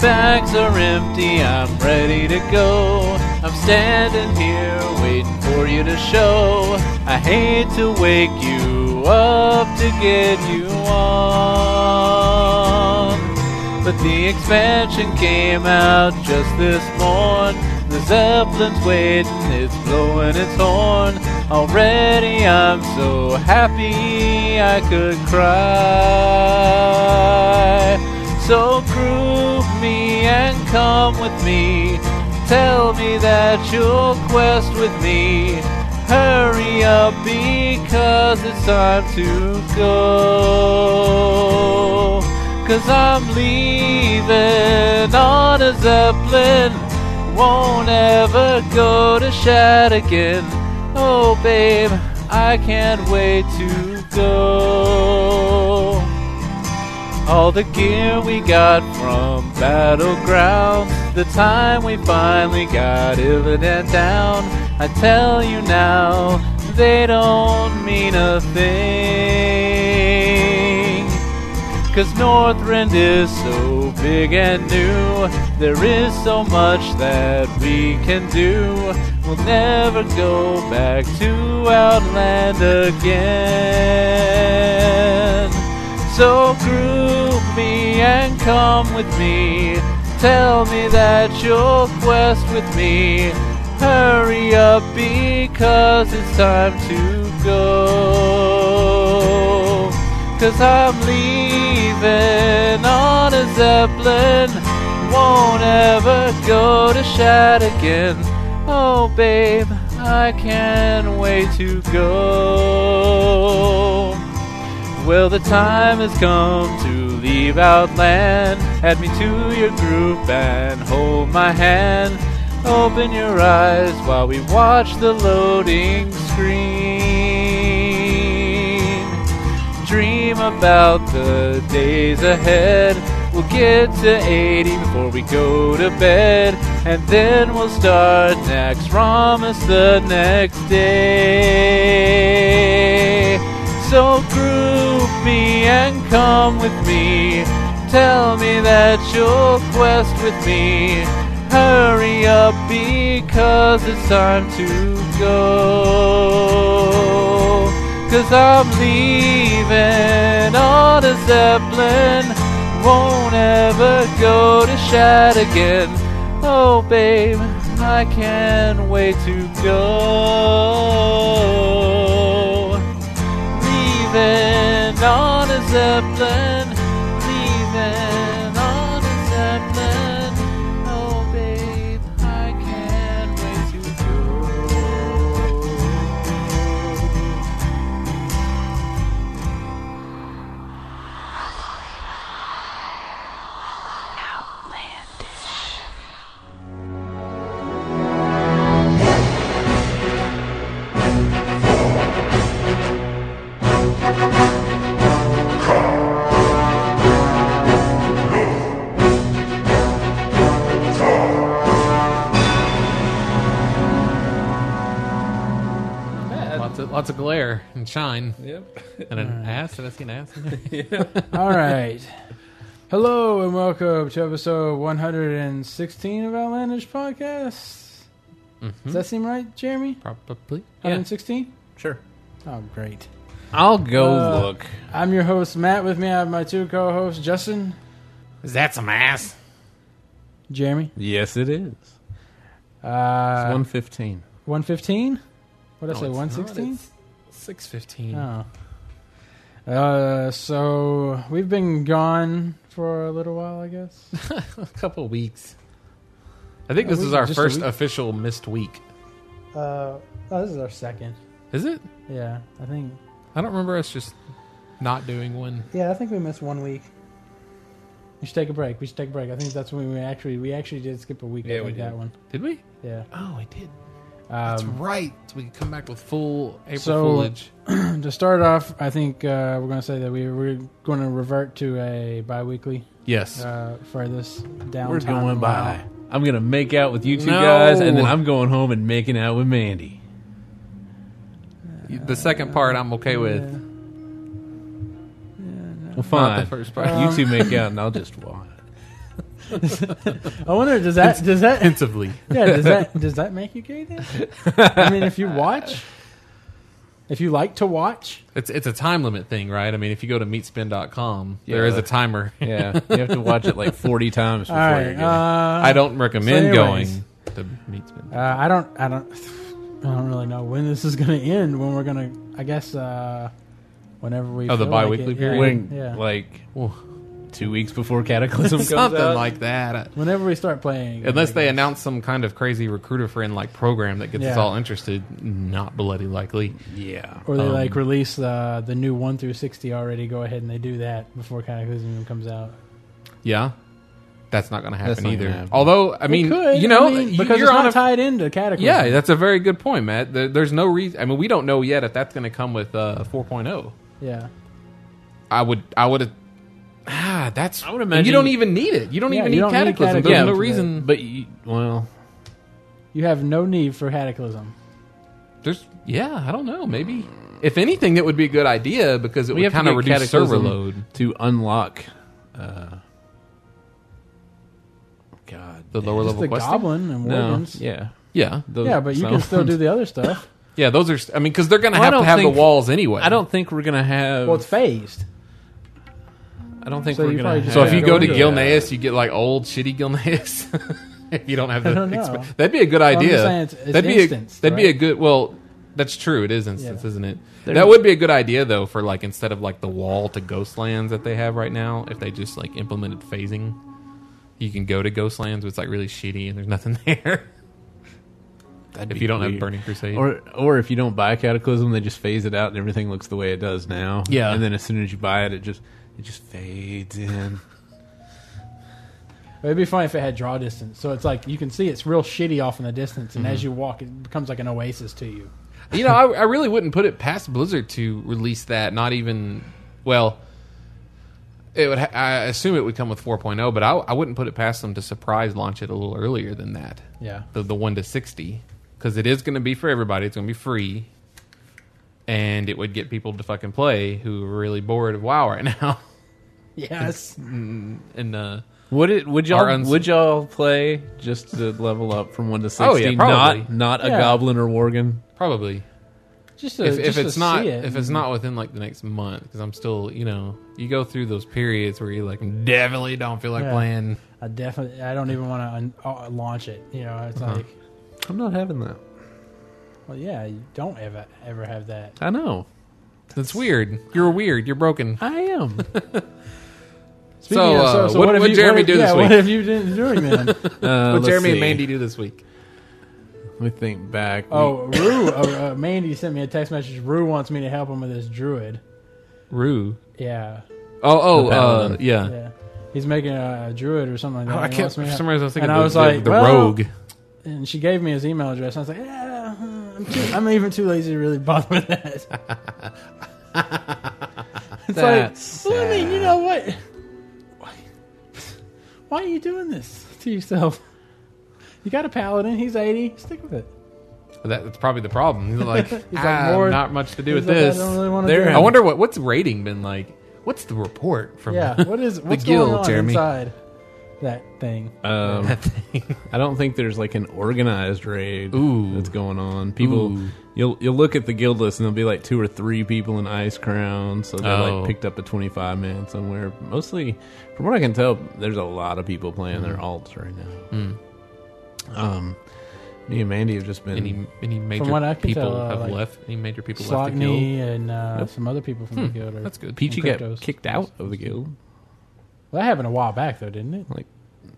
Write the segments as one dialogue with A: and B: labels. A: bags are empty, I'm ready to go. I'm standing here waiting for you to show. I hate to wake you up to get you on. But the expansion came out just this morn. The Zeppelin's waiting, it's blowing its horn. Already I'm so happy I could cry. So groove me and come with me. Tell me that you'll quest with me. Hurry up because it's time to go. Cause I'm leaving on a Zeppelin. Won't ever go to Shad again. Oh, babe, I can't wait to go. All the gear we got from Battlegrounds, the time we finally got Illidan down. I tell you now, they don't mean a thing. Cause Northrend is so big and new, there is so much that we can do. We'll never go back to Outland again. So group me and come with me. Tell me that you'll quest with me. Hurry up because it's time to go. Cause I'm leaving on a Zeppelin. Won't ever go to Shad again. Oh, babe, I can't wait to go. Well, the time has come to leave Outland. Add me to your group and hold my hand. Open your eyes while we watch the loading screen. Dream about the days ahead. We'll get to 80 before we go to bed. And then we'll start next Promise the next day. So group me and come with me. Tell me that you'll quest with me. Hurry up because it's time to go. Cause I'm leaving on a Zeppelin. Won't ever go to Shad again. Oh, babe, I can't wait to go leaving on a Zeppelin. Leaving on a Zeppelin. Oh, babe, I can't wait to go.
B: Lots of, lots of glare and shine.
C: Yep.
B: And an ass. Did I see an ass?
D: All right. Hello and welcome to episode 116 of Outlandish Podcast. Does that seem right, Jeremy?
B: Probably. Mm-hmm. Yeah.
D: 116?
C: Sure.
D: Oh, great.
B: I'll go
D: Uh,
B: look.
D: I'm your host, Matt. With me, I have my two co hosts, Justin,
B: Is that some ass?
D: Jeremy.
C: Yes, it is.
D: Uh,
C: One fifteen.
D: 115? What did I say,
B: it's not.
D: 116?
B: Six fifteen.
D: Oh. Uh, so we've been gone for a little while, I guess.
B: A couple weeks. I think
D: A
B: this
D: week,
B: is our
D: just a
B: first
D: week.
B: official missed week.
D: Uh, oh, this is our second.
B: Is it?
D: Yeah, I think.
B: I don't remember us just not doing one.
D: Yeah, I think we missed one week. We should take a break. We should take a break. I think that's when we actually we actually did skip a week. I
C: Yeah, we
D: think, that
C: did.
D: one.
B: Did we?
D: Yeah.
B: Oh, I did. That's
D: Um,
B: right. So we can come back with full April
D: So-
B: Foolage.
D: to start off, I think uh, we're going to say that we we're going to revert to a bi-weekly
C: Yes.
D: uh, for this downtown.
C: We're going by.
D: mile.
C: I'm gonna make out with you two
B: No.
C: guys, and then I'm going home and making out with Mandy.
B: the second part I'm okay with.
C: Well, fine.
B: first part.
C: You two make out, and I'll just watch.
D: I wonder does that does that
B: Pensively.
D: yeah does that does that make you gay then? I mean, if you watch, if you like to watch,
B: It's it's a time limit thing, right? I mean, if you go to meatspin.com, there
C: Yeah.
B: is a timer.
C: Yeah, you have to watch it like forty times
D: all
C: before
D: right.
C: you get it.
D: Uh,
B: I don't recommend
D: so anyways.
B: going to meatspin.
D: Uh, I don't. I don't. I don't really know when this is going to end. When we're going to, I guess, uh, whenever we.
B: Oh, the
D: feel like
B: bi-weekly
D: it, yeah,
B: period?
C: When,
D: Yeah.
C: like
B: Whoa.
C: two weeks before Cataclysm comes
B: Something
C: out.
B: like that.
D: Whenever we start playing,
B: Unless
D: I
B: they
D: guess.
B: announce some kind of crazy recruiter friend like program that gets us
D: Yeah.
B: all interested, not bloody likely.
C: yeah,
D: or they
B: um,
D: like release uh, the the new one through sixty already, go ahead and they do that before Cataclysm even comes out.
B: Yeah. That's not going to happen
C: not
B: either.
C: gonna happen.
B: Although, I
D: They
B: mean,
D: could,
B: you know,
D: I mean,
B: you-
D: because
B: you're
D: it's
B: on
D: not
B: a
D: tied into Cataclysm.
B: Yeah, that's a very good point, Matt. There, there's no reason. I mean, we don't know yet if that's going to come with uh, 4.0.
D: yeah.
B: I would, I would, ah, that's.
C: I would imagine-
B: you don't even need it. You don't
D: Yeah,
B: even
D: you
B: need
D: don't need
B: cataclysm.
D: Cataclysm
B: There's no
D: for
B: reason.
C: but you, well,
D: You have no need for Cataclysm.
B: There's, yeah, I don't know. Maybe if anything, that would be a good idea because it
C: Mm. we
B: would
C: have
B: kind of
C: to get
B: reduce server
C: Cataclysm
B: load.
C: to unlock. Uh, God,
B: The
C: damn.
B: lower
D: Just
B: level
D: the
B: questing?
D: Goblin and
C: No,
D: Morgans.
C: Uh, yeah,
B: Yeah,
C: those-
D: yeah, but you
C: so-
D: can still do the other stuff.
B: yeah. Those are. I mean, because they're going to
C: Well, Oh,
B: have to
C: I don't
B: have
C: think-
B: the walls anyway.
C: I don't think we're gonna have.
D: well, it's phased.
C: I don't think
D: so
C: we're
D: you
C: gonna.
D: probably just
C: Have,
B: So if you
D: Yeah.
B: go to
D: Yeah.
B: Gilneas, you get like old shitty Gilneas. if you don't have the,
D: I don't know.
B: exp- that'd be a good
D: I'm
B: idea.
D: just saying it's- it's
B: that'd be
D: instance,
B: a, that'd be a
D: right?
B: good. Well, that's true. It is instance,
D: Yeah.
B: isn't it? that would be a good idea though for like instead of like the wall to Ghostlands that they have right now, if they just like implemented phasing, you can go to Ghostlands, but it's like really shitty and there's nothing there.
C: that'd
B: if
C: be
B: you don't have
C: weird.
B: Burning Crusade,
C: Or, or if you don't buy Cataclysm, they just phase it out, and everything looks the way it does now.
B: Yeah.
C: and then as soon as you buy it, it just it just fades in.
D: It'd be funny if it had draw distance. So it's like you can see it's real shitty off in the distance, and
B: Mm-hmm.
D: as you walk, it becomes like an oasis to you.
B: you know, I, I really wouldn't put it past Blizzard to release that. Not even, well, it would. Ha- I assume it would come with 4.0, but I, I wouldn't put it past them to surprise launch it a little earlier than that,
D: Yeah.
B: the the one to sixty, because it is going to be for everybody. It's going to be free, and it would get people to fucking play who are really bored of WoW right now.
D: Yes.
B: and uh,
C: Would it? Would y'all?
B: Our uns-
C: would y'all play just to level up from one to sixty?
B: Oh, yeah, probably.
C: Not not a
D: Yeah.
C: goblin or worgen.
B: probably
D: just to,
B: if,
D: Uh, just
B: if
D: to
B: it's not
D: see it
B: if it's
D: and-
B: not within like the next month, because I'm still you know you go through those periods where you like definitely don't feel like
D: Yeah.
B: playing.
D: I definitely I don't even want to un- uh, launch it. You know, it's
B: Uh-huh.
D: like,
C: I'm not having that.
D: well, yeah, you don't ever ever have that.
C: I know.
B: That's weird. You're weird. You're broken.
C: I am.
B: So, uh, what-
D: have
B: what
D: you-
B: Jeremy
D: have-
B: do this
D: yeah,
B: week?
D: What have you been doing then?
C: Uh,
B: What
C: let's
B: Jeremy and
C: see.
B: Mandy do this week?
C: Let me think back.
D: oh, Rue, uh, uh, Mandy sent me a text message. Rue wants me to help him with his druid.
B: Rue.
D: Yeah,
B: Oh, oh,
C: The paladin.
B: uh, yeah.
D: yeah. He's making a, a druid or something like that.
B: Oh, I
D: and he
B: can't.
D: wants me
B: For
D: to help-
B: some reason, I was thinking
D: And
B: of
D: I
B: the,
D: was
B: the-
D: like,
B: the
D: well-
B: rogue.
D: and she gave me his email address. And I was like, yeah, I'm, too, I'm even too lazy to really bother with that. it's
C: That's
D: like, well, I mean, you
C: sad.
D: know what? Why- Why are you doing this to yourself? You got a paladin. He's 80. Stick with it.
B: That, that's probably the problem. He's like,
D: like,
B: "Ah,
D: more-
B: not much to do with
D: He's like,
B: this.
D: I don't really want to
C: There-
D: do
B: I wonder what what's rating been like. What's the report from?
D: it. Yeah, what is what's
B: guild,
D: going on
B: Jeremy.
D: inside that thing?
C: um,
B: that thing?
C: I don't think there's like an organized raid
B: Ooh.
C: that's going on. People,
B: Ooh.
C: you'll you'll look at the guild list and there'll be like two or three people in Ice Crown, so they
B: Oh.
C: like picked up a 25 man somewhere. Mostly, from what I can tell, there's a lot of people playing
B: Mm.
C: their alts right now. Um, me and Mandy have just been
B: Any any major
D: what I can
B: people
D: tell, uh,
B: have
D: like,
B: left? Any major people left the guild?
D: Slogney and uh, some other people from the guild. Are,
B: That's good.
C: Hmm, Peachy
D: and
C: got
D: cryptos.
C: kicked out of the guild.
D: Well, that happened a while back though, didn't it?
C: Like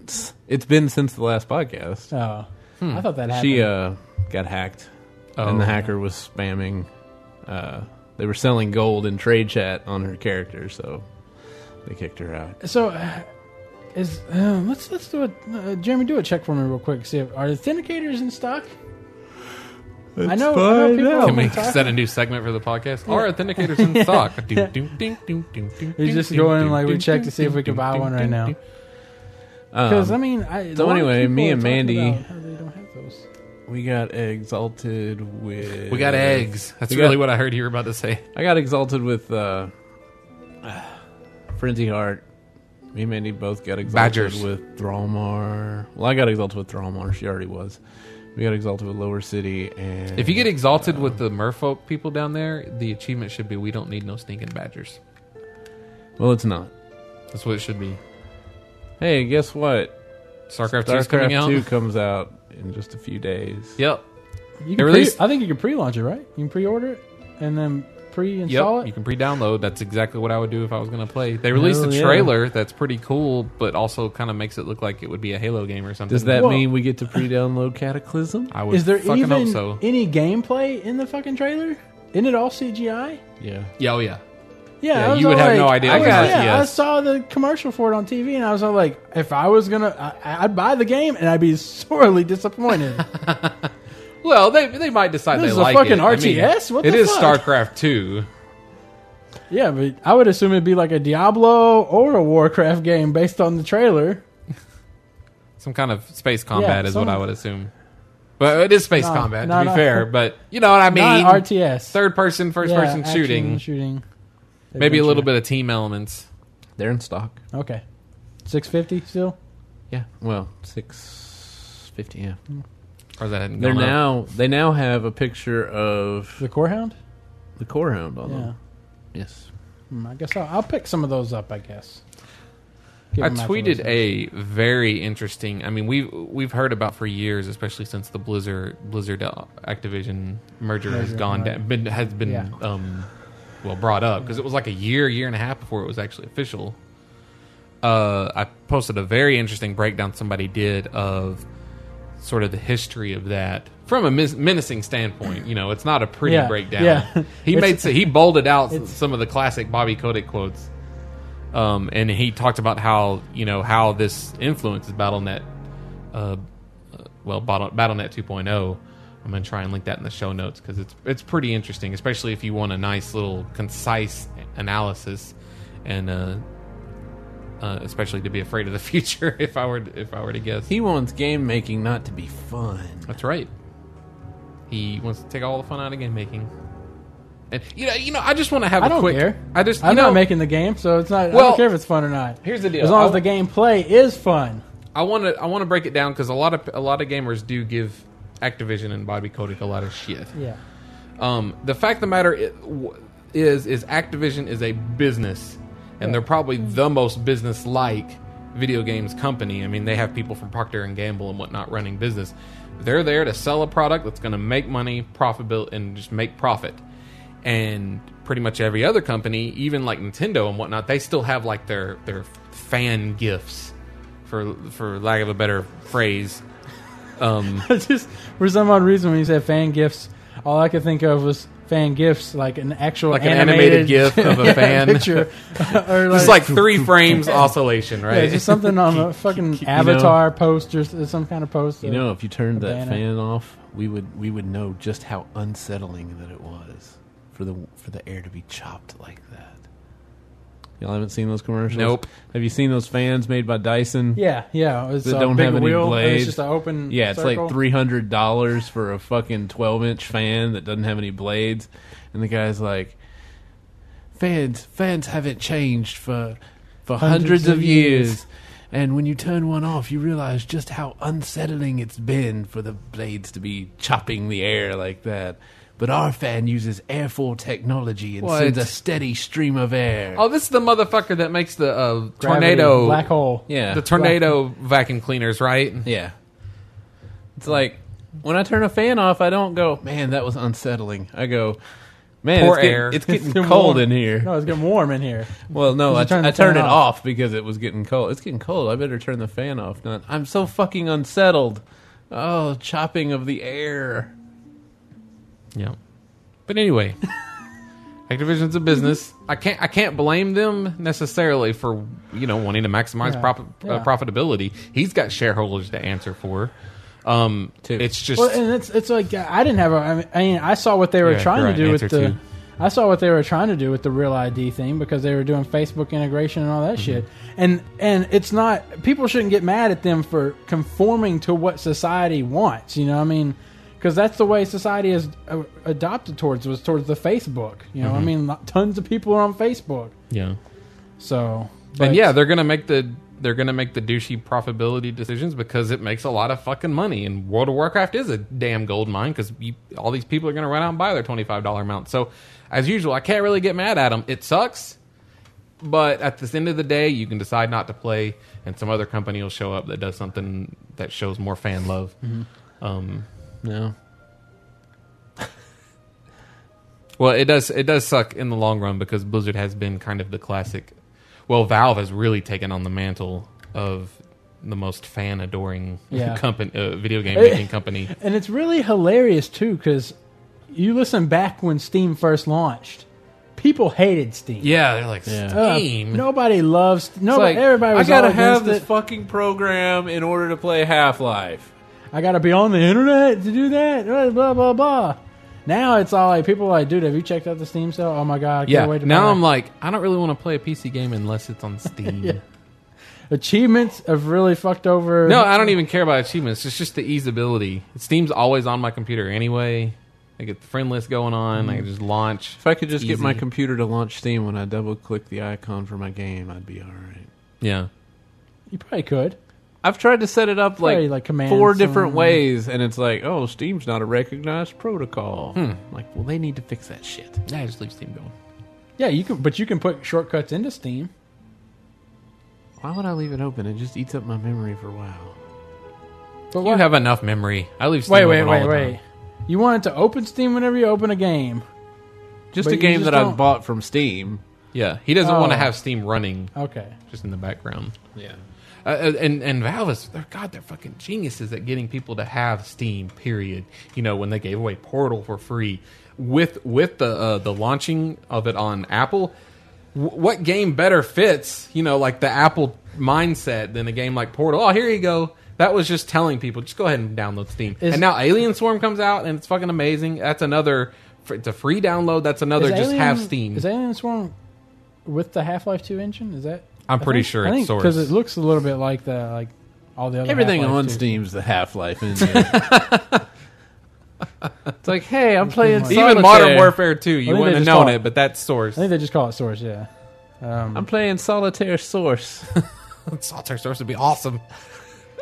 C: it's- it's been since the last podcast.
D: Oh, I thought that happened.
C: Hmm. She uh, got hacked,
B: Oh.
C: and the hacker was spamming. Uh, they were selling gold in trade chat on her character, so they kicked her out.
D: So, uh, is uh, let's let's do a uh, Jeremy do a check for me real quick. See if are the syndicators in stock? I know. I know people
B: Can we
D: are talking.
B: set a new segment for the podcast? Our authenticators in stock. Doom, doom, ding, doom, doom, doom,
D: He's
B: doom,
D: just
B: doom,
D: going
B: doom,
D: like we
B: doom,
D: check
B: doom,
D: to see if we
B: doom,
D: can buy
B: doom,
D: one
B: doom,
D: right
B: doom.
D: now.
C: Um,
D: Because I mean, I,
C: so
D: a lot of
C: anyway,
D: people
C: me
D: are
C: and
D: talking
C: Mandy-
D: about how they don't have those.
C: we got exalted with.
B: We got eggs. That's
C: We
B: really
C: got-
B: what I heard you were about to say.
C: I got exalted with uh, Frenzy Heart. Me and Mandy both got exalted
B: Badgers.
C: with Thralmar. Well, I got exalted with Thralmar. She already was. We got exalted with Lower City, and
B: If you get exalted with the merfolk people down there, the achievement should be we don't need no stinking badgers.
C: well, it's not.
B: That's what it should be.
C: Hey, guess what?
B: StarCraft, 2 is coming
C: StarCraft
B: out.
C: Two comes out in just a few days.
B: Yep. They
D: You can pre-
B: released-
D: I think you can pre-launch it, right? You can pre-order it and then pre-install
B: Yep. You
D: it.
B: can pre download. That's exactly what I would do if I was going to play. They released
C: Hell
B: a
C: yeah.
B: trailer that's pretty cool, but also kind of makes it look like it would be a Halo game or something.
C: Does that
D: Well-
C: mean we get to pre-download Cataclysm?
B: I would
D: Is there
B: fucking
D: even
B: hope so.
D: any gameplay in the fucking trailer? Isn't it all CGI?
C: Yeah.
B: Yeah, oh, yeah.
D: Yeah,
B: Yeah,
D: I was
B: you would
D: all
B: have no
D: like-
B: idea
D: I,
B: it
D: was-
B: was
D: yeah, I
B: RTS.
D: saw the commercial for it on TV, and I was all like, if I was gonna, I, I'd buy the game, and I'd be sorely disappointed.
B: Well, they they might decide
D: This
B: they
D: is a
B: like
D: fucking
B: it.
D: RTS? What
B: it
D: the
B: is
D: fuck?
B: StarCraft two.
D: yeah, but I would assume it'd be like a Diablo or a Warcraft game based on the trailer.
B: Some kind of space combat is
D: some-
B: what I would assume. But it is space
D: No,
B: combat to
D: no,
B: be
D: no.
B: fair. But you know what I mean.
D: Not RTS.
B: Third person, first
D: Yeah,
B: person
D: action,
B: shooting.
D: shooting.
B: Maybe a little
D: Adventure.
B: bit of team elements.
C: They're in stock.
D: Okay, six fifty still.
C: Yeah. Well, six fifty. Yeah.
B: Or that hadn't
C: They're
B: gone up.
C: now. They now have a picture of
D: The Core Hound.
C: the core hound on
D: Yeah,
C: them. Yes.
D: Hmm, I guess I'll, I'll pick some of those up. I guess. Give
B: I
D: them out to
B: tweeted
D: those.
B: a very interesting. I mean, we've we've heard about for years, especially since the Blizzard Blizzard uh, Activision merger has
D: Merger,
B: gone
D: right.
B: down, been has been
D: Yeah.
B: um, well brought up because it was like a year, year and a half before it was actually official. Uh, I posted a very interesting breakdown somebody did of sort of the history of that from a mis- menacing standpoint. You know, it's not a pretty
D: Yeah,
B: breakdown.
D: yeah.
B: He
D: It's-
B: made so he bolded out
D: it's-
B: some of the classic Bobby Kotick quotes um, and he talked about how you know how this influences BattleNet, uh, uh, well Battle, BattleNet 2.0. oh. I'm gonna try and link that in the show notes because it's it's pretty interesting, especially if you want a nice little concise analysis, and uh, uh, especially to be afraid of the future. If I were if I were to guess,
C: He wants game making not to be fun.
B: that's right. He wants to take all the fun out of game making, and you know you know I just want to have a
D: I don't
B: quick.
D: care.
B: I just you
D: I'm
B: know
D: not making the game, so it's not. I
B: Well,
D: don't care if it's fun or not.
B: here's the deal.
D: As long as
B: I-
D: the gameplay is fun.
B: I want to I want to break it down because a lot of a lot of gamers do give Activision and Bobby Kotick a lot of shit.
D: Yeah.
B: Um, the fact of the matter i- w- is is Activision is a business, and they're probably
D: Mm-hmm.
B: the most business like video games company. I mean, they have people from Procter and Gamble and whatnot running business. They're there to sell a product that's going to make money, profitable, and just make profit. And pretty much every other company, even like Nintendo and whatnot, they still have like their their fan gifts, for for lack of a better phrase. Um,
D: just for some odd reason, when you said fan gifts, all I could think of was fan gifts, like an actual
B: Like an animated gif of a
D: yeah,
B: fan.
D: picture, or like,
B: it's like three frames oscillation,
D: yeah,
B: right?
D: just something on a fucking
C: you know-
D: avatar poster, some kind of poster.
C: You know, if you turned that
D: Banana.
C: fan off, we would we would know just how unsettling that it was for the for the air to be chopped like that. Y'all haven't seen those commercials?
B: Nope.
C: Have you seen those fans made by Dyson?
D: yeah, yeah. It's
C: That
D: a
C: don't
D: big
C: have any
D: wheel, and
C: blades.
D: It's just an open.
C: Yeah, it's
D: circle.
C: like three hundred dollars for a fucking twelve inch fan that doesn't have any blades, and the guy's like, "Fans, fans haven't changed for for hundreds, of years. and when you turn one off, you realize just how unsettling it's been for the blades to be chopping the air like that." But our fan uses airflow technology and
B: What?
C: sends a steady stream of air.
B: Oh, this is the motherfucker that makes the uh,
D: Gravity,
B: tornado
D: black hole.
C: yeah,
B: The tornado vacuum cleaners, right?
C: Yeah. It's like when I turn a fan off, I don't go, man, that was unsettling. I go, man,
B: Poor
C: it's, getting-
B: air.
C: it's getting
D: It's getting
C: cold
D: warm.
C: in here.
D: No, Oh, it's getting warm in here.
C: well, no,
D: you
C: I,
D: turn
C: turn
D: the
C: I turned
D: fan
C: it
D: off.
C: off because it was getting cold. It's getting cold. I better turn the fan off. Not, I'm so fucking unsettled. Oh, chopping of the air.
B: Yeah. But anyway, Activision's a business. I can't I can't blame them necessarily for you know wanting to maximize
D: Yeah.
B: profit
D: Yeah.
B: Uh, profitability. He's got shareholders to answer for. Um,
C: Two.
B: it's just
D: Well, and it's it's like I didn't have a. I mean, I, mean, I saw what they were
B: Yeah,
D: trying
B: you're
D: to do
B: right.
D: with
B: Answer
D: the.
B: two.
D: I saw what they were trying to do with the Real ID thing because they were doing Facebook integration and all
B: Mm-hmm.
D: that shit. And and it's not people shouldn't get mad at them for conforming to what society wants. You know, what I mean, because that's the way society is uh, adopted towards
B: Mm-hmm.
D: was towards the Facebook. You know, what I mean, tons of people are on Facebook.
B: yeah.
D: So But-
B: and yeah, they're gonna make the they're gonna make the douchey profitability decisions because it makes a lot of fucking money. And World of Warcraft is a damn gold mine because all these people are gonna run out and buy their twenty five dollar amount. So as usual, I can't really get mad at them. It sucks, but at the end of the day, you can decide not to play, and some other company will show up that does something that shows more fan love. Um, yeah. Well, it does. It does suck in the long run because Blizzard has been kind of the classic. Well, Valve has really taken on the mantle of the most fan adoring
D: Yeah.
B: company, uh, video game making company.
D: And it's really hilarious too because you listen back when Steam first launched, people hated Steam.
B: Yeah, they're like
D: Uh,
B: Steam.
D: nobody loves.
C: It's
D: Nobody. everybody was
C: I gotta
D: all
C: have this
D: against it.
C: fucking program in order to play Half Life.
D: I gotta be on the internet to do that. Blah blah blah. blah. Now it's all like people are like, dude, have you checked out the Steam sale? Oh my god, I can't
B: yeah.
D: wait to
B: Now
D: buy
B: I'm like, I don't really want to play a PC game unless it's on Steam.
D: achievements have really fucked over.
B: No, I don't e- even care about achievements. It's just the easeability. Steam's always on my computer anyway. I get the friend list going on.
D: Mm.
B: I can just launch.
C: If I could just get my
B: Easy.
C: computer to launch Steam when I double click the icon for my game, I'd be all right.
B: Yeah.
D: you probably could.
C: I've tried to set it up
D: Probably,
C: like,
D: like, command
C: four
D: some-
C: different ways, and it's like, oh, Steam's not a recognized protocol. I'm like, well, they need to fix that shit.
B: Yeah, just leave Steam going.
D: Yeah, you can, but you can put shortcuts into Steam.
C: Why would I leave it open? It just eats up my memory for a while.
D: But
B: You
D: what-
B: have enough memory. I leave Steam
D: wait, wait,
B: open all
D: wait,
B: the time.
D: wait. You want it to open Steam whenever you open a game.
C: Just
D: But
C: a
D: you
C: game
D: just
C: that I
D: don't-
C: bought from Steam.
B: Yeah, he doesn't want
D: Oh.
B: to have Steam running
D: Okay.
B: just in the background.
C: Yeah.
B: Uh, Uh, and and Valve is they're God, they're fucking geniuses at getting people to have Steam. Period. You know when they gave away Portal for free with with the uh, the launching of it on Apple. W- what game better fits you know like the Apple mindset than a game like Portal? Oh, here you go. That was just telling people just go ahead and download Steam.
D: Is-
B: and now Alien Swarm comes out and it's fucking amazing. That's another. fr- It's a free download. That's another.
D: Is
B: Just
D: Alien-
B: have Steam.
D: Is Alien Swarm with the Half Life Two engine? Is that?
B: I'm
D: I
B: pretty
D: think-
B: sure
D: I
B: it's
D: think
B: Source.
D: because it looks a little bit like the like all the other
C: Everything
D: Half-Life
C: on
D: 2.
C: Steam's the Half Life engine. it's like, hey, I'm playing
D: much.
C: solitaire.
B: Even Modern Warfare 2,
D: I
B: you
D: think they
B: wouldn't have
D: just call
B: known
D: it-
B: it, but that's source.
D: I think they just call it Source. Yeah. Um,
C: I'm playing Solitaire Source.
B: Solitaire source would be awesome.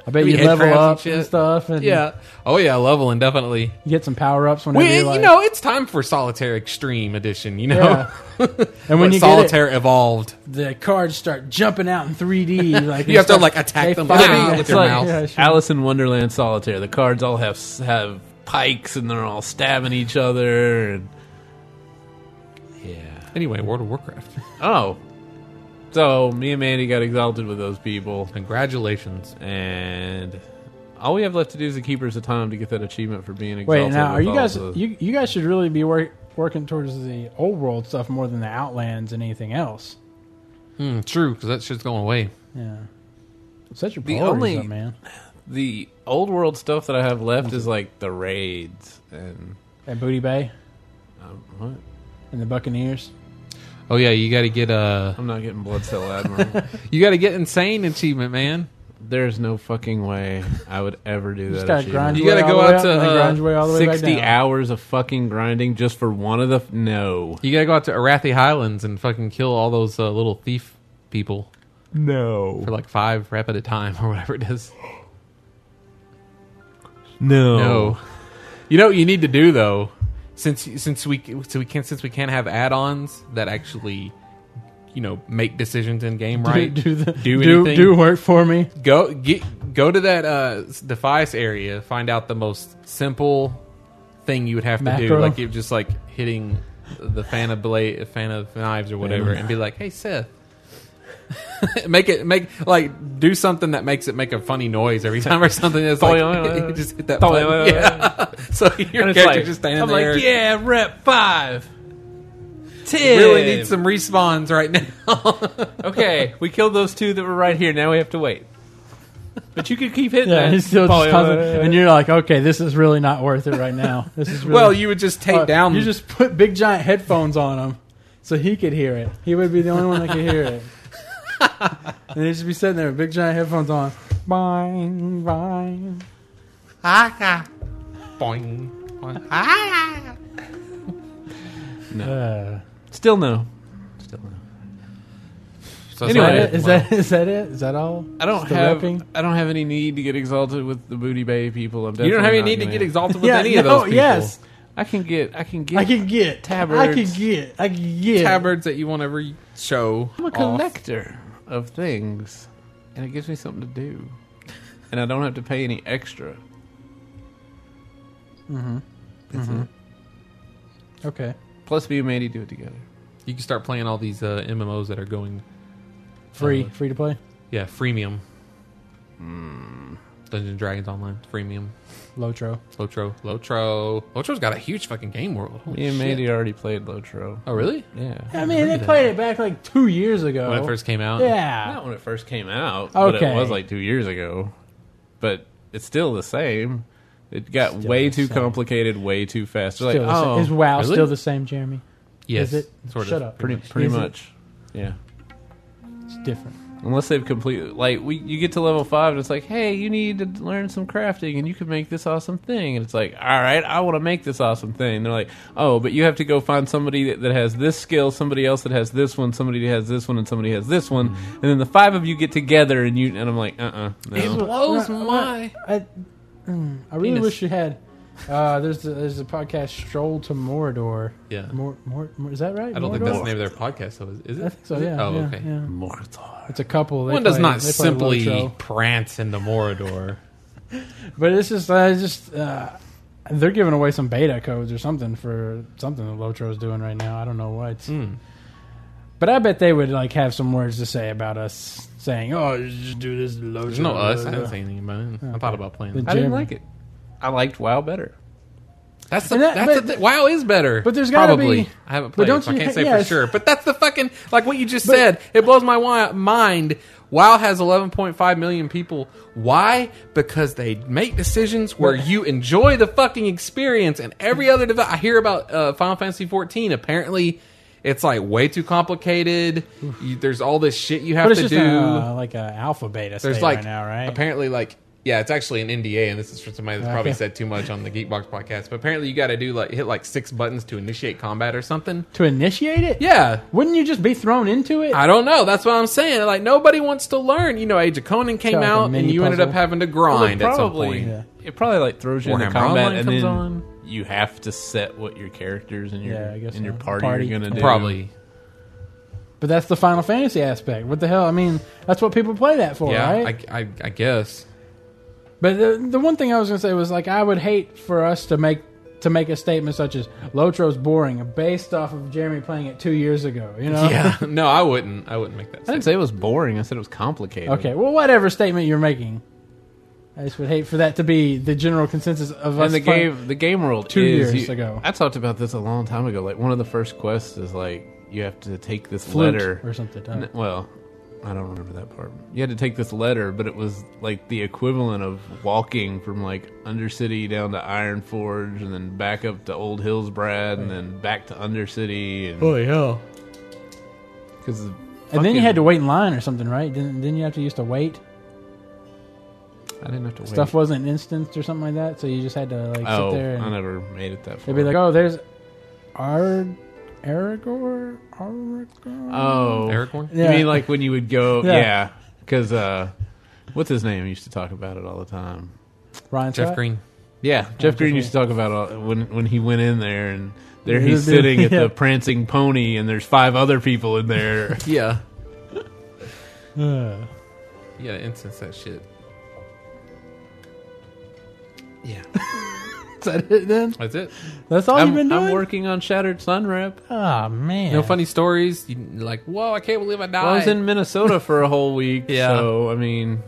D: I bet
B: maybe
D: you
B: head
D: level
B: crabs and
D: up and,
B: shit.
D: stuff, and
B: Yeah. Oh yeah, leveling definitely.
D: you get some power ups whenever
B: We,
D: you, like,
B: you know, it's time for Solitaire Extreme Edition. You know,
D: Yeah. And when
B: But
D: you get it-
B: Solitaire evolved,
D: the cards start jumping out in 3D. Like
B: You
D: they
B: have to,
D: start-
B: like, attack
D: they
B: them
D: fight
B: with
D: back.
B: It's your like- mouth.
D: Yeah, sure.
C: Alice in Wonderland Solitaire. The cards all have have pikes, and they're all stabbing each other. And yeah.
B: anyway, World of Warcraft.
C: Oh, so me and Mandy got exalted with those people,
B: Congratulations.
C: and all we have left to do is the Keepers of Time to get that achievement for being exalted.
D: Wait, now are
C: with
D: you
C: all
D: guys?
C: the-
D: You you guys should really be wor- working towards the old world stuff more than the Outlands and anything else.
B: Hmm, true, because that shit's going away.
D: Yeah, set your
C: The
D: priorities
C: only-
D: up, man.
C: the old world stuff that I have left is like the raids and
D: At Booty Bay
C: um, what?
D: and the Buccaneers.
B: Oh yeah, you got to get uh,
C: I'm not getting Blood Cell Admiral.
B: you got to get insane achievement, man.
C: There's no fucking way I would ever do
D: just
C: that.
D: gotta
C: achievement.
D: grind
B: You
D: your
B: gotta
D: way all
B: go
D: the way
B: out
D: up
B: to,
D: and then
B: uh,
D: grind your way all the way back
C: 60
D: down.
C: hours of fucking grinding just for one of the f- no
B: You got to go out to Arathi Highlands and fucking kill all those uh, little thief people
C: no
B: for like five rep at a time or whatever it is.
C: no
B: No. You know what you need to do though, since since we so we can since we can't have add-ons that actually, you know, make decisions in game right.
D: Do, do the
B: Do
D: do
B: anything.
D: do, work for me.
B: Go get go to that uh device area. Find out the most simple thing you would have to do,
D: Macro.
B: like you just like hitting the fan of blade, fan of knives or whatever, and be like, "Hey Seth." make it make like do something that makes it make a funny noise every time or something. That's like just hit that button. Yeah. So your
C: And it's
B: character
C: like-
B: just standing
C: I'm
B: there.
C: like yeah rep five ten
B: really need some respawns right now.
C: okay we killed those two that were right here now we have to wait but you could keep hitting
D: Yeah,
C: that
D: he's still
C: Probably,
D: just
C: uh,
D: constant, and you're like, okay, this is really not worth it right now. This is really,
B: well, you would just take
D: Uh,
B: down.
D: You just put big giant headphones on him, so he could hear it. He would be the only one that could hear it. and he'd just be sitting there with big giant headphones on. Bang, bang.
B: boing, boing.
D: Uh,
C: still no still no
B: So that's
D: Is
B: what
D: that
B: I
D: it?
B: did.
D: Is that is that it? Is that all?
C: I don't
D: Just the
C: have.
D: repping?
C: I don't have any need to get exalted with the Booty Bay people. I'm
B: you don't have
C: definitely
B: any need
C: not
B: to
C: gonna-
B: get exalted with
D: Yeah,
B: any of
D: no,
B: those people.
D: yes.
C: I can get. I can get.
D: I can get
C: Tabards.
D: I can get. I can get.
B: Tabards that you want every show.
C: I'm a
B: off.
C: collector of things, and it gives me something to do, and I don't have to pay any extra.
B: Mm-hmm.
D: Mhm.
C: That's it.
D: Okay.
C: Plus, me and Mandy do it together.
B: You can start playing all these uh, MMOs that are going,
D: Free.
B: Uh,
D: free to play.
B: yeah, freemium. Hmm. Dungeons and Dragons Online, freemium.
D: Lotro.
B: Lotro, Lotro, Lotro's got a huge fucking game world. Holy
C: Me and
B: shit.
C: Mandy already played Lotro.
B: Oh really?
C: Yeah.
D: I mean, they played it back like two years ago.
B: When it first came out.
D: yeah.
C: Not when it first came out, but
D: Okay.
C: it was like two years ago. But it's still the same. It got
D: Still
C: way
D: the
C: too
D: same.
C: complicated, way too fast. You're like,
D: Still the same.
C: oh,
D: Is WoW
B: really?
D: still the same, Jeremy?
B: Yes.
D: Is it?
B: Sort
D: Shut
B: of.
D: up.
C: pretty pretty
D: Is it-
C: much. Yeah.
D: It's different.
C: Unless they've completely like we, you get to level five and it's like, hey, you need to learn some crafting and you can make this awesome thing. And it's like, all right, I want to make this awesome thing. And they're like, oh, but you have to go find somebody that, that has this skill, somebody else that has this one, somebody that has this one, and somebody has this one.
B: Mm-hmm.
C: And then the five of you get together and you and I'm like, uh, uh no.
B: blows
D: Right,
B: my
D: I, mm, I really
B: penis.
D: wish you had. Uh, there's a, there's a podcast Stroll to Morador.
B: Yeah.
D: Mor, Mor, Mor, is that right?
B: I don't think
D: Morador?
B: that's the name of their podcast, though. Is, is it?
D: I think so. Yeah.
B: Oh,
D: yeah,
B: okay.
D: yeah.
C: Mortar.
D: It's a couple. They
B: One does
D: play-
B: not
D: they play
B: simply
D: Lotro.
B: prance into Morador.
D: But it's just, uh, it's just uh, they're giving away some beta codes or something for something that Lotro's doing right now. I don't know what.
B: Hmm.
D: But I bet they would like have some words to say about us saying, "Oh, just do this." Lotro.
B: There's no us. I didn't say anything about it. I thought about playing.
D: The-
C: I didn't
D: Jeremy.
C: like it. I liked WoW better.
B: That's the,
D: And that-
B: that's
D: but-
B: the thi- WoW is better.
D: but there's gotta
B: probably.
D: be-
B: I haven't
D: but
B: played,
D: don't
B: it, so I
D: you
B: can't
D: ha-
B: say for
D: yes.
B: sure. But that's the fucking like what you just said. It blows my wi- mind. WoW has 11.5 million people. Why? Because they make decisions where you enjoy the fucking experience, and every other device. I hear about uh, Final Fantasy 14. Apparently, it's like way too complicated. You, there's all this shit you have
D: But it's
B: to
D: just
B: do.
D: a, uh, like an alpha beta
B: There's
D: state
B: like
D: right now, right?
B: apparently like yeah, it's actually an NDA, and this is for somebody that's probably
D: Okay.
B: said too much on the Geekbox podcast. But apparently, you got to do like hit like six buttons to initiate combat or something.
D: to initiate it?
B: Yeah,
D: Wouldn't you just be thrown into it?
B: I don't know. That's what I'm saying. Like nobody wants to learn. You know, Age of Conan came
D: Kinda like a
B: out, and
D: mini
B: you ended
D: puzzle.
B: up having to
C: Well, it
B: grind at some
C: probably,
B: point.
D: Yeah.
C: It probably like throws you
B: Warhammer
C: into combat,
B: Online
C: and
B: comes
C: then
B: on.
C: you have to set what your characters and your
D: Yeah, I guess
C: and your
D: so.
C: party,
D: Party.
C: you're gonna do.
B: Probably.
D: but that's the Final Fantasy aspect. What the hell? I mean, that's what people play that for,
B: Yeah,
D: right?
B: I, I, I guess.
D: But the, the one thing I was gonna say was like I would hate for us to make to make a statement such as Lotro's boring based off of Jeremy playing it two years ago. You know?
B: Yeah. no, I wouldn't. I wouldn't make that.
C: I didn't
B: Sense.
C: say it was boring. I said it was complicated.
D: Okay. Well, whatever statement you're making, I just would hate for that to be the general consensus of us.
C: And the
D: play-
C: game, the game world.
D: two
C: is-
D: years
C: you-
D: ago.
C: I talked about this a long time ago. Like one of the first quests is like you have to take this
D: Flute
C: letter
D: or something. uh, huh?
C: N- Well, I don't remember that part. You had to take this letter, but it was like the equivalent of walking from like Undercity down to Iron Forge, and then back up to Old Hillsbrad, and then back to Undercity, and
B: Holy hell!
C: because
D: And then you had to wait in line or something, right? Didn't then you have to used to wait?
C: I didn't have to wait.
D: Stuff wasn't instant or something like that, so you just had to like
C: oh,
D: sit there and
C: I never made it that far.
D: they'd be like, "Oh, there's Ar Aragor, Aragor."
C: oh,
B: Aragorn?
D: Yeah.
C: You mean like when you would go?
D: Yeah.
C: yeah, because uh, what's his name used to talk about it all the time.
D: Ryan
B: Jeff
D: Scott?
B: Green.
C: Yeah, Jeff Green
D: Green.
C: used to talk about all, when when he went in there and there
D: Yeah,
C: he's
D: dude,
C: sitting at
D: yeah.
C: the prancing pony and there's five other people in there.
B: Yeah.
D: Ugh.
B: You gotta incense that shit.
C: yeah,
D: Is that it then?
B: That's it.
D: That's all
C: I'm,
D: you've been doing?
C: I'm working on Shattered Sun Rep.
D: oh, man.
B: No funny stories. You, like, whoa! I can't believe I died.
C: Well, I was in Minnesota for a whole week.
B: Yeah.
C: so I mean,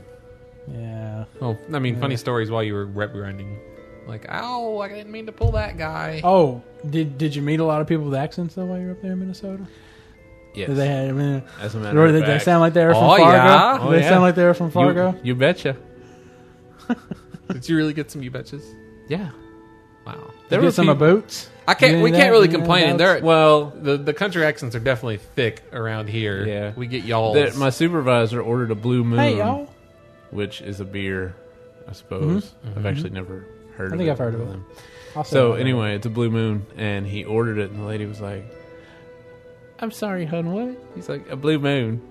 D: Yeah.
B: Oh, I mean, funny stories while you were rep grinding. Like, ow, I didn't mean to pull that guy.
D: Oh, did did you meet a lot of people with accents though while you were up there in Minnesota?
C: yes.
D: Did they have, I mean,
C: as a matter
D: or
C: of
D: did
C: fact,
D: they sound like they were from
B: Oh,
D: Fargo?
B: yeah.
D: Did
C: Oh,
D: they
C: yeah.
D: sound like they were from
C: You-
D: Fargo?
C: You, betcha.
B: Did you really get some you betches?
C: Yeah,
B: Wow.
D: Did you get some of boots?
B: I can't.
D: Yeah,
B: We
D: that-
B: can't really
D: yeah,
B: complain. There,
D: that's-
B: well, the the country accents are definitely thick around here.
C: Yeah.
B: we get y'all.
C: That my supervisor ordered a Blue Moon,
B: Mm.
D: Hey, y'all. Mm-hmm.
C: which is a beer, I suppose. I've actually never heard.
D: I
C: of
D: think
C: it
D: I've heard of
C: until
D: it.
C: then.
D: I'll say
C: So
D: that.
C: anyway, it's a blue moon, and he ordered it, and the lady was like, "I'm sorry, hun, what?" He's like, "A blue moon."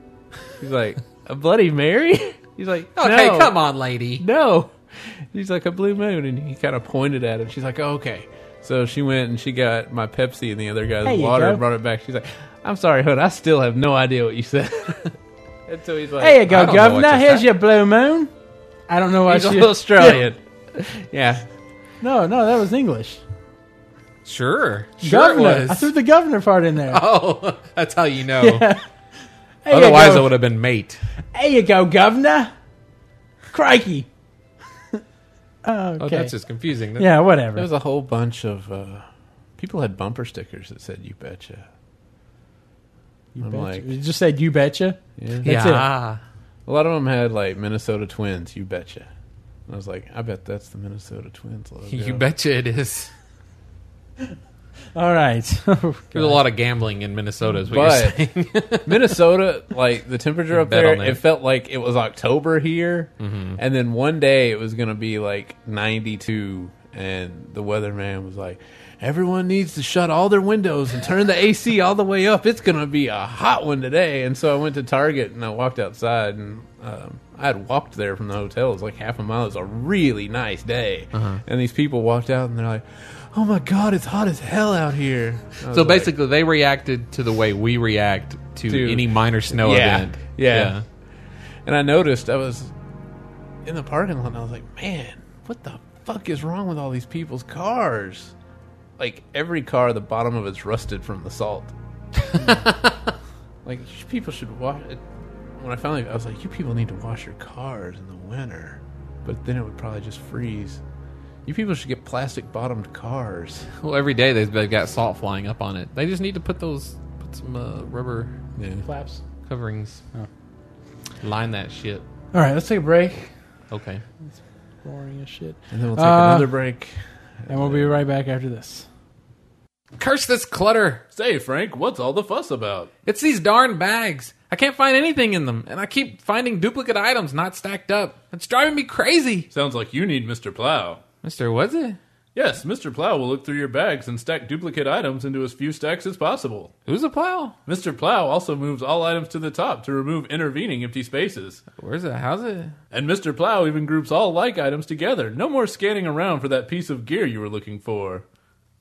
C: He's like, a Bloody Mary? He's like,
B: Okay,
C: no,
B: come on, lady.
C: No. He's like, a Blue Moon. And he kind of pointed at him. She's like, oh, okay. So she went and she got my Pepsi and the other guy's
D: There you
C: water
D: go.
C: and brought it back. She's like, I'm sorry, Hood. I still have no idea what you said. and so he's like,
D: There you
B: I
D: go,
B: don't know what
D: Governor.
B: you
D: Here's
B: said.
D: your blue moon. I don't know why
C: he's
D: she.
C: an Australian. yeah.
D: No, no, that was English.
B: Sure. Sure
D: governor.
B: it
D: I
B: was.
D: threw the governor part in there.
B: Oh, that's how you know.
D: There you
B: Otherwise,
D: go.
B: I would have been mate.
D: There you go, Governor. Crikey. Oh, okay.
B: Oh, that's just confusing. That-
D: yeah,
C: There
D: whatever.
C: was a whole bunch of uh, people had bumper stickers that said "You betcha."
D: You
C: I'm
D: betcha.
C: like-
D: You just said you betcha.
C: Yeah.
D: That's
B: Yeah.
C: A lot of them had like Minnesota Twins. You betcha. And I was like, I bet that's the Minnesota Twins logo.
B: You betcha it is.
D: it. All right. Oh,
B: There's a lot of gambling in Minnesota, is what
C: But-
B: you're saying.
C: Minnesota, like the temperature up
B: Bet
C: there,
B: on that. Mm-hmm.
C: it felt like it was October here, and then one day it was going to be like 92, and the weatherman was like, "Everyone needs to shut all their windows and turn the AC all the way up. It's going to be a hot one today." And so I went to Target and I walked outside, and um, I had walked there from the hotel. It was like half a mile. It was a really nice day,
B: Uh-huh.
C: and these people walked out and they're like. Oh my God! It's hot as hell out here. I was
B: so
C: like,
B: basically, they reacted to the way we react to,
C: To-
B: any minor snow
C: Yeah.
B: event.
C: Yeah. And I noticed I was in the parking lot and I was like, man, what the fuck is wrong with all these people's cars? Like every car, the bottom of it's rusted from the salt. like you- people should wash it. When I finally, I was like, you people need to wash your cars in the winter, but then it would probably just freeze. You people should get plastic bottomed cars.
B: Well, every day they've, they've got salt flying up on it. They just need to put those put some uh, rubber
C: Yeah.
D: Claps.
B: coverings. Line that shit.
D: All right, let's take a break.
B: Okay.
D: Boring as shit.
C: And then we'll take
D: Uh,
C: another break.
D: And we'll be right back after this.
B: Curse this clutter.
C: Say, Frank, what's all the fuss about?
B: It's these darn bags. I can't find anything in them, and I keep finding duplicate items not stacked up. It's driving me crazy.
C: Sounds like you need Mr. Plow.
B: Mister, was it?
C: Yes, Mr. Plow will look through your bags and stack duplicate items into as few stacks as possible.
B: Who's a plow?
C: Mr. Plow also moves all items to the top to remove intervening empty spaces.
B: Where's it? How's it?
C: And Mr. Plow even groups all like items together. No more scanning around for that piece of gear you were looking for.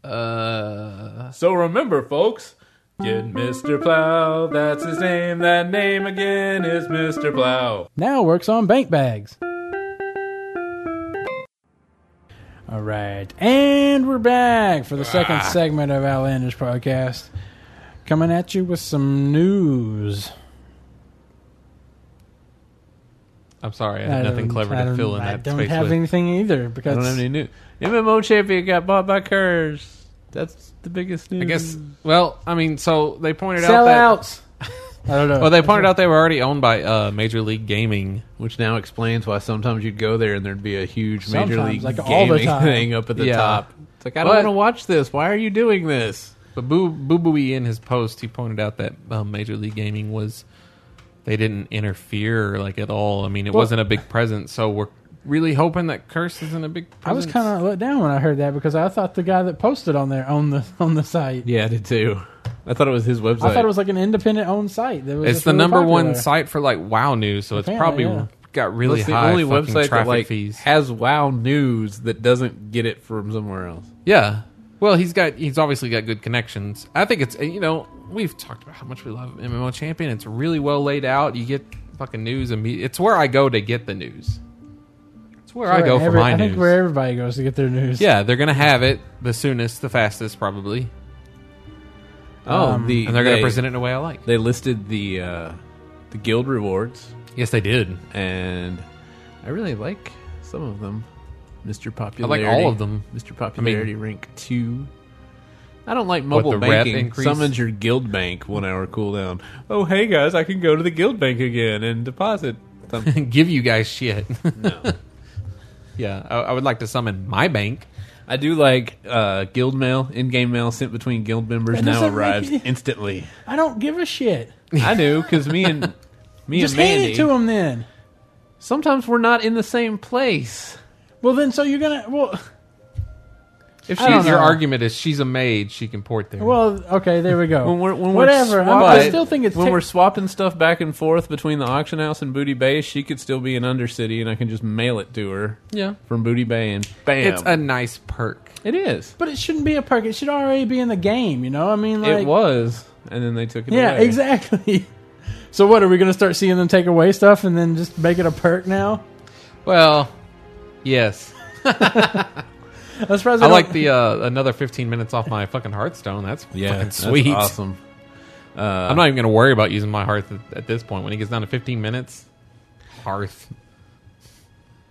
B: Uh,
C: So remember, folks, get Mr. Plow. That's his name. That name again is Mr. Plow.
D: Now works on bank bags. All right, and we're back for the second segment of Outlandish Podcast. Coming at you with some news.
B: I'm sorry, I had nothing
D: don't-
B: clever
D: I
B: to
D: don't-
B: fill in
D: I
B: that
D: don't
B: space
D: have
B: with.
D: anything either because
C: news. MMO champion got bought by Curse. That's the biggest news.
B: I guess.
D: Mm.
B: Well, I mean, so they pointed out that.
D: sellouts. I don't know.
B: Well, they pointed out they were already owned by uh, Major League Gaming.
C: Which now explains why sometimes you'd go there and there'd be a huge major
D: Sometimes, like,
C: league
D: all the
C: gaming
D: time.
C: thing up at the
B: Yeah.
C: top. It's like I don't
B: But-
C: want to watch this. Why are you doing this?
B: But Boo Boo Booey in his post, he pointed out that um, Major League Gaming was they didn't interfere like at all. I mean, it
D: Well-
B: wasn't a big presence, so we're really hoping that Curse isn't a big.
D: I was
B: presence.
D: kind of let down when I heard that because I thought the guy that posted on there on the on the site.
C: Yeah, I did too. I thought it was his website.
D: I thought it was like an independent owned site. That was
B: It's
D: just
B: the
D: really
B: number
D: popular.
B: one site for like WoW news, so it's
D: Apparently,
B: probably
D: yeah.
B: got
C: Well,
B: really
C: it's the
B: high
C: only
B: fucking
C: website
B: traffic
C: that like
B: fees.
C: has WoW news that doesn't get it from somewhere else.
B: Yeah. Well, he's got he's obviously got good connections. I think it's you know we've talked about how much we love MMO Champion. It's really well laid out. You get fucking news immediately. It's where I go to get the news. It's where I
D: Where
B: go for
D: every-
B: my
D: I
B: news.
D: think where everybody goes to get their news.
B: yeah, they're gonna have it the soonest, the fastest, probably,
D: Mm-hmm.
C: Oh,
D: Um,
C: the
B: and they're gonna
C: they-
B: present it in a way I like.
C: They listed the uh, the guild rewards,
B: Yes, they did.
C: and I really like some of them. Mr.
B: all
C: Popularity,
B: of them.
C: Mr. Popularity rank two. I don't like mobile
B: the rep
C: banking.
B: increase?
C: Summons your guild bank one hour cooldown. Oh hey guys, I can go to the guild bank again and deposit something.
B: Give you guys shit.
C: No.
B: yeah, I, I would like to summon my bank.
C: I do like uh, guild mail, in-game mail sent between guild members
D: That
C: now
D: doesn't make
C: arrives
D: any-
C: instantly.
D: I don't give a shit.
C: I do because me and me
D: Just
C: and Mandy
D: hand it to him then.
C: sometimes we're not in the same place.
D: Well, then, so you're gonna well.
B: If
D: I don't
B: she's your
D: know.
B: argument is she's a maid, she can port there.
D: Well, okay, there we go.
C: When we're, when
D: Whatever.
C: We're
D: I- I,
C: swapping-
D: still think it's
C: when
D: ter-
C: we're swapping stuff back and forth between the auction house and Booty Bay. She could still be in Undercity, and I can just mail it to her
B: yeah,
C: from Booty Bay, and bam,
B: it's a nice perk.
C: it is.
D: but it shouldn't be a perk. It should already be in the game. You know, I mean, like,
C: it was, and then they took it.
D: yeah,
C: away.
D: exactly. So what are we going to start seeing them take away stuff and then just make it a perk now?
B: Well, yes.
D: I'm surprised.
B: I
D: they
B: like
D: don't-
B: the uh, another 15 minutes off my fucking Hearthstone. That's
C: Yeah,
B: fucking
C: that's
B: sweet.
C: awesome. Uh,
B: I'm not even going to worry about using my hearth at, at this point. When it gets down to 15 minutes, hearth.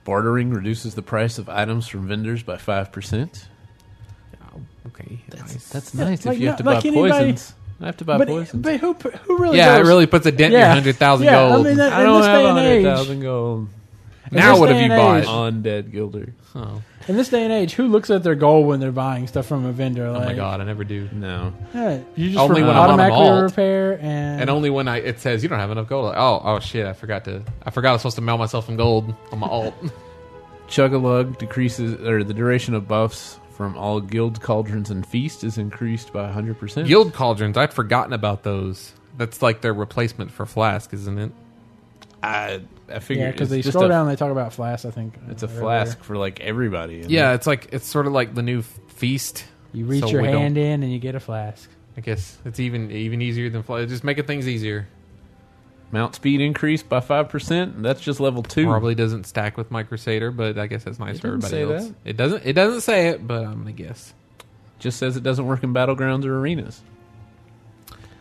C: bartering reduces the price of items from vendors by five percent.
B: Oh, okay, nice.
C: That's nice.
D: like
C: if you
D: not-
C: have to buy
D: like anybody-
C: poisons, I have to buy
D: but,
C: poisons.
D: but who who really?
B: uh, yeah, it
D: goes-
B: really puts a dent in your
D: Yeah.
B: hundred thousand
D: Yeah, I
B: gold.
D: mean, that-
C: I
D: in
C: don't
D: this
C: have
D: day
C: a
D: and
C: hundred
D: age-
C: thousand gold
B: now
D: this
B: what
D: day
B: have you
D: and
B: bought?
D: age-
B: Oh,
C: on Dead Gilder.
B: oh
D: In this day and age, who looks at their goal when they're buying stuff from a vendor? Like,
B: Oh my god, I never do.
C: No,
D: yeah, you just
B: Only
D: re-
B: when
D: automatically
B: I'm on a vault.
D: repair and,
B: And only when I it says you don't have enough gold. Oh, oh shit! I forgot to. I forgot I was supposed to mail myself some gold on my alt.
C: Chug-a-lug decreases, or the duration of buffs from all guild cauldrons and feast is increased by 100%.
B: Guild cauldrons. I'd forgotten about those. That's like their replacement for flask, isn't it?
C: I, I figure
D: yeah, because
C: it's
D: they
C: just
D: scroll
C: a,
D: down, and they talk about flask. I think
C: It's a
D: uh, right
C: flask for like everybody. isn't
B: Yeah,
C: it?
B: it's like it's sort of like the new f- feast.
D: there. You reach
B: So
D: your
B: we don't-
D: hand in and you get a flask.
B: I guess it's even even easier than flask. Just making things easier.
C: Mount speed increased by 5%. and that's just level 2.
B: Probably doesn't stack with my crusader, but I guess that's nice
C: It
B: for
C: didn't
B: everybody
C: say
B: else.
C: that.
B: It doesn't. It doesn't say it, but I'm gonna guess.
C: Just says it doesn't work in battlegrounds or arenas.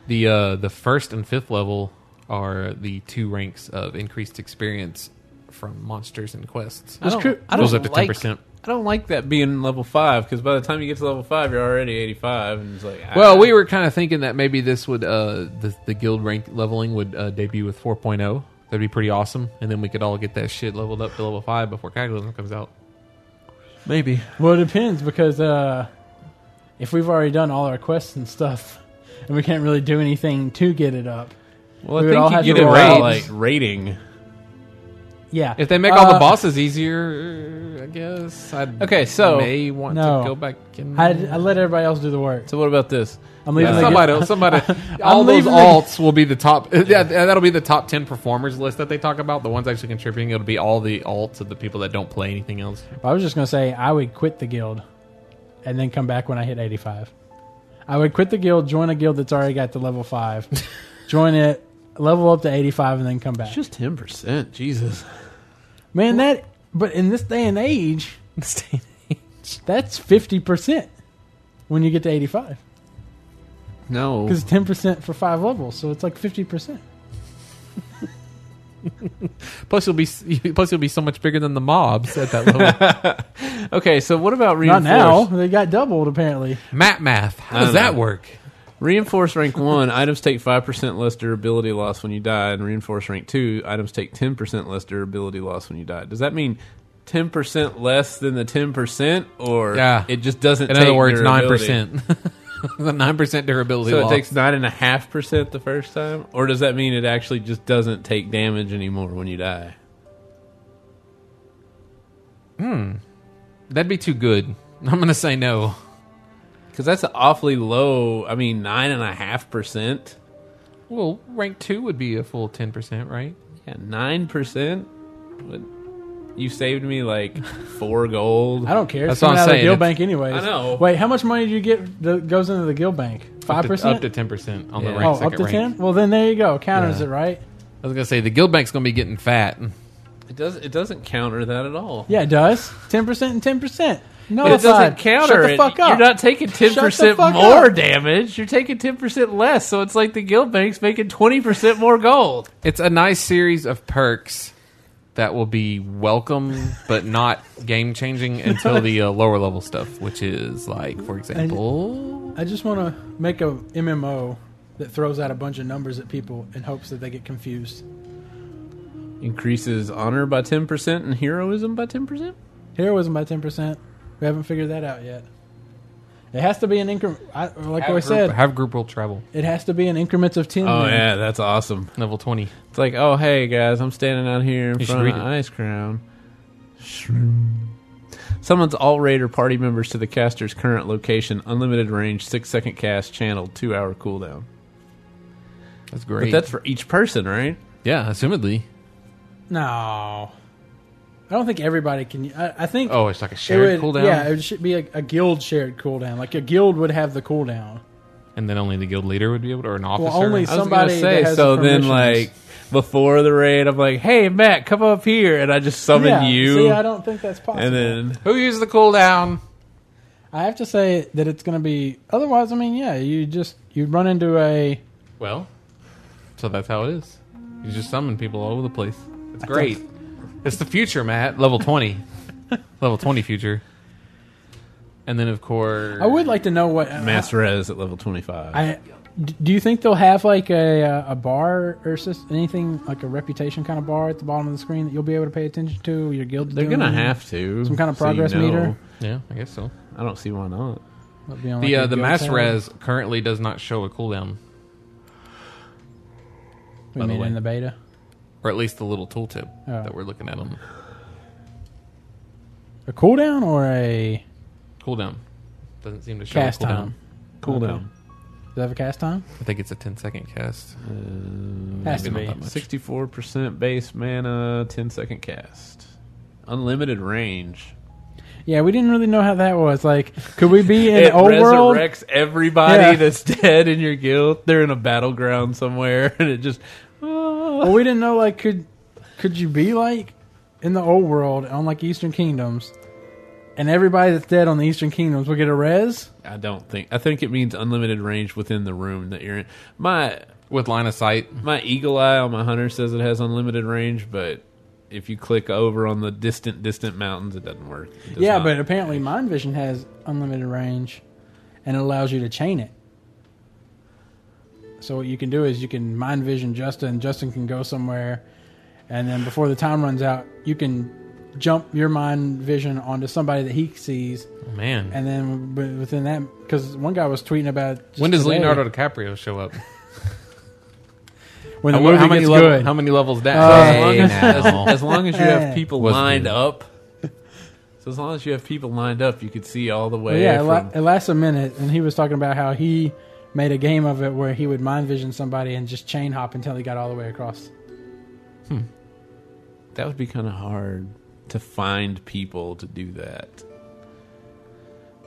B: The uh, the first and fifth level are the two ranks of increased experience from monsters and quests.
D: That's
C: I don't,
D: true.
C: I don't
B: Goes up to
C: like,
B: 10%.
C: I don't like that being level 5 because by the time you get to level 5, you're already 85. And it's like, ah.
B: Well, we were kind of thinking that maybe this would uh, the the guild rank leveling would uh, debut with 4.0. That'd be pretty awesome, and then we could all get that shit leveled up to level five before Cataclysm comes out.
C: Maybe.
D: Well, it depends because uh, if we've already done all our quests and stuff, and we can't really do anything to get it up.
C: Well, I
D: We would all
C: think
D: have
C: you
D: to
C: get it
D: roll
C: by, like
B: raids.
C: rating.
D: Yeah,
B: If they make all the
D: Uh,
B: bosses easier, I guess. I'd,
C: Okay, so-
B: I may want
D: No.
B: to go back. And
D: I, I let everybody else do the work.
C: So what about this?
D: I'm leaving
C: Yeah.
D: the
B: somebody, somebody, all
D: I'm
B: those
D: leaving the-
B: alts will be the top. Yeah, that'll be the top ten performers list that they talk about. The ones actually contributing, it'll be all the alts of the people that don't play anything else.
D: I was just going to say I would quit the guild and then come back when I hit 85. I would quit the guild, join a guild that's already got to level 5, join it, level up to 85, and then come back.
C: Just 10%. Jesus.
D: Man, that, but in this day and age, that's 50% when you get to 85.
C: No.
D: Because 10% for five levels, so it's like 50%.
B: Plus, you'll be plus you'll be so much bigger than the mobs at that level.
C: Okay, so what about
D: Not
C: reinforce?
D: now. They got doubled, apparently.
B: Map math. How does
C: I don't
B: that
C: know.
B: work?
C: Reinforce rank 1, items take 5% less durability loss when you die, and reinforce rank 2, items take 10% less durability loss when you die. Does that mean 10% less than the 10%, or
B: Yeah.
C: it just doesn't
B: In
C: take
B: other words, nine
C: durability?
B: percent. The nine percent durability
C: So
B: loss.
C: it takes 9.5% the first time? Or does that mean it actually just doesn't take damage anymore when you die?
B: That'd be too good. I'm gonna say no.
C: Because that's awfully low. I mean, 9.5%?
B: Well, rank two would be a full ten percent, right?
C: Yeah, nine percent. You saved me like four gold.
D: I don't care.
B: That's
D: It's
B: what
D: coming
B: I'm
D: out of
B: saying.
D: the guild
B: It's-
D: bank, anyways.
C: I know.
D: Wait, how much money do you get that goes into the guild bank? 5%?
B: up to ten percent on the
C: Yeah.
B: rank
D: oh,
B: second
D: up to
B: rank.
D: 10? Well, then there you go. Counters
B: Yeah.
D: it, right?
B: I was gonna say the guild bank's gonna be getting fat.
C: It does. It doesn't counter that at all.
D: Yeah, it does. Ten percent and ten percent. No,
C: It doesn't counter
D: Shut the
C: it.
D: fuck up.
C: You're not taking ten
D: Shut the
C: percent
D: fuck
C: more
D: up.
C: damage. You're taking ten percent less. So it's like the guild bank's making twenty percent more gold.
B: It's a nice series of perks that will be welcome but not game changing until the uh, lower level stuff, which is like, for example,
D: I just want to make a MMO that throws out a bunch of numbers at people in hopes that they get confused.
C: Increases honor by ten percent and heroism by ten percent.
D: Heroism by ten percent. We haven't figured that out yet. It has to be an increment. Like I
B: group,
D: said,
B: have group will travel
D: it has to be in increments of ten.
C: Oh
D: then.
C: yeah, that's awesome.
B: level twenty.
C: It's like, oh hey guys, I'm standing out here in
B: You should
C: front
B: read
C: of
B: it.
C: Ice Crown. Shroom. Summons all raid or party members to the caster's current location. Unlimited range, six second cast, channel, two hour cooldown.
B: That's
C: But
B: great.
C: that's for each person, right?
B: yeah, assumedly.
D: No, I don't think everybody can. I, I think
B: Oh, it's like a
D: it
B: shared
D: would.
B: cooldown,
D: Yeah, it should be a, a guild shared cooldown. Like a guild would have the cooldown.
B: and then only the guild leader would be able, to, or an officer.
D: only-
C: I was gonna
D: Somebody that
C: say.
D: has
C: So
D: the
C: then,
D: permissions.
C: like before the raid, I'm like, "Hey, Matt, come up here," and I just summon
D: yeah,
C: you,
D: See, I don't think that's possible.
C: and then
B: Who used the cooldown?
D: I have to say that it's going to be. Otherwise, I mean, yeah, you just you run into a.
B: Well, so that's how it is. You just summon people all over the place. It's great. It's the future, Matt. Level twenty, level twenty future. And then of course,
D: I would like to know what
C: mass res at level 25.
D: I d- do you think they'll have like a uh, a bar or sus- anything like a reputation kind of bar at the bottom of the screen that you'll be able to pay attention to? Your guild.
C: They're gonna have to
D: some kind of
C: so you
D: progress
C: know.
D: meter?
B: Yeah, I guess so.
C: I don't see why not.
B: The uh, the mass res currently does not show a cooldown, by
D: We
B: the
D: mean
B: way.
D: in the beta.
B: or at least the little tooltip
D: Oh.
B: that we're looking at on
D: A cooldown or a
B: cooldown. Doesn't seem to show
D: cast
B: a cooldown.
D: time?
C: Cooldown
D: Does it have a cast time?
B: I think it's a 10 second cast.
D: Has to
B: Mm, Maybe
D: be.
B: not that much.
C: sixty-four percent base mana, 10 second cast, unlimited range.
D: Yeah, we didn't really know how that was. Like, could we be in
C: it
D: old world?
C: resurrects everybody
D: Yeah.
C: that's dead in your guild. They're in a battleground somewhere, and it just ah.
D: Well, we didn't know like could could you be like in the old world on like Eastern Kingdoms, and everybody that's dead on the Eastern Kingdoms will get a res.
C: I don't think. I think it means unlimited range within the room that you're in. My
B: With line of sight,
C: my eagle eye on my hunter says it has unlimited range, but if you click over on the distant distant mountains, it doesn't work. It does
D: yeah,
C: not.
D: but apparently Mind Vision has unlimited range, and it allows you to chain it. So what you can do is you can Mind Vision Justin. Justin can go somewhere, and then before the time runs out, you can jump your Mind Vision onto somebody that he sees,
B: man.
D: and then wi- within that, because one guy was tweeting about it just
B: when does
D: today,
B: Leonardo DiCaprio show up?
D: when the
B: How,
D: movie
B: how many
D: gets
B: level,
D: good? Oh,
B: how many levels down?
C: as long as, as- as long as you have
D: Hey.
C: people
B: Was
C: lined
B: good.
C: up, so as long as you have people lined up, you could see all the
D: But
C: way.
D: yeah, it,
C: from,
D: la- it lasts a minute, and he was talking about how he made a game of it where he would mind vision somebody and just chain hop until he got all the way across.
C: that would be kind of hard to find people to do that.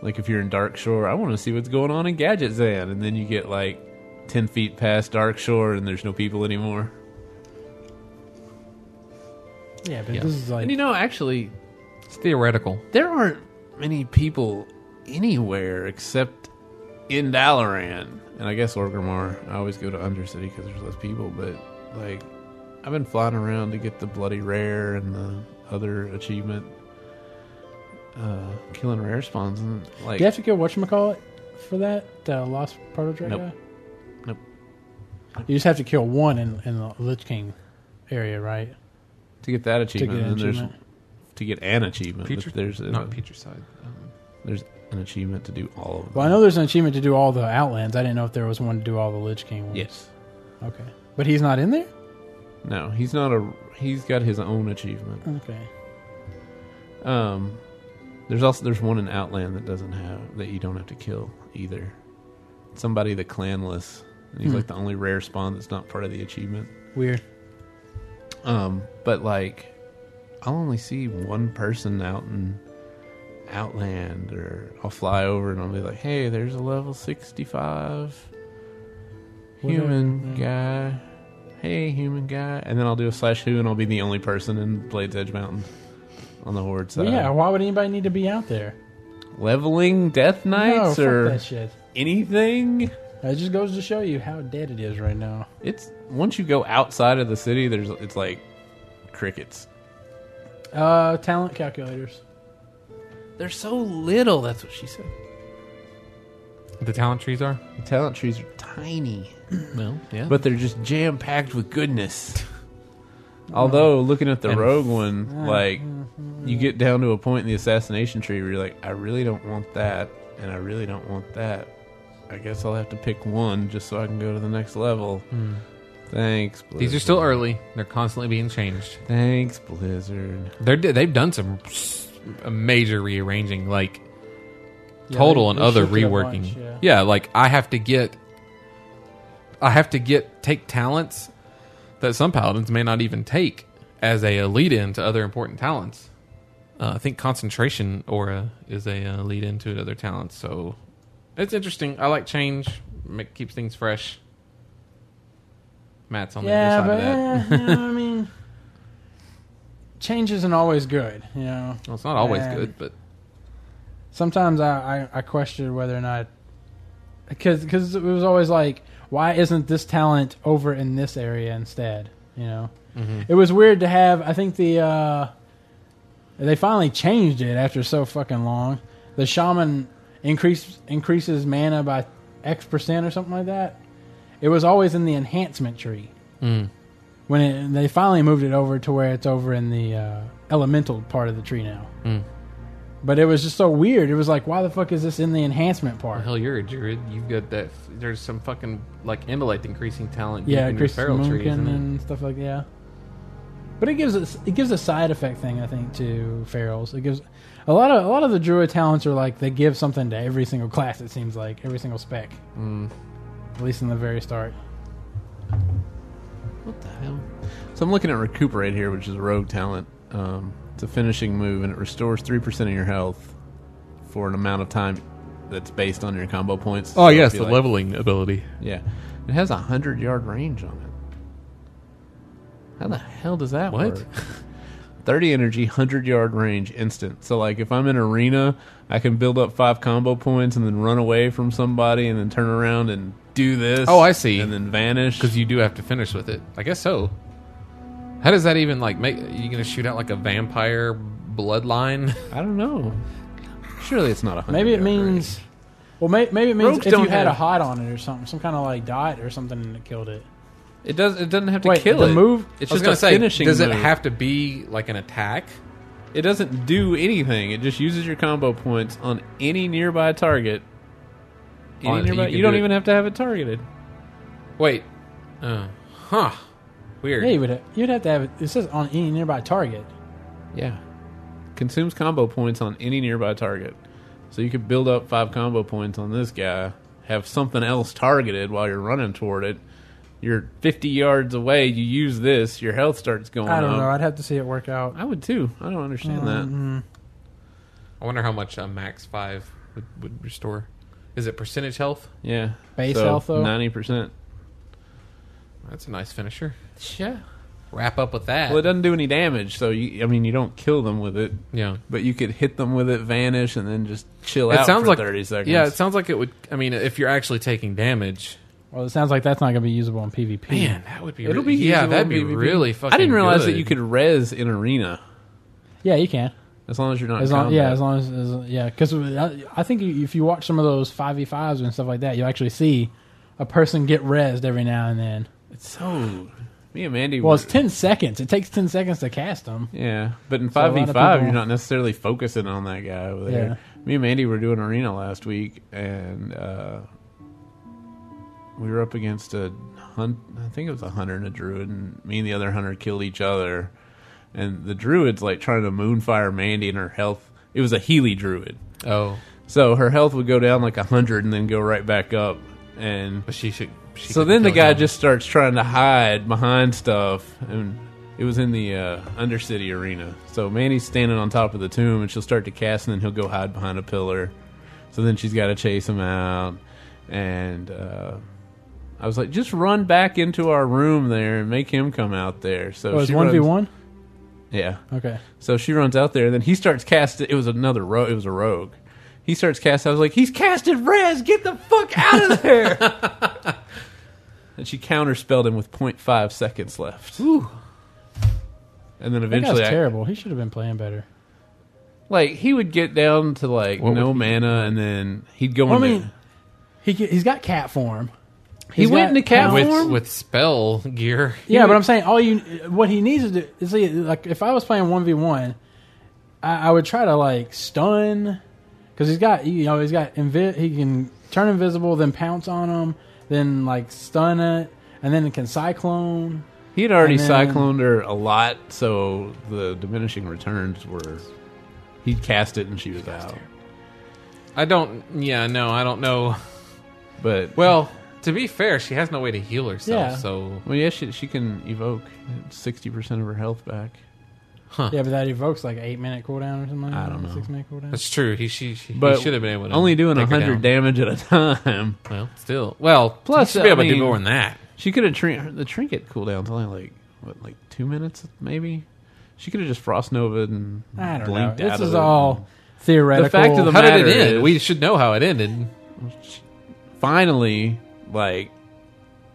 C: Like if you're in Dark Shore, I want to see what's going on in Gadget Zan, and then you get like ten feet past Dark Shore, and there's no people anymore.
D: Yeah, but
B: Yeah.
D: this is like
C: And you know, actually,
B: it's theoretical.
C: there aren't many people anywhere except in Dalaran, and I guess Orgrimmar. I always go to Undercity because there's less people, but like I've been flying around to get the bloody rare and the other achievement, uh, killing rare spawns, and like
D: Do you have to go whatchamacallit for that? The Lost Protodrag
C: Nope.
D: guy?
C: Nope.
D: You just have to kill one in, in the Lich King area, right?
C: to get that achievement,
D: to get an
C: and there's
D: achievement.
C: to get an achievement.
B: Future-
C: but there's a,
B: Not Peter side. Um,
C: there's an achievement to do all of them.
D: Well, I know there's an achievement to do all the Outlands. I didn't know if there was one to do all the Lich King ones.
C: Yes.
D: Okay. But he's not in there?
C: No, he's not a. He's got his own achievement.
D: Okay.
C: Um, there's also there's one in Outland that doesn't have that you don't have to kill either. Somebody the clanless. And he's
D: Hmm.
C: like the only rare spawn that's not part of the achievement.
D: Weird.
C: Um, but like, I'll only see one person out in Outland, or I'll fly over and I'll be like, "Hey, there's a level sixty-five human
D: Whatever,
C: guy." Hey, human guy, and then I'll do a slash who, and I'll be the only person in Blades Edge Mountain on the Horde
D: Well,
C: side.
D: yeah, why would anybody need to be out there?
C: leveling death
D: no,
C: knights
D: fuck
C: or
D: that shit.
C: anything.
D: It just goes to show you how dead it is right now.
C: It's once you go outside of the city, there's it's like crickets.
D: Uh, talent calculators.
C: There's so little. That's what she said.
B: the talent trees are.
C: The talent trees are tiny,
B: Well, yeah. But
C: but they're just jam packed with goodness. Although looking at the
B: And-
C: rogue one, like you
D: Mm-hmm.
C: get down to a point in the assassination tree where you're like, I really don't want that, and I really don't want that. I guess I'll have to pick one just so I can go to the next level.
D: Hmm.
C: Thanks.
B: these are
C: Blizzard.
B: still early. They're constantly being changed.
C: Thanks, Blizzard.
B: They're they've done some a major rearranging, like total
D: they-
B: and
D: they
B: other
D: shifted a
B: reworking.
D: bunch,
B: yeah.
D: yeah.
B: like I have to get, I have to get take talents that some paladins may not even take as a, uh lead in to other important talents. Uh, I think concentration aura is a uh, lead in to other talents, so it's interesting. I like change; Make, keeps things fresh. Matt's on
D: yeah,
B: the
D: but
B: other side of that.
D: eh, you know, I mean, change isn't always good. You know,
B: Well, it's not always
D: Man.
B: good, but
D: sometimes I, I, I questioned whether or not because because it was always like, why isn't this talent over in this area instead? You know, it was weird to have. I think the uh, they finally changed it after so fucking long. The shaman increase increases mana by X percent or something like that. It was always in the enhancement tree. When it, they finally moved it over to where it's over in the uh, elemental part of the tree now. But it was just so weird. It was like, why the fuck is this in the enhancement part?
B: Hell, you're a druid. You've got that. There's some fucking like intellect increasing talent.
D: yeah,
B: in your
D: Chris
B: feral
D: Moonkin
B: trees, isn't it?
D: and stuff like that. Yeah. But it gives us it gives a side effect thing I think to ferals. It gives a lot of a lot of the druid talents are like they give something to every single class. It seems like every single spec, mm. at least in the very start.
C: What the hell? So I'm looking at Recuperate here, which is a rogue talent. Um, it's a finishing move, and it restores 3% of your health for an amount of time that's based on your combo points. So if you like-
B: Oh, leveling ability.
C: Yeah. It has a 100 yard range on it. How the hell does that
B: What?
C: work? 30 energy, 100 yard range, instant. So, like, if I'm in arena, I can build up five combo points and then run away from somebody and then turn around and do this.
B: Oh, I see.
C: And then vanish.
B: Because you do have to finish with it. I guess so. How does that even like make? You gonna shoot out like a vampire bloodline?
C: I don't know. Surely it's not a hundred.
D: Maybe it
C: yard range.
D: means, well, may, maybe it means
B: Rogues
D: if
B: don't
D: you had a
B: have-
D: hot on it or something, some kind of like dot or something, and it killed it.
B: It does. It doesn't have to
D: Wait,
B: kill
D: the
B: it.
D: move-
B: It's
C: I
B: just
C: was
B: gonna
C: gonna
B: say.
C: finishing
B: does it
C: move.
B: have to be like an attack?
C: it doesn't do anything. It just uses your combo points on any nearby target. Any
B: On- you
C: nearby,
B: can
C: you,
B: do
C: don't
B: it-
C: even have to have it targeted.
B: Wait. Uh, huh. Weird.
D: Yeah, you would you'd have to have it. It says on any nearby target.
C: Yeah, consumes combo points on any nearby target. So you could build up five combo points on this guy. Have something else targeted while you're running toward it. You're 50 yards away. You use this. Your health starts going
D: I don't
C: up.
D: know. Mm-hmm. I'd have to see it work out.
C: I would too. I don't understand that.
B: I wonder how much a max five would, would restore. Is it percentage health?
C: Yeah.
D: Base health, though?
C: Ninety percent.
B: That's a nice finisher.
C: Yeah.
B: Wrap up with that.
C: Well, it doesn't do any damage, so you, I mean, you don't kill them with it,
B: yeah.
C: but you could hit them with it, vanish, and then just chill
B: it
C: out
B: sounds
C: for
B: like
C: thirty seconds.
B: Yeah, it sounds like it would. I mean, if you're actually taking damage,
D: Well, it sounds like that's not going to be usable in PvP.
B: man, that would be.
C: It'll
B: really-
C: be
B: Yeah,
C: usable
B: that'd
C: in
B: be
C: PvP.
B: really fucking.
C: I didn't realize
B: good.
C: that you could res in arena
D: Yeah, you can.
C: as long as you're not.
D: As
C: in
D: long, yeah,
C: combat.
D: as long as, as yeah, because I, I think you- if you watch some of those five v fives and stuff like that, you actually see a person get rezzed every now and then.
C: It's so. Me and Mandy.
D: Well,
C: were-
D: it's ten seconds. It takes ten seconds to cast them.
C: Yeah, but in
D: So a lot
C: five
D: of
C: v five, you're
D: people-
C: not necessarily focusing on that guy over there. Me and Mandy were doing arena last week, and uh, we were up against a hunt. I think it was a hunter and a druid, and me and the other hunter killed each other. And the druid's like trying to moonfire Mandy, and her health. It was a Healy druid,
B: Oh,
C: so her health would go down like hundred, and then go right back up. And
B: but she should. She
C: so
B: could
C: then the
B: kill
C: guy
B: him.
C: just starts trying to hide behind stuff, and it was in the uh, Undercity arena. So Manny's standing on top of the tomb, and she'll start to cast, and then he'll go hide behind a pillar. So then she's got to chase him out, and uh, I was like, just run back into our room there and make him come out there. So
D: It was
C: she
D: Oh, one v
C: runs-
D: one.
C: Yeah.
D: Okay,
C: So she runs out there, and then he starts cast. It was another rogue. It was a rogue. He starts cast. I was like, he's casted Rez. Get the fuck out of there. and she counterspelled him with 0.5 seconds left. Ooh. And then
D: that guy's
C: eventually, I,
D: terrible. He should have been playing better.
C: like he would get down to like
B: What
C: no
B: would
C: mana, and then he'd go
D: Well,
C: in
D: I
C: there.
D: mean, he ca- he's got cat form.
C: He
D: He's
C: went
D: got
C: into cat
D: talent.
B: with
C: form?
B: with spell gear.
D: Yeah, but I'm saying all you what he needs to do is see, like if I was playing one v one, I I would try to like stun because he's got you know he's got invi- he can turn invisible, then pounce on him, then like stun it, and then it can cyclone.
C: He had already
D: and then-
C: cycloned her a lot, so the diminishing returns were. He cast it and she was out.
B: I don't. Yeah, no, I don't know.
C: But well,
B: Well, to be fair, she has no way to heal herself.
D: Yeah.
B: So
C: well yeah, she, she can evoke sixty percent of her health back.
D: Yeah, but that evokes like eight minute cooldown or something. Like
C: I
D: that,
C: don't know.
D: Six minute cooldown.
B: that's true. He she, she he
C: But
B: should have been able to
C: Only doing
B: um, take her
C: hundred
B: down.
C: damage at a time.
B: Well, still. Well, plus
C: Plus,
B: she should be
C: I
B: able to do
C: mean-
B: more than that.
C: She could have trin- the trinket cooldown's only like what, like two minutes maybe. She could have just frost nova and
D: I don't know.
C: blinked out
D: This
C: of
D: is
C: it.
D: all theoretical.
C: The fact of the
B: How did it
C: matter
B: end?
C: is-
B: we should know how it ended.
C: finally, like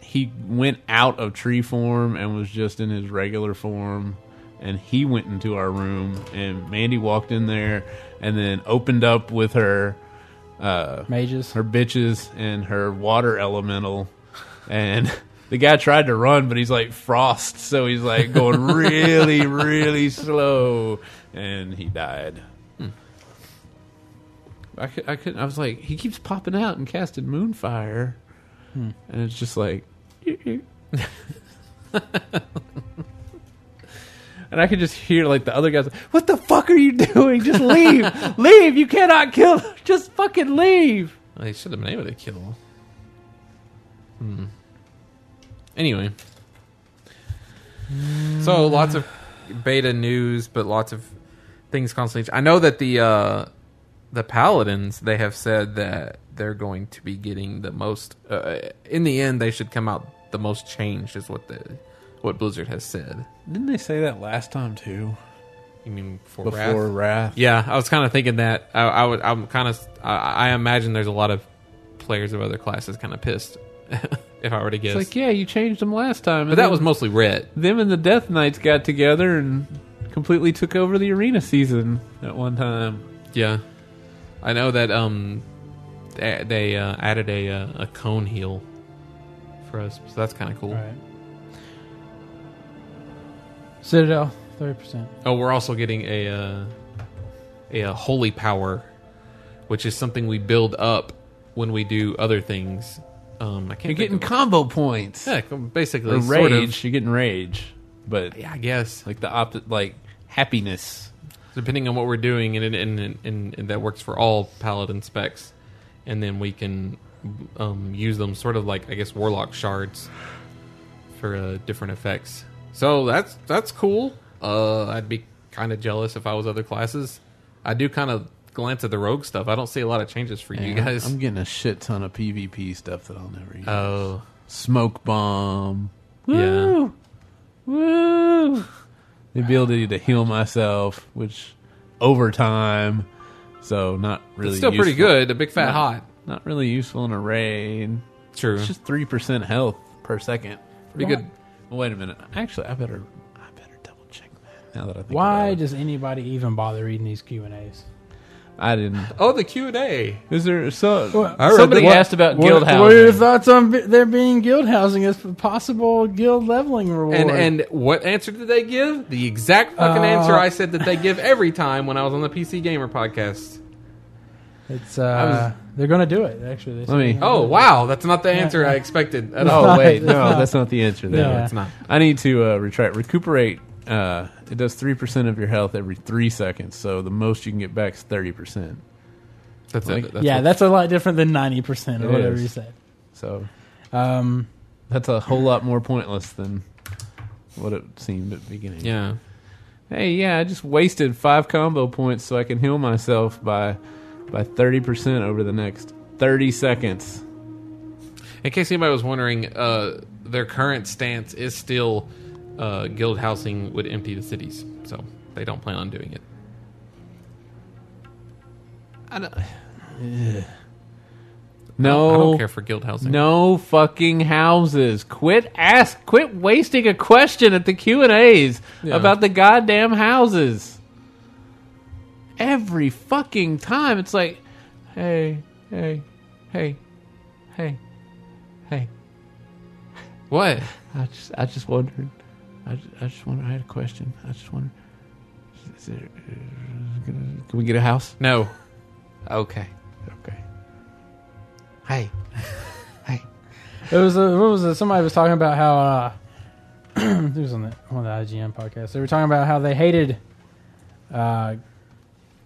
C: he went out of tree form and was just in his regular form. And he went into our room, and Mandy walked in there, and then opened up with her, uh,
D: mages.
C: her bitches and her water elemental, and the guy tried to run, but he's like frost, so he's like going really, really slow, and he died. I could, I couldn't. I was like, he keeps popping out and casting moonfire,
B: Hmm.
C: and it's just like, and I could just hear like the other guys, like, "What the fuck are you doing? Just leave, leave! You cannot kill. them. Just fucking leave."
B: They should have been able to kill. Hmm.
C: Hmm.
B: Anyway, so lots of beta news, but lots of things constantly. I know that the uh, the paladins they have said that they're going to be getting the most. Uh, in the end, they should come out the most changed, is what the what Blizzard has said.
C: Didn't they say that last time too?
B: You mean for
C: Before Wrath.
B: Yeah, I was kind of thinking that. I, I would. I'm kind of. I, I imagine there's a lot of players of other classes kind of pissed. if I were to guess,
C: It's like, yeah, you changed them last time.
B: but that was mostly red.
C: them and the Death Knights got together and completely took over the arena season at one time.
B: Yeah, I know that. Um, they, they uh, added a uh, a cone heel for us, so that's kind of cool.
D: All right. Citadel, thirty percent.
B: Oh, we're also getting a, uh, a uh, holy power, which is something we build up when we do other things. Um, I can't.
C: You're
B: think
C: getting
B: of-
C: combo points.
B: yeah, basically
C: Or rage.
B: sort of.
C: You're getting rage, but
B: Yeah, I guess.
C: like the opposite, like happiness.
B: depending on what we're doing, and, and, and, and, and that works for all paladin specs. And then we can um, use them sort of like I guess warlock shards for uh, different effects. So that's that's cool. Uh, I'd be kind of jealous if I was other classes. I do kind of glance at the rogue stuff. I don't see a lot of changes for you guys.
C: I'm getting a shit ton of PvP stuff that I'll never use.
B: oh,
C: Smoke bomb.
B: Yeah.
C: Woo! Woo! The ability to heal myself, which over time, so not really
B: it's still pretty
C: useful-
B: good. A big fat
C: not,
B: hot.
C: Not really useful in a raid.
B: True.
C: It's just three percent health per second.
B: Pretty good.
C: Well, wait a minute. Actually, I better I better double check that. Now that I think
D: Why
C: about it.
D: does anybody even bother reading these Q and A's?
C: I didn't?
B: Oh, the Q and A.
C: Is there so?
D: I
B: read
C: somebody
B: the- what-
C: asked about
D: What,
C: guild
D: what are your
C: housing.
D: thoughts on b- there being guild housing as a possible guild leveling reward?
B: And and what answer did they give? The exact fucking
D: Uh,
B: answer I said that they give every time when I was on the PC Gamer podcast.
D: it's uh, they're going to do it. Actually, they said
C: me-
D: they're gonna
B: Oh
D: do it.
B: wow, that's not the answer I expected at all.
C: Oh wait,
D: That's
C: no,
D: not-
C: that's not the answer. There,
D: No,
B: It's not.
C: I need to uh, retract. Recuperate. Uh, it does three percent of your health every three seconds. So the most you can get back is thirty percent.
B: That's
C: Like-
B: it. That's
D: yeah,
B: what-
D: that's a lot different than ninety percent or
C: It
D: whatever
C: is.
D: you said.
C: So
D: Um,
C: that's a whole lot more pointless than what it seemed at the beginning.
B: yeah.
C: Hey, yeah, I just wasted five combo points so I can heal myself by by thirty percent over the next thirty seconds.
B: In case anybody was wondering, uh, their current stance is still uh, guild housing would empty the cities, so they don't plan on doing it. I don't,
C: No,
B: I don't care for guild housing.
C: Oh. no fucking houses. Quit ask. Quit wasting a question at the Q and A's
B: Yeah.
C: about the goddamn houses. Every fucking time, it's like, hey, hey, hey, hey, hey.
B: What?
C: I just, I just wondered. I just, I just wondered. I had a question. I just wondered. Is there, uh, can we get a house?
B: No. Okay.
C: Okay.
B: Hey.
D: it was a, what was it? Somebody was talking about how uh, it was on the, on the IGN podcast. They were talking about how they hated uh,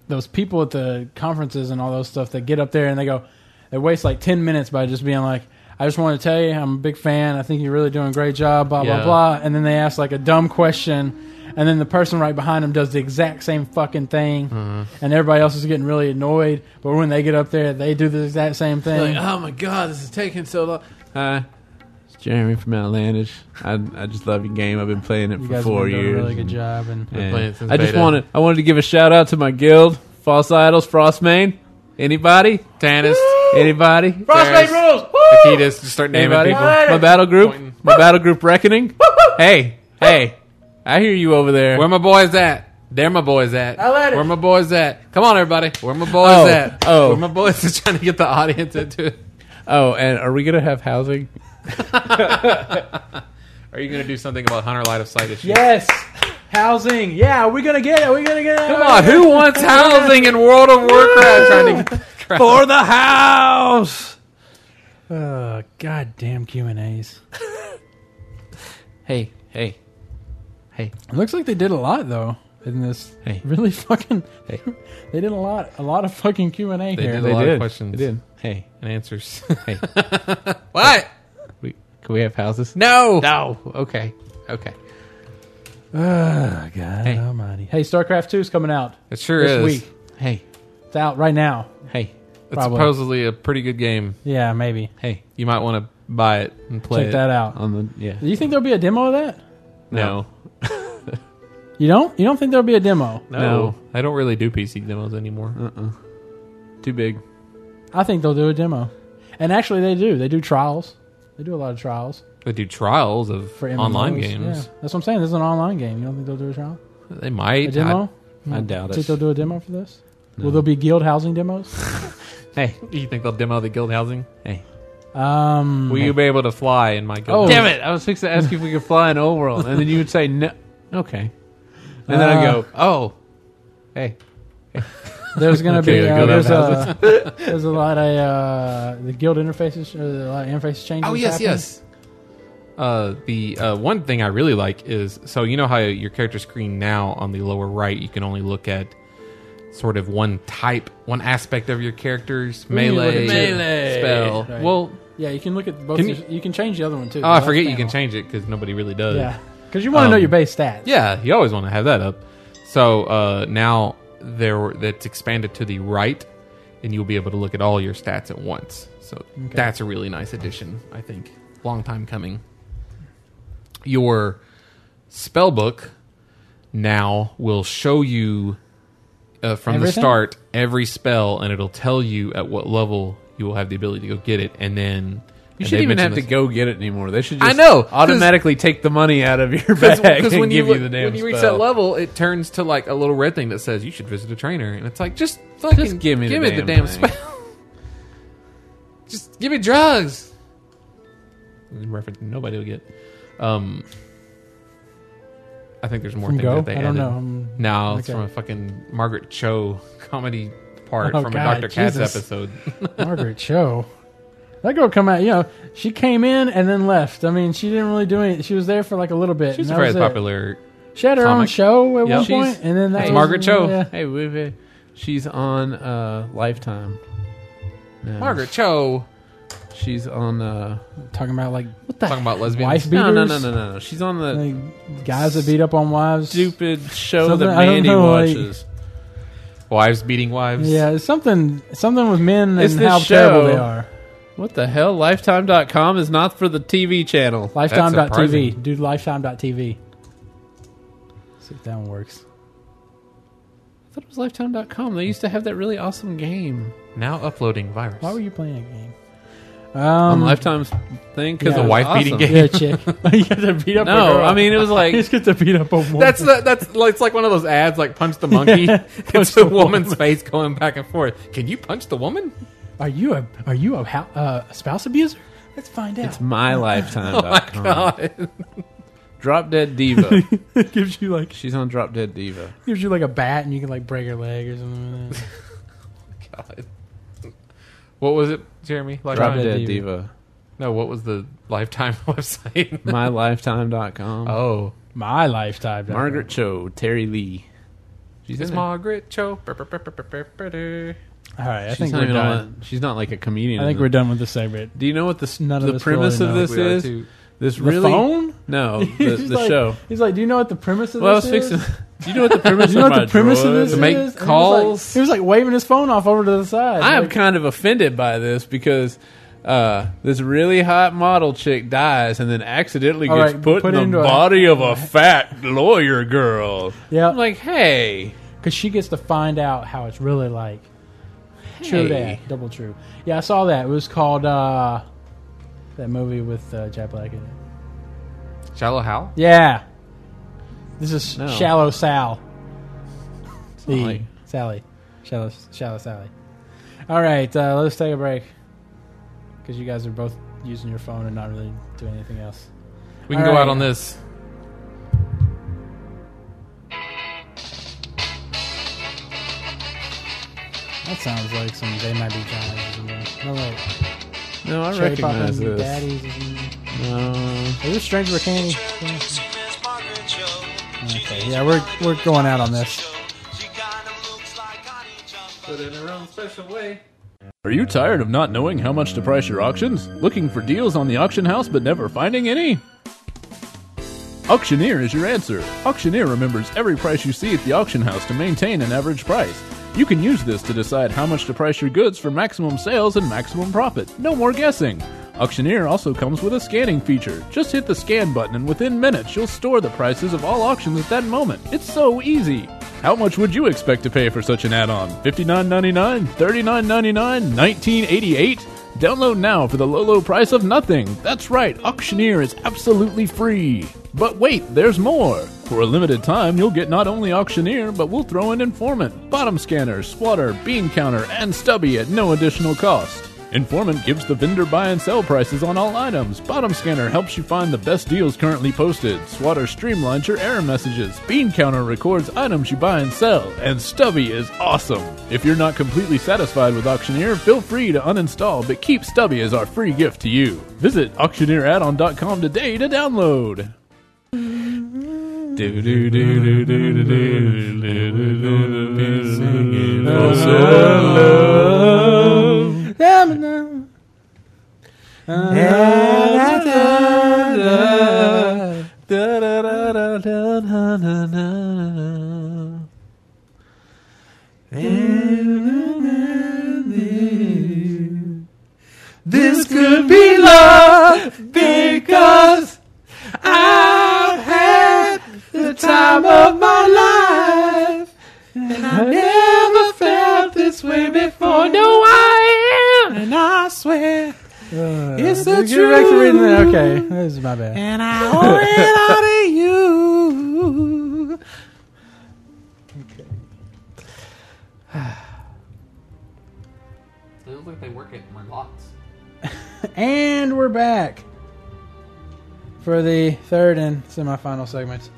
D: those people at the conferences and all those stuff that get up there and they go, they waste like ten minutes by just being like, I just want to tell you, I'm a big fan. I think you're really doing a great job. Blah
B: Yeah.
D: blah blah. And then they ask like a dumb question. And then the person right behind them does the exact same fucking thing, and everybody else is getting really annoyed. But when they get up there, they do the exact same thing.
C: Like, oh my god, this is taking so long. Hi, it's Jeremy from Outlandish. I I just love your game. I've been playing it
D: you
C: "Ah, for
D: guys have
C: four
D: been doing
C: years.
D: a really good job. And
C: and
B: playing it since
C: I just
B: beta.
C: wanted I wanted to give a shout out to my guild, False Idols, Frostmane. Anybody?
B: Tannis,
C: Anybody?
B: Frostbane
C: rules.
B: Akitas, just start naming
C: Anybody?
B: people.
C: My battle
B: Pointing.
C: group. My battle group reckoning. Hey, hey, I hear you over there.
B: Where my boys at? There my boys at. Where my boys at? Come on, everybody. Where my boys
C: Oh,
B: at?
C: oh.
B: Where my boys is trying to get the audience into it.
C: Oh, and are we gonna have housing?
B: Are you going to do something about Hunter Light of Sight issues?
D: Yes, housing. Yeah, are we gonna get it? Are we gonna get it?
B: Come on, who wants housing in World of Warcraft? trying to
C: For the house.
D: Uh, goddamn Q and A's.
C: Hey, hey, hey.
D: It looks like they did a lot though in this.
C: Hey.
D: Really fucking.
C: Hey.
D: They did a lot. A lot of fucking Q and A
B: They
D: here.
B: did a lot of questions.
C: They did. Hey,
B: and answers.
C: hey.
B: what?
C: we, can we have houses?
B: No.
C: No. Okay. Okay.
D: Ah, God
C: Hey.
D: Almighty. Hey, StarCraft Two is coming out
B: It sure
D: this
B: is.
D: week.
C: Hey.
D: It's out right now.
C: Hey.
B: It's
D: Probably.
B: supposedly a pretty good game.
D: Yeah, maybe
C: Hey.
B: You might want to buy it and play
D: check
B: it.
D: that out.
C: On the yeah.
D: Do you think there'll be a demo of that?
C: No.
D: You don't? You don't think there'll be a demo?
B: No.
C: No.
B: I don't really do PC demos anymore.
C: Too big.
D: I think they'll do a demo. And actually, they do. They do trials. They do a lot of trials
B: They do trials of
D: for MMOs.
B: online
D: Yeah,
B: games.
D: that's what I'm saying. This is an online game. You don't think they'll do a trial?
B: They might.
D: A demo?
C: I doubt
D: Think
C: it.
D: they'll do a demo for this? Will there be guild housing demos?
C: Hey.
B: I- you think they'll demo the guild housing?
C: Hey.
D: Um,
B: Will you be able to fly in my
D: Oh.
B: guild?
C: Damn it! I was fixing to ask you if we could fly in old world, and then you would say no. Okay. And then I
D: Uh,
C: go, oh, hey,
D: there's going to
B: Okay,
D: be
B: the
D: uh,
B: guild
D: there's, a, there's a lot of uh, the guild interfaces, uh, a lot of interface changes.
B: Oh yes,
D: happening.
B: yes. Uh, the uh, one thing I really like is so you know how your character screen now on the lower right you can only look at sort of one type, one aspect of your character's
D: mean you look
B: melee,
D: at melee?
B: spell.
D: Right.
B: Well,
D: Yeah, you can look at both.
B: Can
D: you,
B: you-
D: you can change the other one too.
B: oh, I forget you can change it because nobody really does.
D: Yeah, because you want to know
B: Um,
D: your base stats.
B: Yeah, you always want to have that up. So uh, now there that's expanded to the right, and you'll be able to look at all your stats at once. So that's a really nice addition, I think. Long time coming. Your spell book now will show you uh, from the
D: Everything?
B: start every spell, and it'll tell you at what level you will have the ability to go get it, and then
C: you shouldn't even have to go get it anymore. They should. Just
B: I know, 'cause-
C: Automatically take the money out of your
B: Because
C: bag and
B: when you
C: give
B: look-
C: you the damn
B: when you reach
C: spell.
B: that level, it turns to like a little red thing that says you should visit a trainer, and it's like just fucking
C: give me the damn thing.
B: spell. just give me drugs. In reference nobody will get. Um, I think there's more
D: From
B: things
D: Go?
B: that they
D: I don't
B: added.
D: know. I'm-
B: no, it's
D: okay.
B: from a fucking Margaret Cho comedy part
D: Oh,
B: from
D: God,
B: a Dr. Katz
D: Jesus.
B: episode.
D: Margaret Cho. That girl come out, you know, she came in and then left. I mean, she didn't really do anything. She was there for like a little bit.
B: She's a
D: and that
B: very
D: was it.
B: popular.
D: She had her own
B: comic.
D: show at
B: Yep.
D: one
C: She's-
D: point, and then that
B: It's
D: was-
B: Margaret Cho.
D: yeah.
C: Hey, we've, uh, she's on uh, Lifetime. No,
B: Margaret Cho
C: She's on. Uh,
D: Talking about like what the
B: talking about
D: wife
B: lesbians.
D: beaters.
C: no, no, no, no, no, no. She's on the
D: Like, guys that beat up on wives.
C: stupid show
D: Something-
C: that
D: I don't
C: Mandy
D: know, like-
C: watches.
B: Wives beating wives.
D: Yeah, it's something something with men
C: It's
D: and
C: this
D: how terrible
C: show.
D: they are.
C: What the hell? Lifetime.com is not for the TV channel.
D: Lifetime.tv.
B: surprising.
D: Do Lifetime.tv. See if that one works.
C: I thought it was Lifetime.com. They used to have that really awesome game
B: Now uploading virus.
D: Why were you playing a game?
C: on
D: Um,
C: Lifetime's thing because
D: Yeah.
C: the wife beating game.
D: you're a chick. you got to beat up. a
C: No,
D: girl.
C: I mean it was
D: you
C: like
D: just get to beat up a woman.
B: That's the, that's like, it's like one of those ads like punch the monkey. it's a woman's face going back and forth. Can you punch the woman?
D: Are you a are you a hou- uh, a spouse abuser? Let's find out.
C: it's my Lifetime.com.
B: Oh God.
C: Drop Dead Diva.
D: it gives you like
C: She's on Drop Dead Diva.
D: gives you like a bat, and you can like break her leg or something. Like that.
B: God. What was it, Jeremy?
C: Drop
B: Lifetime?
D: Dead Diva.
C: Dead Diva.
B: No, what was the lifetime website?
C: MyLifetime.com.
B: oh.
D: My lifetime.
C: Margaret Cho, Terry Lee. She's
B: It's
C: in it.
B: Margaret Cho. Brr, brr, brr, brr, brr, brr, brr.
D: All right, I
C: She's
D: think
C: not
D: we're
C: even
D: done.
C: on- She's not like a comedian.
D: I think
C: in
D: we're
C: it.
D: done with the segment.
C: Do you know what the
D: None of
C: the
D: us
C: premise
D: really
C: of
D: know.
C: this
B: We are
C: is?
B: too.
C: This
D: The
C: really
D: phone?
C: no the,
D: He's
C: the
D: like-
C: show.
D: He's like, do you know what the premise of
C: Well, I was
D: this is?
C: fixing. Do you know what the premise?
D: Do you know
C: of
D: what
C: my
D: the premise of
C: drawer
D: this
C: is?
B: To make
D: is? And he was like-
B: calls?
D: He was, like, waving his phone off over to the side.
C: I am
D: Like,
C: kind of offended by this because uh, this really hot model chick dies and then accidentally
D: All
C: gets
D: right,
C: put,
D: put
C: in
D: into
C: the
D: a-
C: body of a fat lawyer girl.
D: Yeah.
C: I'm like, hey,
D: because she gets to find out how it's really like. True
C: Hey.
D: that, double true. Yeah, I saw that. It was called uh, that movie with uh, Jack Black in it.
B: Shallow Hal?
D: Yeah, this is
C: No.
D: Shallow Sal. The-
C: like-
D: Sally, Shallow, Shallow Sally. All right, uh, let's take a break because you guys are both using your phone and not really doing anything else.
B: We can
D: All
B: go
D: right.
B: out on this.
D: That sounds like some they might be giants. isn't it? No, wait.
C: no, I
D: Cherry Poppin'
C: recognize
D: Big
C: this.
D: Daddies and-
C: No.
D: Are you a stranger with candy?
E: Okay, yeah, we're we're going out on this.
C: Are you tired of not knowing how much to price your auctions? Looking for deals on the auction house but never finding any? Auctioneer is your answer. Auctioneer remembers every price you see at the auction house to maintain an average price. You can use this to decide how much to price your goods for maximum sales and maximum profit. No more guessing. Auctioneer also comes with a scanning feature. Just hit the scan button and within minutes you'll store the prices of all auctions at that moment. It's so easy. How much would you expect to pay for such an add-on? $59.99, $39.99, $19.88? Download now for the low, low price of nothing. That's right, Auctioneer is absolutely free. But wait, there's more. For a limited time, you'll get not only Auctioneer, but we'll throw in Informant, Bottom Scanner, Swatter, Bean Counter, and Stubby at no additional cost. Informant gives the vendor buy and sell prices on all items. Bottom Scanner helps you find the best deals currently posted. Swatter streamlines your error messages. Bean Counter records items you buy and sell. And Stubby is awesome. If you're not completely satisfied with Auctioneer, feel free to uninstall, but keep Stubby as our free gift to you. Visit auctioneeraddon.com today to download.
B: This could be love because I've had the time of my life. And I never felt this way before. No, I am. And I swear. It's the
D: You're Uh, back to reading that.
B: truth.
D: Okay, this is my bad.
B: And I owe it all to you. It looks like they work it in lots.
D: And we're back for the third and semifinal segment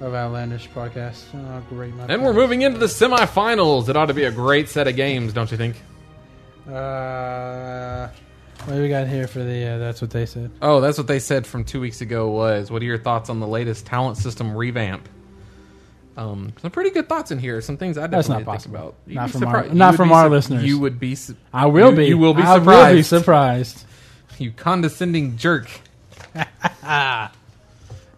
D: of Outlandish podcast. Oh, great, my
B: And we're
D: pants.
B: moving into the semifinals. It ought to be a great set of games, don't you think?
D: Uh, what do we got here for the? Uh, that's what they said.
B: Oh, that's what they said from two weeks ago. Was what are your thoughts on the latest talent system revamp? Um, some pretty good thoughts in here. Some things I
D: That's
B: definitely
D: not
B: think
D: possible.
B: about.
D: Not
B: be
D: from our-
B: surprised- you
D: not
B: would
D: from
B: be
D: our
B: sup-
D: listeners.
B: You would be. su-
D: I will
B: you,
D: be.
B: You will be
D: I
B: surprised.
D: will be surprised.
B: you condescending jerk. uh,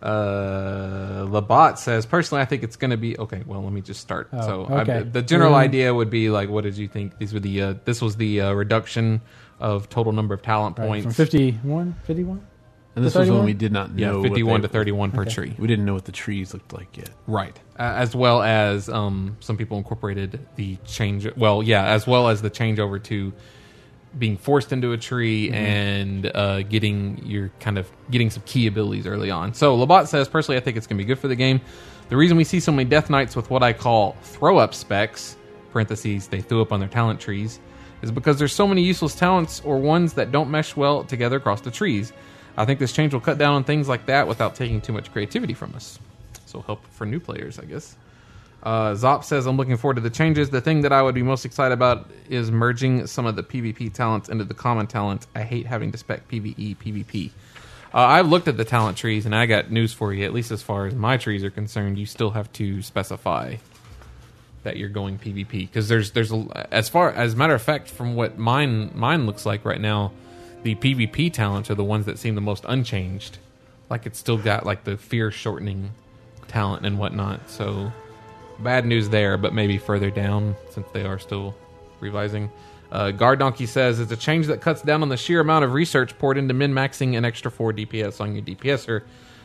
B: Labat says, personally, I think it's going to be okay. Well, let me just start.
D: Oh,
B: so, I,
D: okay.
B: the general
D: Mm.
B: idea would be like, what did you think? These were the uh, this was the uh, reduction of total number of talent
D: Right,
B: points
D: from 51, 51?
C: And this
D: The
C: was when
D: 31?
C: we did not know.
B: Yeah,
C: what
B: fifty-one
C: they-
B: to thirty-one per tree.
C: We didn't know what the trees looked like yet.
B: Right, uh, as well as um, some people incorporated the change. Well, yeah, as well as the changeover to being forced into a tree and uh, getting your kind of getting some key abilities early on. So Labat says, personally, I think it's going to be good for the game. The reason we see so many Death Knights with what I call throw up specs (parentheses they threw up on their talent trees) is because there's so many useless talents or ones that don't mesh well together across the trees. I think this change will cut down on things like that without taking too much creativity from us. So help for new players, I guess. Uh, Zop says, I'm looking forward to the changes. The thing that I would be most excited about is merging some of the PvP talents into the common talent. I hate having to spec E, PvE, PvP. Uh, I've looked at the talent trees, and I got news for you. At least as far as my trees are concerned, you still have to specify that you're going PvP because there's there's a, as far as a matter of fact from what mine mine looks like right now, the PvP talents are the ones that seem the most unchanged. Like it's still got like the fear shortening talent and whatnot. So bad news there, but maybe further down since they are still revising. Uh, Guard Donkey says it's a change that cuts down on the sheer amount of research poured into min maxing an extra 4 DPS on your DPSer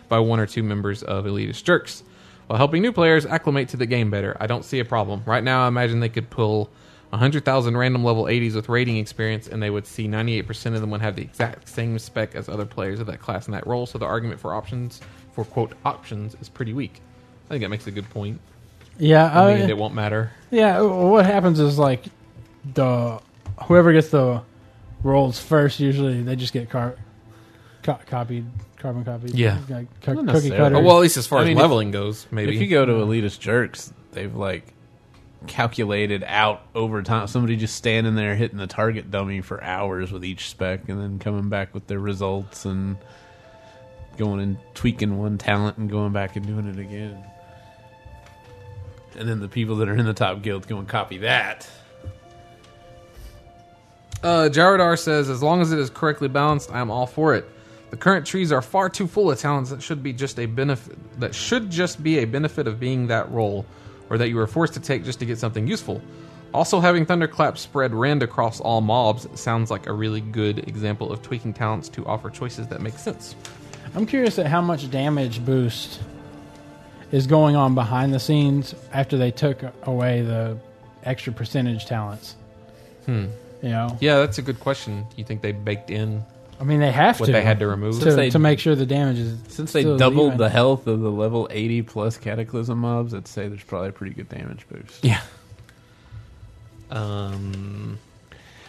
B: by one or two members of Elitist Jerks while helping new players acclimate to the game better. I don't see a problem. Right now, I imagine they could pull 100,000 random level 80s with rating experience, and they would see 98% of them would have the exact same spec as other players of that class and that role, so the argument for options, for quote, options, is pretty weak. I think that makes a good point.
D: Yeah,
B: I
D: I-
B: mean, it won't matter.
D: Yeah, well, what happens is like the whoever gets the rolls first, usually they just get car, co- copied, carbon copied.
B: Yeah.
D: like, co-
B: Not
D: cookie
B: necessarily.
D: cutter.
B: Well, at least as far
C: I
B: as
C: mean, if-
B: leveling goes, maybe.
C: If you go to Elitist Jerks, they've like calculated out over time. Somebody just standing there hitting the target dummy for hours with each spec, and then coming back with their results and going and tweaking one talent and going back and doing it again. And then the people that are in the top guild go and copy that.
B: Uh, Jaredar says, as long as it is correctly balanced, I am all for it. The current trees are far too full of talents that should be just a benefit that should just be a benefit of being that role, or that you were forced to take just to get something useful. Also, having Thunderclap spread rand across all mobs sounds like a really good example of tweaking talents to offer choices that make sense.
D: I'm curious at how much damage boost is going on behind the scenes after they took away the extra percentage talents. Hmm. You know,
B: Yeah, that's a good question. Do you think they baked in
D: I mean, they have
B: what
D: to
B: they had to remove?
D: to,
C: Since they-
D: to make sure the damage is
C: Since they
D: still
C: doubled
D: even.
C: the health of the level 80 plus Cataclysm mobs, I'd say there's probably a pretty good damage boost.
B: yeah. Um.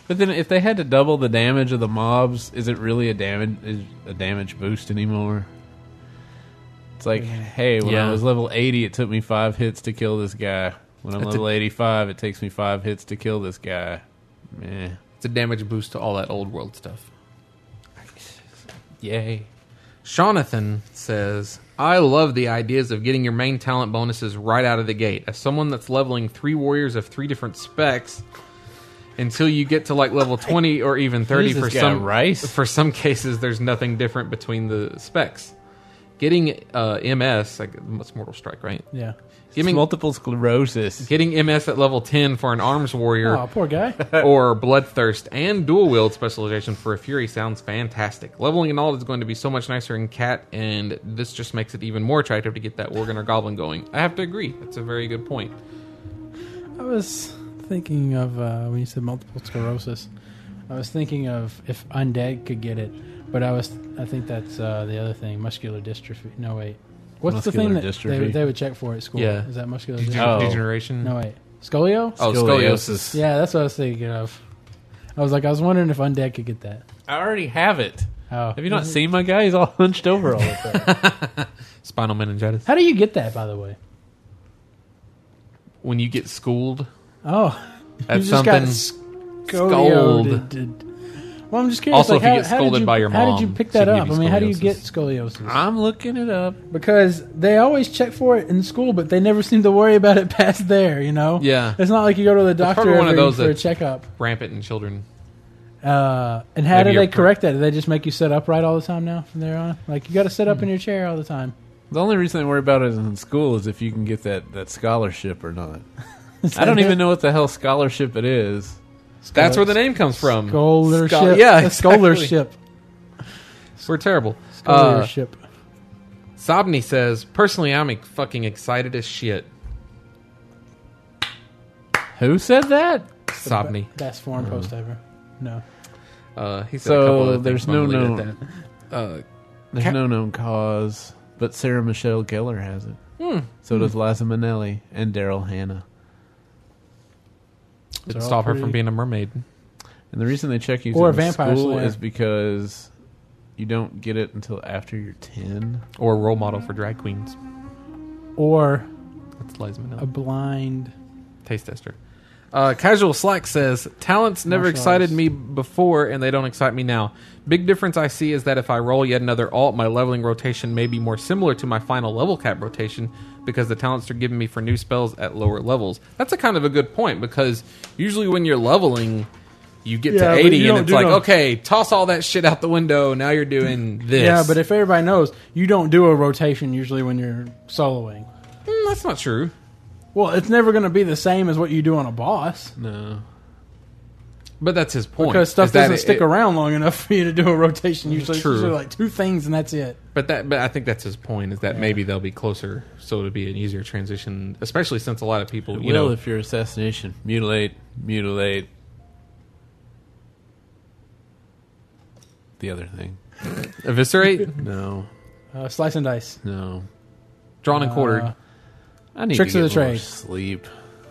C: But then, if they had to double the damage of the mobs, is it really a damage is a damage boost anymore? It's like, hey, when
B: Yeah.
C: I was level eighty, it took me five hits to kill this guy. When I'm
B: That's a-
C: level eighty-five, it takes me five hits to kill this guy. Meh.
B: It's a damage boost to all that old world stuff.
C: Yay!
B: Jonathan says, I love the ideas of getting your main talent bonuses right out of the gate. As someone that's leveling three warriors of three different specs until you get to like level 20 or even 30
C: Who's
B: for
C: this guy,
B: some
C: Rice?
B: for some cases there's nothing different between the specs. Getting uh, MS, like what's Mortal Strike, right?
D: Yeah.
B: Giving
C: multiple sclerosis.
B: getting MS at level 10 for an arms warrior
D: Oh, poor guy.
B: or Bloodthirst and dual wield specialization for a Fury sounds fantastic. Leveling and all is going to be so much nicer in Cat, and this just makes it even more attractive to get that Worgen or Goblin going. I have to agree. That's a very good point.
D: I was thinking of uh, when you said multiple sclerosis. I was thinking of if undead could get it, but I was I think that's uh, the other thing, muscular dystrophy. No wait, what's the thing
C: Muscular
D: that they
C: dystrophy.
D: would, they would check for at school?
B: Yeah.
D: is that muscular
B: Degen-
D: dystrophy?
C: Oh.
B: Degeneration.
D: No wait, scolio.
B: Oh, scoliosis.
D: Yeah, that's what I was thinking of. I was like, I was wondering if undead could get that.
C: I already have it.
D: Oh,
C: Have you not seen my guy? He's all hunched over all the time.
B: Spinal meningitis.
D: How do you get that, by the way?
B: When you get schooled,
D: Oh,
B: that's
D: you just got
B: something.
D: scolioted. Well, I'm just curious.
B: Also,
D: like,
B: if you
D: how,
B: get
D: how did
B: scolded
D: you-
B: by your
D: how did you
B: mom,
D: pick
B: she
D: that
B: can give
D: up?
B: you
D: I mean, how do you
B: scoliosis.
D: get scoliosis?
C: I'm looking it up.
D: because they always check for it in school, but they never seem to worry about it past there. You know,
B: Yeah.
D: it's not like you go to the
B: That's
D: doctor
B: probably one of
D: every,
B: those
D: for a
B: that's-
D: checkup.
B: Rampant in children.
D: Uh, and how
B: Maybe
D: do
B: your
D: they
B: pr-
D: correct that? Do they just make you sit upright all the time now from there on? Like you got to sit up in your chair all the time.
C: The only reason I worry about it in school is if you can get that, that scholarship or not.
D: Is
C: I don't
D: that it?
C: even know what the hell scholarship it is.
B: That's where the name comes from.
D: scholarship.
B: Schol- yeah,
D: A
B: exactly.
D: scholarship.
B: We're terrible. Uh,
D: Scholarship.
B: Sobney says, personally, I'm fucking excited as shit.
C: Who said that?
B: Sobney.
D: Best foreign post ever. No.
B: Uh, he said a couple
C: So
B: other
C: there's
B: things, but I'm
C: no
B: gonna leave it
C: known,
B: at that. Uh,
C: there's
B: Ca-
C: no known cause, but Sarah Michelle Gellar has it.
B: Hmm.
C: So does Liza Minnelli and Daryl Hannah.
B: It
D: all
B: stop her from
D: pretty-
B: being a mermaid.
C: And the reason they check you
D: Or
C: in
D: a vampire
C: school
D: slayer.
C: is because you don't get it until after you're ten.
B: Or a role model for drag queens.
D: Or
B: That's Liza
D: a
B: Minnelli.
D: blind.
B: Taste tester. Uh, Casual Slack says, Talents never
D: Martial
B: excited
D: arts.
B: me before and they don't excite me now. Big difference I see is that if I roll yet another alt, my leveling rotation may be more similar to my final level cap rotation because the talents are given me for new spells at lower levels. That's a kind of a good point because usually when you're leveling, you get
D: Yeah,
B: to
D: but
B: 80
D: you
B: and
D: don't
B: it's
D: do
B: like,
D: no-
B: okay, toss all that shit out the window. Now you're doing this.
D: Yeah, but if everybody knows, you don't do a rotation usually when you're soloing.
B: Mm, that's not true.
D: Well, it's never going to be the same as what you do on a boss
C: No.
B: But that's his point.
D: because
B: is
D: stuff
B: that
D: doesn't
B: it-
D: stick
B: it-
D: around long enough for you to do a rotation. Usually,
B: True.
D: it's usually like two things and that's it.
B: But that, but I think that's his point is that maybe they'll be closer, so it'll be an easier transition, especially since a lot of people, you
C: will
B: know,
C: if you're assassination. Mutilate, mutilate. The other thing.
B: eviscerate,
C: No,
D: Uh, slice and dice.
C: no.
B: drawn and quartered,
D: Uh,
C: I need
D: Tricks
C: to
D: of
C: get
D: the
C: more
D: trade.
C: Sleep.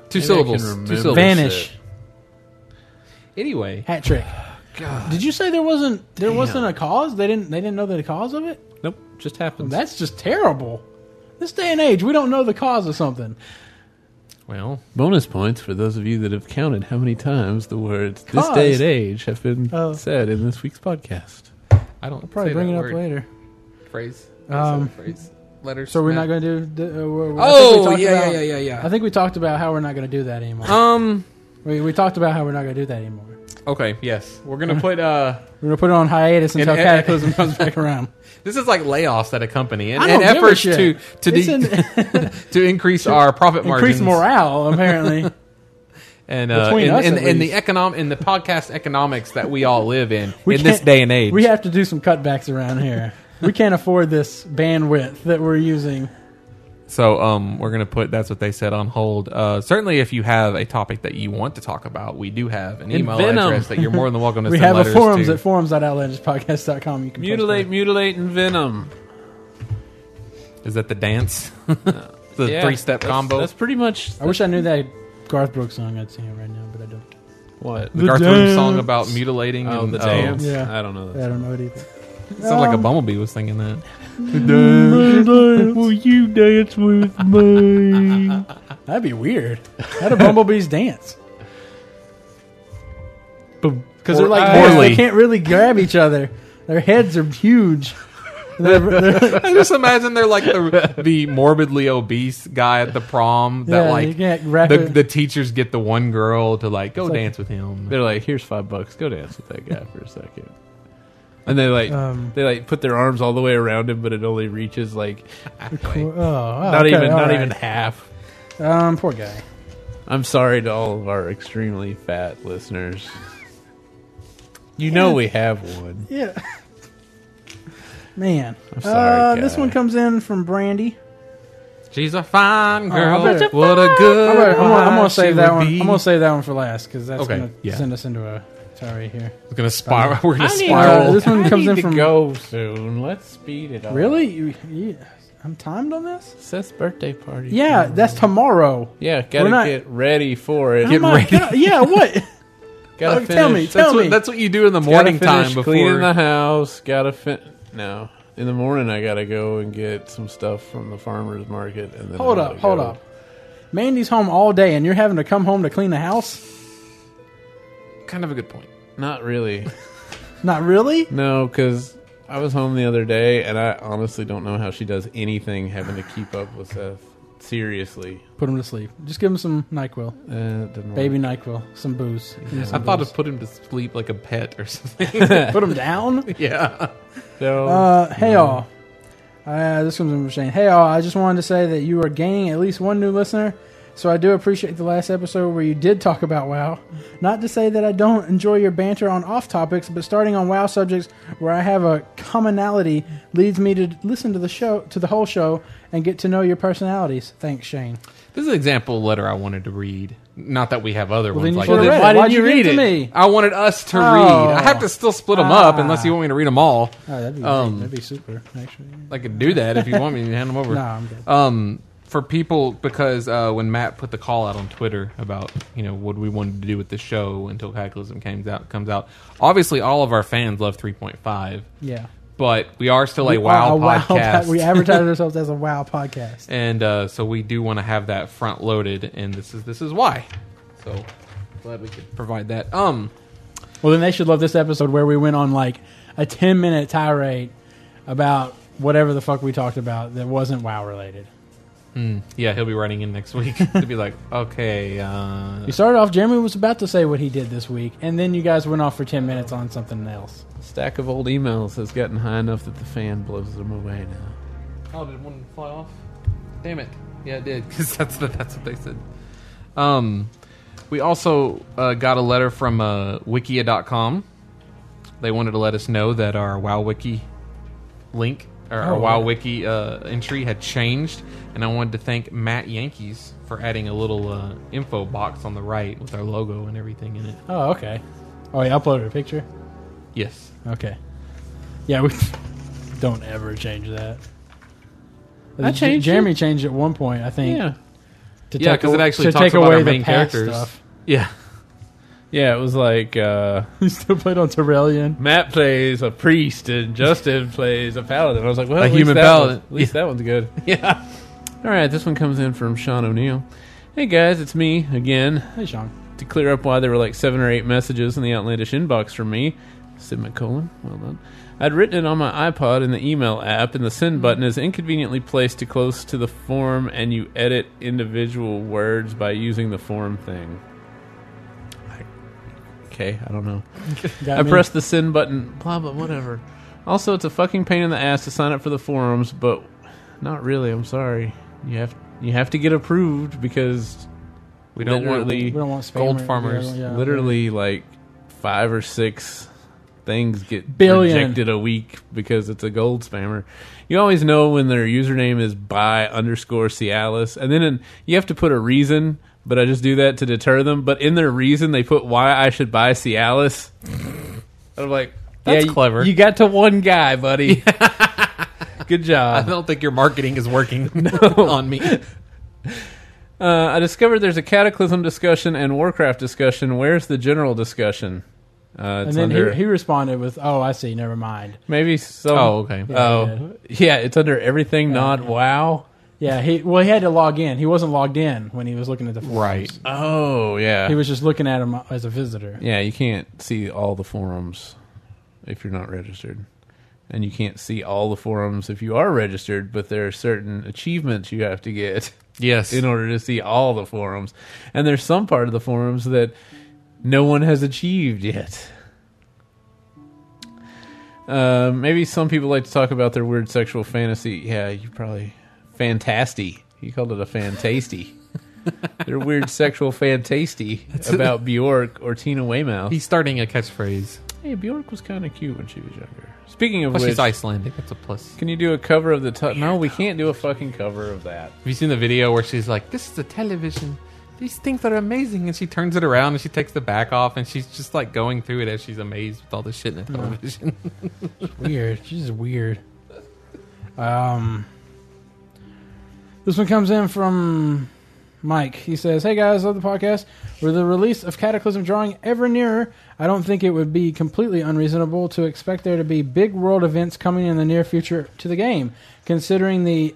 B: two
C: maybe I
B: syllables,
C: can
B: two
C: remember
B: syllables.
D: vanish.
B: Anyway,
D: Hat trick. Did you say there wasn't there wasn't a cause? They didn't they didn't know the cause of it.
B: nope, just happens.
D: That's just terrible. This day and age, we don't know the cause of something.
B: well,
C: Bonus points for those of you that have counted how many times the words
D: Cause.
C: "this day and age" have been
D: Oh.
C: said in this week's podcast.
B: I don't
D: Probably
B: say
D: bring
B: that
D: it up
B: word.
D: later.
B: Phrase,
D: Um,
B: phrase, letters.
D: So we're
B: no.
D: not going to do. The, uh, we're- I think we
B: Oh
D: talked
B: yeah,
D: about-
B: yeah, yeah, yeah,
D: I think we talked about how we're not going to do that anymore.
B: yeah. Um.
D: we, we talked about how we're not going to do that anymore.
B: Okay. Yes, we're gonna put. Uh,
D: We're going to put it on hiatus until
B: And-
D: Cataclysm comes back around.
B: this is like layoffs at a company and,
D: I don't
B: and
D: give a
B: efforts to
D: shit.
B: to
D: It's
B: de-
D: in-
B: to increase our profit margins.
D: increase morale, apparently.
B: and uh,
D: Between
B: in,
D: us,
B: in,
D: at
B: in the
D: least.
B: economic in the podcast economics that we all live in
D: We
B: in this
D: can't-
B: day and age.
D: We have to do some cutbacks around here. We can't afford this bandwidth that we're using.
B: so um, we're gonna put that's what they said on hold. Uh, certainly, if you have a topic that you want to talk about, we do have an email
C: Venom.
B: address that you're more than welcome to
D: We
B: send
D: have a
B: letters
D: forums
B: to.
D: at forums.outlanderspodcast.com. You can post
C: Mutilate, mutilate, and venom.
B: Is that the dance? the
C: Yeah,
B: three step
C: that's-
B: combo.
C: That's pretty much
D: I wish I knew that Garth Brooks song I'd sing it right now, but I don't.
C: what.
B: the Garth Brooks song
D: dance.
B: about mutilating
C: Oh,
B: and
C: the dance.
D: Yeah.
C: I don't know.
D: I
C: That.
D: don't know it either.
B: sounds like a bumblebee was singing that.
C: Will you dance with
D: Mm.
C: me?
D: That'd be weird. How do bumblebees dance? Because they're like
B: Poorly.
D: this, they can't really grab each other. Their heads are huge. They're- they're-
B: I just imagine they're like the the morbidly obese guy at the prom that
D: yeah, you
B: like
D: can't wrap
B: the,
D: it.
B: the teachers get the one girl to like go
D: It's like-
B: dance with him.
C: They're like, here's five bucks. Go dance with that guy for a second. And they like
D: Um,
C: they like put their arms all the way around him, but it only reaches like
D: Oh, oh,
C: not
D: okay,
C: even
D: all
C: not
D: right.
C: even half.
D: Um, poor guy.
C: I'm sorry to all of our extremely fat listeners. You know we have one.
D: Yeah. Man, uh,
C: sorry,
D: this
C: guy.
D: one comes in from Brandy.
B: She's a fine girl.
D: Oh, I bet you-
B: what a good.
D: I'm gonna, I'm gonna- I'm gonna
B: wife she
D: save that
B: would
D: one.
B: be.
D: I'm gonna save that one for last because that's
B: Okay,
D: gonna
B: yeah.
D: send us into a sorry here.
B: It's gonna spiral. We're gonna
D: Uh,
B: spiral.
D: this one
C: I
D: comes
C: need
D: in
C: to
D: from-
C: go soon. Let's speed it up.
D: Really? You, you, I'm timed on this?
C: Seth's birthday party.
D: Yeah, that's tomorrow.
C: Yeah, gotta
D: We're not-
C: get ready for it.
D: I'm not gonna- yeah, what?
C: gotta
D: Oh, tell me,
C: finish-
D: tell
B: that's,
D: me.
B: what, that's what you do in the
C: Gotta
B: morning time
C: finish
B: before.
C: cleaning the house. Gotta fin. No, in the morning I gotta go and get some stuff from the farmers market. And then I
D: hold
C: gotta
D: up, hold
C: go.
D: up. Mandy's home all day, and you're having to come home to clean the house?
B: kind of a good point.
C: Not really.
D: Not really.
C: No, because I was home the other day, and I honestly don't know how she does anything having to keep up with Seth. Seriously,
D: Put him to sleep. Just give him some Nyquil,
C: uh, it didn't
D: baby
C: work.
D: Nyquil, some booze. Give him
B: I
D: some
B: thought
D: booze.
B: of put him to sleep like a pet or something.
D: put him down.
B: yeah.
C: No.
D: Uh, hey all. Uh, this comes in from Shane. Hey all, I just wanted to say that you are gaining at least one new listener. So I do appreciate the last episode where you did talk about WoW. Not to say that I don't enjoy your banter on off topics, but starting on WoW subjects where I have a commonality leads me to listen to the show to the whole show and get to know your personalities. Thanks, Shane.
B: This is an example letter I wanted to read. Not that we have other
D: Well, then
B: ones
D: you
B: like
D: should
B: that.
D: have read it.
C: why didn't
D: Why'd you
C: you
D: read
C: read
D: it to
C: it?
D: me?
B: I wanted us to
D: Oh. Ah.
B: read. I have to still split them up unless you want me to read them all.
D: Oh, that'd be
B: Um,
D: that'd be super. Actually,
B: I could do that if you want me to hand them over.
D: no, I'm good.
B: um, for people because uh, when Matt put the call out on Twitter about you know what we wanted to do with the show until Cataclysm comes out comes out, obviously all of our fans love 3.5,
D: Yeah,
B: but we are still a
D: We
B: Wow
D: are a WoW
B: podcast,
D: po- we advertise ourselves as a Wow podcast.
B: and uh, so we do want to have that front loaded, and this is this is why. So glad we could provide that. Um,
D: Well, then they should love this episode where we went on like a 10 minute tirade about whatever the fuck we talked about that wasn't WoW related.
B: yeah, he'll be writing in next week to be like, okay, uh,
D: You started off, Jeremy was about to say what he did this week, and then you guys went off for 10 minutes on something else.
C: Stack of old emails has gotten high enough that the fan blows them away now.
B: oh, did one fly off? Damn it! Yeah, it did because that's the, that's what they said. Um, we also uh, got a letter from uh, Wikia.com. They wanted to let us know that our WoW Wiki link or our
D: Oh,
B: WoW
D: yeah.
B: Wiki uh, entry had changed, and I wanted to thank Matt Yankees for adding a little uh, info box on the right with our logo and everything in it.
D: Oh, okay. Oh, yeah, uploaded a picture?
B: Yes.
D: Okay. Yeah, we don't ever change that.
C: I
D: J-
C: changed
D: Jeremy changed at one point, I think.
C: Yeah.
D: to
B: Yeah,
D: take
B: 'cause it
D: aw-
B: actually
D: to
B: talks
D: take
B: about
D: away
B: our
D: the
B: main
D: past
B: characters.
D: Stuff.
B: Yeah.
C: Yeah, it was like uh,
D: He still played on Tyrellian.
C: Matt plays a priest and Justin plays a paladin. I was like, well,
B: A
C: at least
B: human
C: that
B: paladin.
C: one- at least that one's good.
B: Yeah.
C: All right, this one comes in from Sean O'Neill. Hey guys, it's me again.
D: Hey, Sean.
C: To clear up why there were like seven or eight messages in the outlandish inbox from me, semicolon, well done. I'd written it on my iPod in the email app, and the
B: Mm-hmm.
C: send button is inconveniently placed too close to the form, and you edit individual words by using the form thing. I- Okay, I don't know.
D: Got
C: I
D: me?
C: pressed the send button, blah, blah, whatever. Also, it's a fucking pain in the ass to sign up for the forums, but not really. I'm sorry. You have you have to get approved because
B: We don't want
C: Literally.
D: We don't want spam
B: Gold
D: or-
B: farmers,
D: yeah, yeah.
C: literally like five or six things get
D: Billion.
C: rejected a week because it's a gold spammer. You always know when their username is by underscore Cialis, and then in, you have to put a reason. But I just do that to deter them. But in their reason, they put why I should buy Cialis. And I'm like,
B: That's
C: you-
B: clever.
C: You got to one guy, buddy. Good job.
B: I don't think your marketing is working on me.
C: Uh, I discovered there's a Cataclysm discussion and Warcraft discussion. Where's the general discussion? Uh, it's
D: And then
C: under,
D: he, he responded with, "Oh, I see. Never mind."
C: maybe some.
B: Oh, okay.
C: oh, yeah. It's under everything. not wow.
D: Yeah, he well, he had to log in. He wasn't logged in when he was looking at the forums.
B: Right.
C: Oh, yeah.
D: He was just looking at him as a visitor.
C: yeah, you can't see all the forums if you're not registered, and you can't see all the forums if you are registered. But there are certain achievements you have to get.
B: Yes.
C: in order to see all the forums. And there's some part of the forums that no one has achieved yet. Uh, maybe some people like to talk about their weird sexual fantasy. Yeah, you probably fantasty. You called it a fantasty. their weird sexual fantasy about Bjork or Tina Weymouth.
B: He's starting a catchphrase.
C: hey, Bjork was kind of cute when she was younger. Speaking of
B: Plus,
C: which,
B: she's Icelandic. That's a plus.
C: can you do a cover of the? Tu- no, we can't do a fucking cover of that.
B: Have you seen the video where she's like, "This is a television. These things are amazing," and she turns it around and she takes the back off and she's just like going through it as she's amazed with all the shit in the television.
D: Weird. She's weird. Um, this one comes in from Mike. He says, "Hey guys, love the podcast. With the release of Cataclysm drawing ever nearer, I don't think it would be completely unreasonable to expect there to be big world events coming in the near future to the game, considering the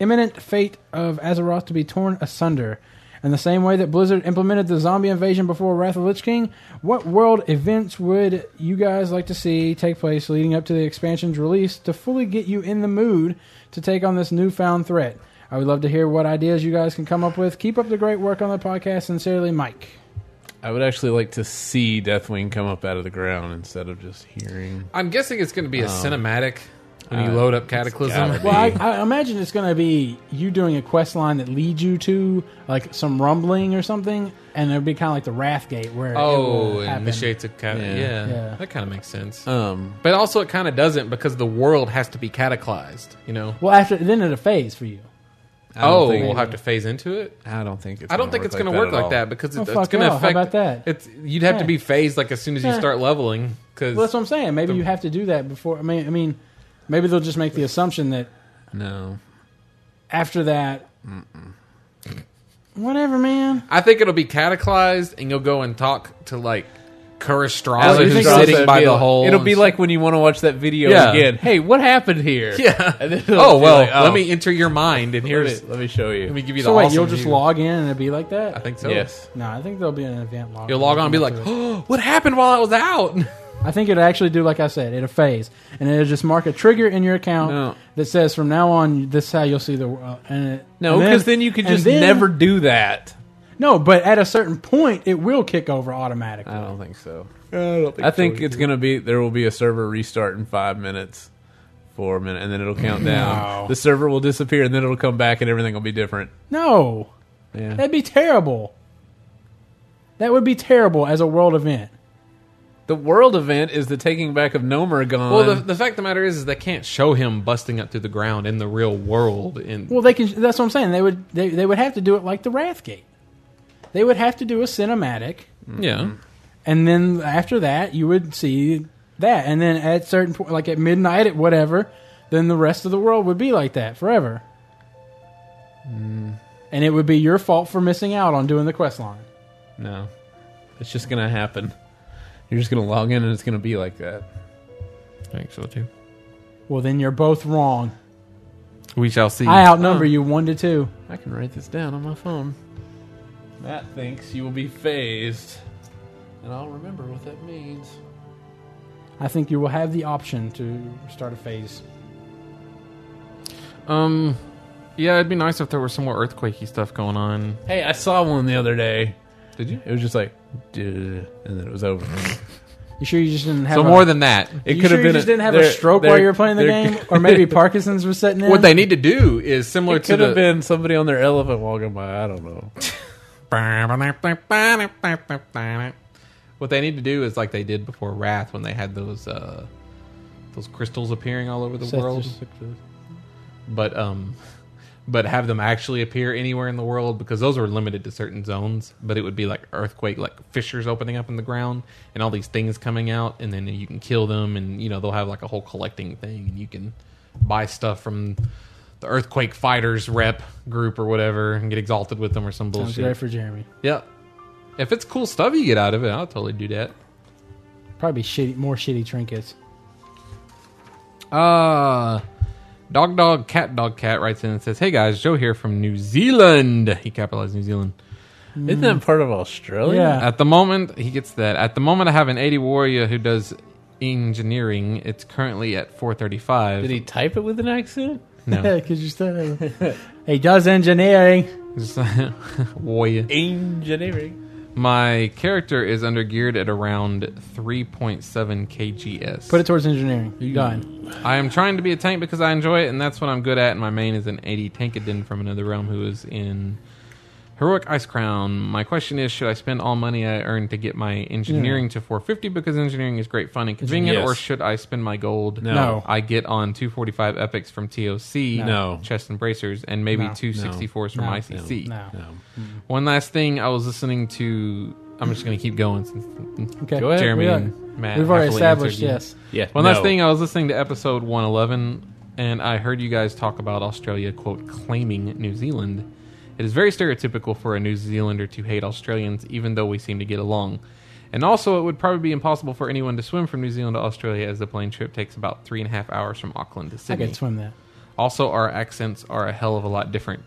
D: imminent fate of Azeroth to be torn asunder." In the same way that Blizzard implemented the zombie invasion before Wrath of the Lich King, what world events would you guys like to see take place leading up to the expansion's release to fully get you in the mood to take on this newfound threat? I would love to hear what ideas you guys can come up with. Keep up the great work on the podcast. Sincerely, Mike.
C: I would actually like to see Deathwing come up out of the ground instead of just hearing.
B: I'm guessing it's going to be a cinematic when you
C: uh,
B: load up
C: gotta
B: Cataclysm.
C: be.
D: Well, I, I imagine it's going to be you doing a quest line that leads you to like some rumbling or something, and it'll be kind of like the Wrath Gate where it
B: Oh,
D: will
B: it
D: happen.
B: initiates a cat.
C: Yeah.
B: Yeah,
D: Yeah.
B: that kind of makes sense.
C: Um,
B: but also, it kind of doesn't because the world has to be cataclysed. You know.
D: Well, after then it a phase for you.
C: I don't
B: Oh,
C: think,
B: we'll have to phase into it.
C: I don't think it's.
B: I don't think it's going to work like that because
D: Oh,
B: it's, it's
D: fuck
B: going to
D: no. How
B: affect.
D: about that?
B: It's you'd have to
D: Yeah.
B: be phased like as soon as you
D: Yeah.
B: start leveling because
D: Well, that's what I'm saying. Maybe
B: The-
D: you have to do that before. I mean, I mean, maybe they'll just make the assumption that
C: No,
D: after that, whatever, man.
B: I think it'll be cataclysmed and you'll go and talk to like Kurosawa
C: you
B: who's
C: think
B: sitting
C: so?
B: by the
C: It'll-
B: hole.
C: It'll
B: and
C: be
B: s-
C: like when you want to watch that video
B: Yeah.
C: again. Hey, what happened here?
B: yeah.
C: And then it'll
B: oh
C: be
B: well,
C: like,
B: let me enter your mind and here's
C: Here's, let me show you.
B: let me give you the
D: So wait,
B: awesome
D: you'll just
B: view.
D: log in and it'll be like that?
B: I think so.
C: Yes.
D: No, I think there'll be an event log.
B: You'll log on and be like, oh, "What happened while I was out?"
D: I think it'll actually do like I said, it'll phase, and it'll just mark a trigger in your account
C: No. that
D: that says from now on this is how you'll see the world. And
C: No, because then, you could just never do that.
D: No, but at a certain point, it will kick over automatically.
C: I don't think so.
B: I don't
C: I think it's going to be there will be a server restart in five minutes, four minute, and then it'll count down.
D: No.
C: The server will disappear, and then it'll come back, and everything will be different.
D: no,
C: Yeah.
D: that'd be terrible. That would be terrible as a world event.
C: The world event is the taking back of Nomergon.
B: Well, the, the fact of the matter is, is they can't show him busting up through the ground in the real world. In
D: Well, they can. That's what I'm saying. They would. They, they would have to do it like the Wrathgate. They would have to do a cinematic,
B: yeah,
D: and then after that, you would see that, and then at certain point, like at midnight, at whatever, then the rest of the world would be like that forever. And it would be your fault for missing out on doing the quest line.
C: no, it's just going to happen. You're just going to log in, and it's going to be like that.
B: I think so too.
D: Well, then you're both wrong.
B: We shall see.
D: I outnumber you one to two.
C: I can write this down on my phone. Matt thinks you will be phased, and I'll remember what that means.
D: I think you will have the option to start a phase.
B: Um, yeah, it'd be nice if there was some more earthquakey stuff going on.
C: Hey, I saw one the other day.
B: Did you?
C: It was just like, "Duh," and then it was over.
D: You sure you just didn't have
B: So
D: a,
B: more than that.
C: It
D: you sure you just didn't have a
C: there-
D: stroke
C: there-
D: while you were playing the
C: there-
D: game, or maybe Parkinson's was setting in.
B: What they need to do is similar
C: It
B: to
C: could have
B: the.
C: been somebody on their elephant walking by. I don't know.
B: What they need to do is like they did before Wrath when they had those uh, those crystals appearing all over the
D: Seth
B: world.
D: just took the-
B: but um but have them actually appear anywhere in the world because those are limited to certain zones but it would be like earthquake like fissures opening up in the ground and all these things coming out and then you can kill them and you know they'll have like a whole collecting thing and you can buy stuff from the earthquake fighters rep group or whatever and get exalted with them or some
D: Sounds great
B: bullshit
D: for Jeremy.
B: yeah if it's cool stuff you get out of it i'll totally do that
D: Probably shitty, more shitty trinkets.
B: Uh Dog Dog Cat Dog Cat writes in and says, Hey guys, Joe here from New Zealand. He capitalized New Zealand.
C: Isn't that part of Australia?
D: Mm. Yeah.
B: At the moment, he gets that. At the moment I have an 80 warrior who does engineering. It's currently at 435.
C: Did he type it with an accent?
B: No.
D: because you still. he does engineering.
B: Just- warrior.
C: Engineering.
B: My character is undergeared at around 3.7 kgs.
D: Put it towards engineering. Done.
B: I am trying to be a tank because I enjoy it, and that's what I'm good at. And my main is an 80 Tankadin from another realm who is in Heroic Ice Crown. My question is should I spend all money I earn to get my engineering to 450 because engineering is great fun and convenient,
C: Yes.
B: or should I spend my gold
C: No.
D: No.
B: I get on 245 epics from TOC,
C: No.
B: chest and bracers, and maybe
D: No.
B: 264s from
D: No.
B: ICC.
D: No.
C: No.
B: One last thing I was listening to. I'm just going to keep going since
D: Okay.
C: Go ahead.
B: Jeremy
D: We are-
B: and Matt.
D: We've already
B: happily
D: established
B: answered you.
D: yes.
C: Yeah.
B: One
C: no.
B: last thing, I was listening to episode 111, and I heard you guys talk about Australia, quote, claiming New Zealand. It is very stereotypical for a New Zealander to hate Australians, even though we seem to get along. And also, it would probably be impossible for anyone to swim from New Zealand to Australia, as the plane trip takes about three and a half hours from Auckland to
D: I
B: Sydney.
D: could swim that.
B: Also, our accents are a hell of a lot different.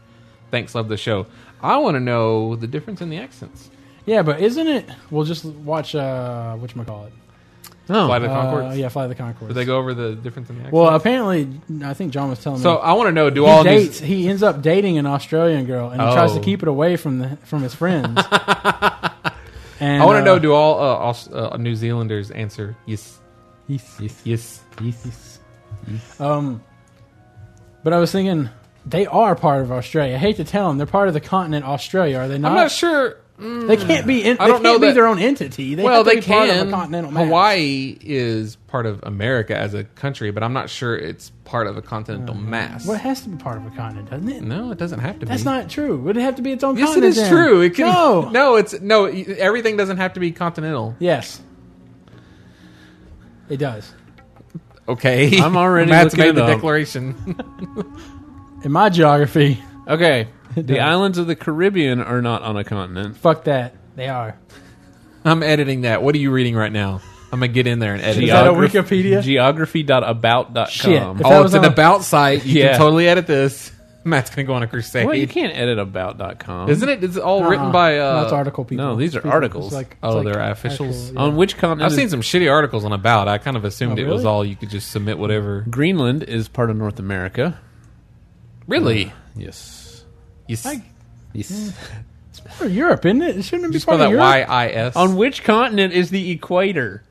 B: Thanks, love the show. I want to know the difference in the accents.
D: Yeah, but isn't it? We'll just watch. Uh, what you call it?
C: No.
B: Flight of the Concords?
D: Oh, uh, yeah, Fly the Concord.
B: Did they go over the difference in the accents?
D: Well, apparently, I think John was telling
B: so
D: me.
B: I want to know do
D: He
B: all these.
D: dates. He ends up dating an Australian girl, and he tries to
B: Oh.
D: keep it away from the from his friends. and,
B: I want to
D: uh,
B: know: Do all uh, Aus- uh, New Zealanders answer yes,
D: Yes.
B: yes, yes?
D: uh, Um, but I was thinking they are part of Australia. I hate to tell them they're part of the continent Australia. Are they not?
B: I'm not sure.
D: They can't be. In,
B: I
D: they
B: don't
D: can't
B: know
D: be
B: that-
D: their own entity. They
B: well,
D: have to
B: they
D: be
B: can.
D: part of a continental map.
B: Hawaii is part of America as a country, but I'm not sure it's part of a continental mass.
D: Well, it has to be part of a continent, doesn't it?
B: No, it doesn't have to
D: That's
B: be.
D: not true. Would it have to be its own
B: Yes, it
D: continent?
B: is
D: then?
B: true. It can.
D: No.
B: no, it's no. y- Everything doesn't have to be continental.
D: Yes. It does.
B: Okay,
C: I'm already
B: Matt's
C: looking
B: made
C: it
B: the
C: up.
B: declaration.
D: In my geography,
C: Okay. The
D: does.
C: islands of the Caribbean are not on a continent.
D: fuck that. They are.
B: I'm editing that. What are you reading right now? I'm gonna get in there and edit.
D: Is
B: it.
D: that a
C: Geograph-
D: Wikipedia?
C: Geography.about.com.
D: Shit. If that
B: oh,
D: was
B: it's an
D: on-
B: about site. You
C: Yeah.
B: can totally edit this. Matt's gonna go on a crusade.
C: Well, you can't edit about.com.
B: Isn't it? It's all written
D: Uh-uh.
B: by.
D: No,
B: Uh,
D: it's article people.
C: No, these are
D: People.
C: articles.
D: It's like, it's
B: Oh,
D: like
B: they're officials?
D: actual- yeah.
C: On which continent?
B: I've seen
C: is-
B: some shitty articles on about. I kind of assumed
D: Oh,
B: it was
D: really?
B: all you could just submit whatever.
C: Greenland is part of North America.
B: Really?
C: Yes.
B: Yes.
D: I-
B: yes.
D: It's part of Europe, isn't it? It shouldn't it be
B: You spell
D: part of
B: that
D: Europe.
B: Y I S.
C: On which continent is the equator?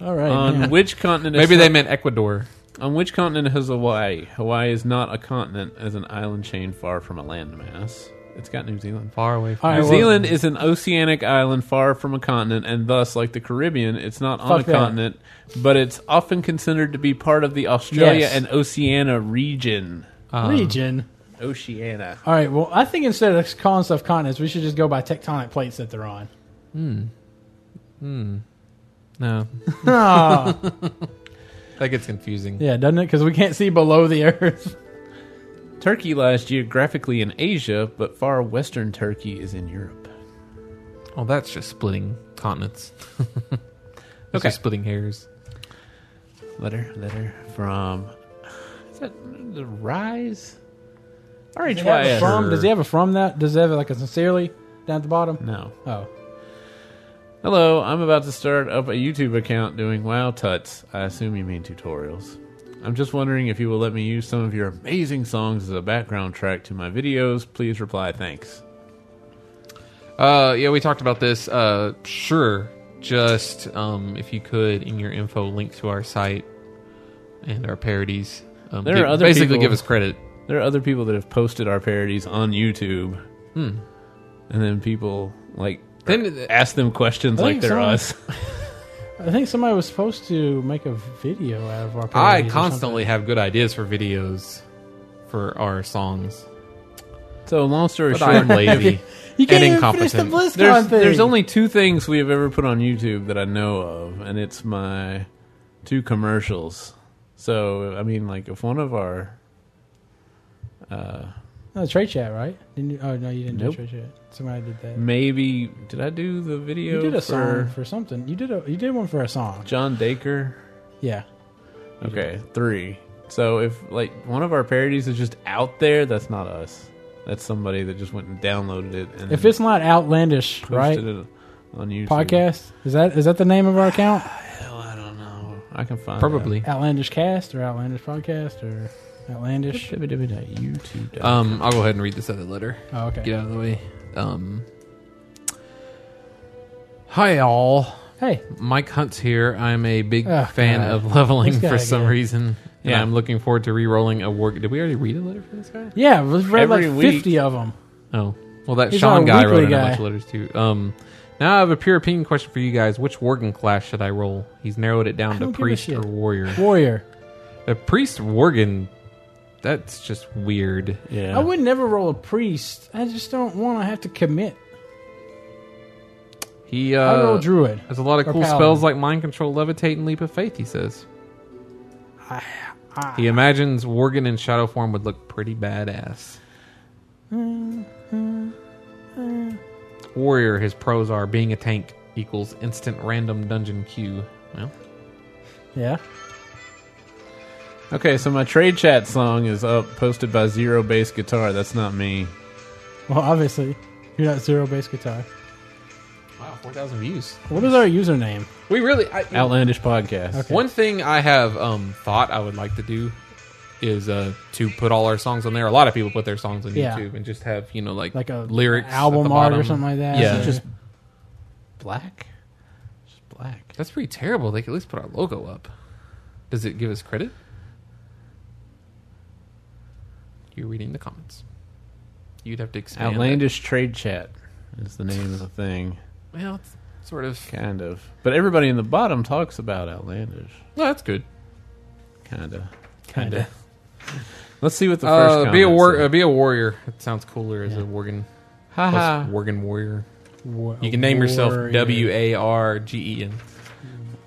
D: All right.
C: On
D: man.
C: which continent? is
B: Maybe
C: not-
B: they meant Ecuador.
C: On which continent is Hawaii? Hawaii is not a continent, as an island chain far from a landmass. It's got New Zealand.
B: Far away.
D: All
B: From
D: right,
C: New
D: well,
C: Zealand is an oceanic island far from a continent, and thus, like the Caribbean, it's not on a
D: Fuck that.
C: continent, but it's often considered to be part of the Australia
D: Yes.
C: and Oceania region.
B: uh,
D: region.
C: Oceania.
D: All right. Well, I think instead of calling stuff continents, we should just go by tectonic plates that they're on.
B: no,
D: Ah,
B: that gets confusing.
D: yeah, doesn't it? Because we can't see below the earth.
C: Turkey lies geographically in Asia, but far western Turkey is in Europe.
B: Oh, that's just splitting continents. okay,
C: Okay.
B: splitting hairs.
C: Letter, letter from. Is that the Rise? R H
D: Does he
C: Y
D: have a
C: S.
D: from? Does he have a from that? Does he have like a sincerely down at the bottom?
C: No.
D: Oh,
C: Hello, I'm about to start up a YouTube account doing Wow Tuts. I assume you mean tutorials. I'm just wondering if you will let me use some of your amazing songs as a background track to my videos. Please reply thanks.
B: Uh, yeah, we talked about this. Uh, sure. Just um, if you could, in your info, link to our site and our parodies. Um,
C: There
B: give-
C: are other
B: basically
C: people-
B: give us credit.
C: There are other people that have posted our parodies on YouTube. Hmm. And then people like
B: Then-
C: ask them questions
D: I
C: like
D: think
C: they're
D: someone-
C: us.
D: I think somebody was supposed to make a video out of our.
B: I
D: parodies or
B: constantly have good ideas for videos for our songs,
C: So long story
B: but
C: short,
B: I'm lazy.
D: something. You can't
B: and
D: even finish the
B: incompetent.
D: BlizzCon
C: there's,
D: thing.
C: there's only two things we have ever put on YouTube that I know of, and it's my two commercials. So I mean, like if one of our
D: no, Oh, trade chat, right? Didn't you, oh no, you didn't
C: Nope.
D: do trade chat. Somebody did that.
C: maybe did I do the video?
D: You did a
C: for
D: song for something. You did a you did one for a song.
C: John Dacre.
D: Yeah.
C: Okay, three. So if like one of our parodies is just out there, that's not us. That's somebody that just went and downloaded it and
D: If
B: Mm-hmm.
C: then
D: it's not outlandish,
C: posted
D: right?
C: it on YouTube.
D: Podcast is that is that the name of our account?
C: Hell, I don't know. I can find
B: Probably.
D: Outlandish Cast or Outlandish Podcast or Outlandish?
C: www.youtube.
B: Um, I'll go ahead and read this other letter.
D: Oh, okay.
B: Get out of the way. Um, hi, all.
D: Hey,
B: Mike Hunt's here. I'm a big
D: Oh,
B: fan
D: God.
B: of leveling
D: This guy
B: for some
D: again.
B: reason. And
C: Yeah.
B: I'm looking forward to re-rolling a war. Did we already read a letter from this guy?
D: yeah, we've read
C: Every
D: like
C: week.
D: fifty of them.
B: Oh, well, that
D: He's
B: Sean
D: our
B: guy
D: weekly
B: wrote in a
D: guy.
B: bunch of letters too. Um, now I have a pure opinion question for you guys. Which Worgen class should I roll? He's narrowed it down to
D: don't give a
B: priest
D: shit.
B: or warrior.
D: Warrior.
B: The priest Worgen, that's just weird.
C: yeah.
D: I would never roll a priest. I just don't want to have to commit.
B: He
D: I roll
B: uh,
D: druid.
B: has a lot of
D: or
B: cool
D: paladin.
B: spells like mind control, levitate, and leap of faith. He says.
D: Ah,
B: He imagines Worgen in shadow form would look pretty badass. Warrior, his pros are being a tank equals instant random dungeon queue. Well,
D: Yeah.
C: Okay, so my trade chat song is up, posted by Zero Bass Guitar. That's not me.
D: Well, obviously, you're not zero bass guitar.
B: wow, four thousand views.
D: What is our username?
B: We really. I,
C: Outlandish podcast.
D: Okay.
B: One thing I have um, thought I would like to do is uh, to put all our songs on there. A lot of people put their songs on
D: Yeah.
B: YouTube and just have you know like
D: Like a
B: lyrics, at
D: album
B: the
D: art or
B: bottom.
D: something like that,
B: Yeah,
D: or-
B: just
C: Black. Just black.
B: that's pretty terrible. They could at least put our logo up. Does it give us credit? You're reading the comments. You'd have to expand. that.
C: Outlandish trade chat is the name of the thing,
B: Well, it's sort of.
C: kind of. But everybody in the bottom talks about outlandish,
B: No, that's good.
C: kind of.
D: Kinda.
C: Let's see what the first.
B: Uh, be a
C: comment
B: war.
C: said.
B: Uh, be a warrior. It sounds cooler as a worgan.
C: Ha
B: Plus
C: ha.
B: worgan warrior.
D: Wa-
B: You can name yourself
D: warrior.
B: W A R G E N.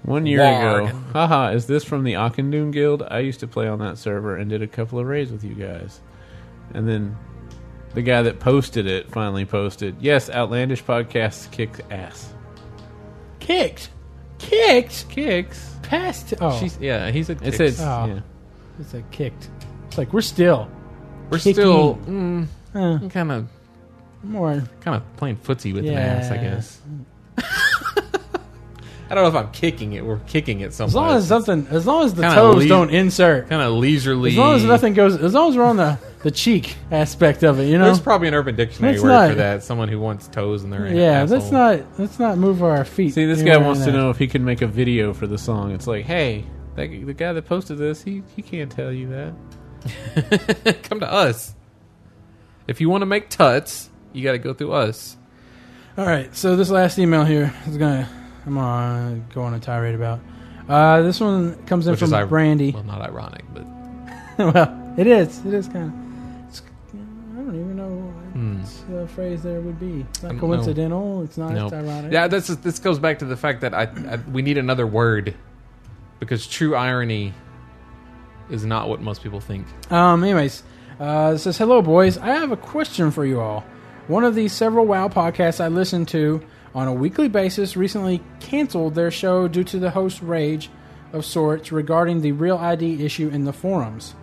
C: One year
B: Warg.
C: ago. Haha, is this from the Ockendune Guild? I used to play on that server and did a couple of raids with you guys. And then the guy that posted it finally posted, yes, Outlandish Podcasts kicks ass.
D: Kicked. Kicked.
C: Kicks?
D: Past. Oh,
B: She's, yeah, he's a.
C: It
B: It's
C: says,
D: Oh.
C: yeah.
D: it's like kicked. It's like we're still
B: we're
D: kicking.
B: still mm,
D: uh,
B: kind of
D: more.
B: kind of playing footsie with an
D: Yeah.
B: ass, I guess. I don't know if I'm kicking it. We're kicking it somewhere.
D: As long as something, as long as the
B: Kinda
D: toes
B: leave-
D: don't insert,
B: kind of leisurely.
D: as long as nothing goes, as long as we're on the the cheek aspect of it, you know.
B: There's probably an Urban Dictionary
D: That's
B: word
D: not-
B: for that. Someone who wants toes in their
D: yeah,
B: asshole.
D: let's not let's not move our feet.
C: See, this guy
D: anywhere
C: wants
D: in
C: to
D: there.
C: know if he can make a video for the song. It's like, hey, that, the guy that posted this, he, he can't tell you that.
B: come to us. If you want to make tuts, you got to go through us.
D: All right, so this last email here is gonna I'm gonna go on a tirade about. Uh, this one comes in
B: Which
D: from
B: is ir-
D: Brandy.
B: Well, not ironic, but
D: well, it is. It is kind of. It's, I don't even know what uh, phrase there would be. It's
B: I
D: not
B: don't
D: coincidental. It's not
B: no.
D: ironic.
B: Yeah, that's this goes back to the fact that I, I we need another word because true irony is not what most people think.
D: Um. Anyways, uh, it says hello, boys. I have a question for you all. One of the several WoW podcasts I listen to on a weekly basis recently canceled their show due to the host rage of sorts regarding the real ID issue in the forums.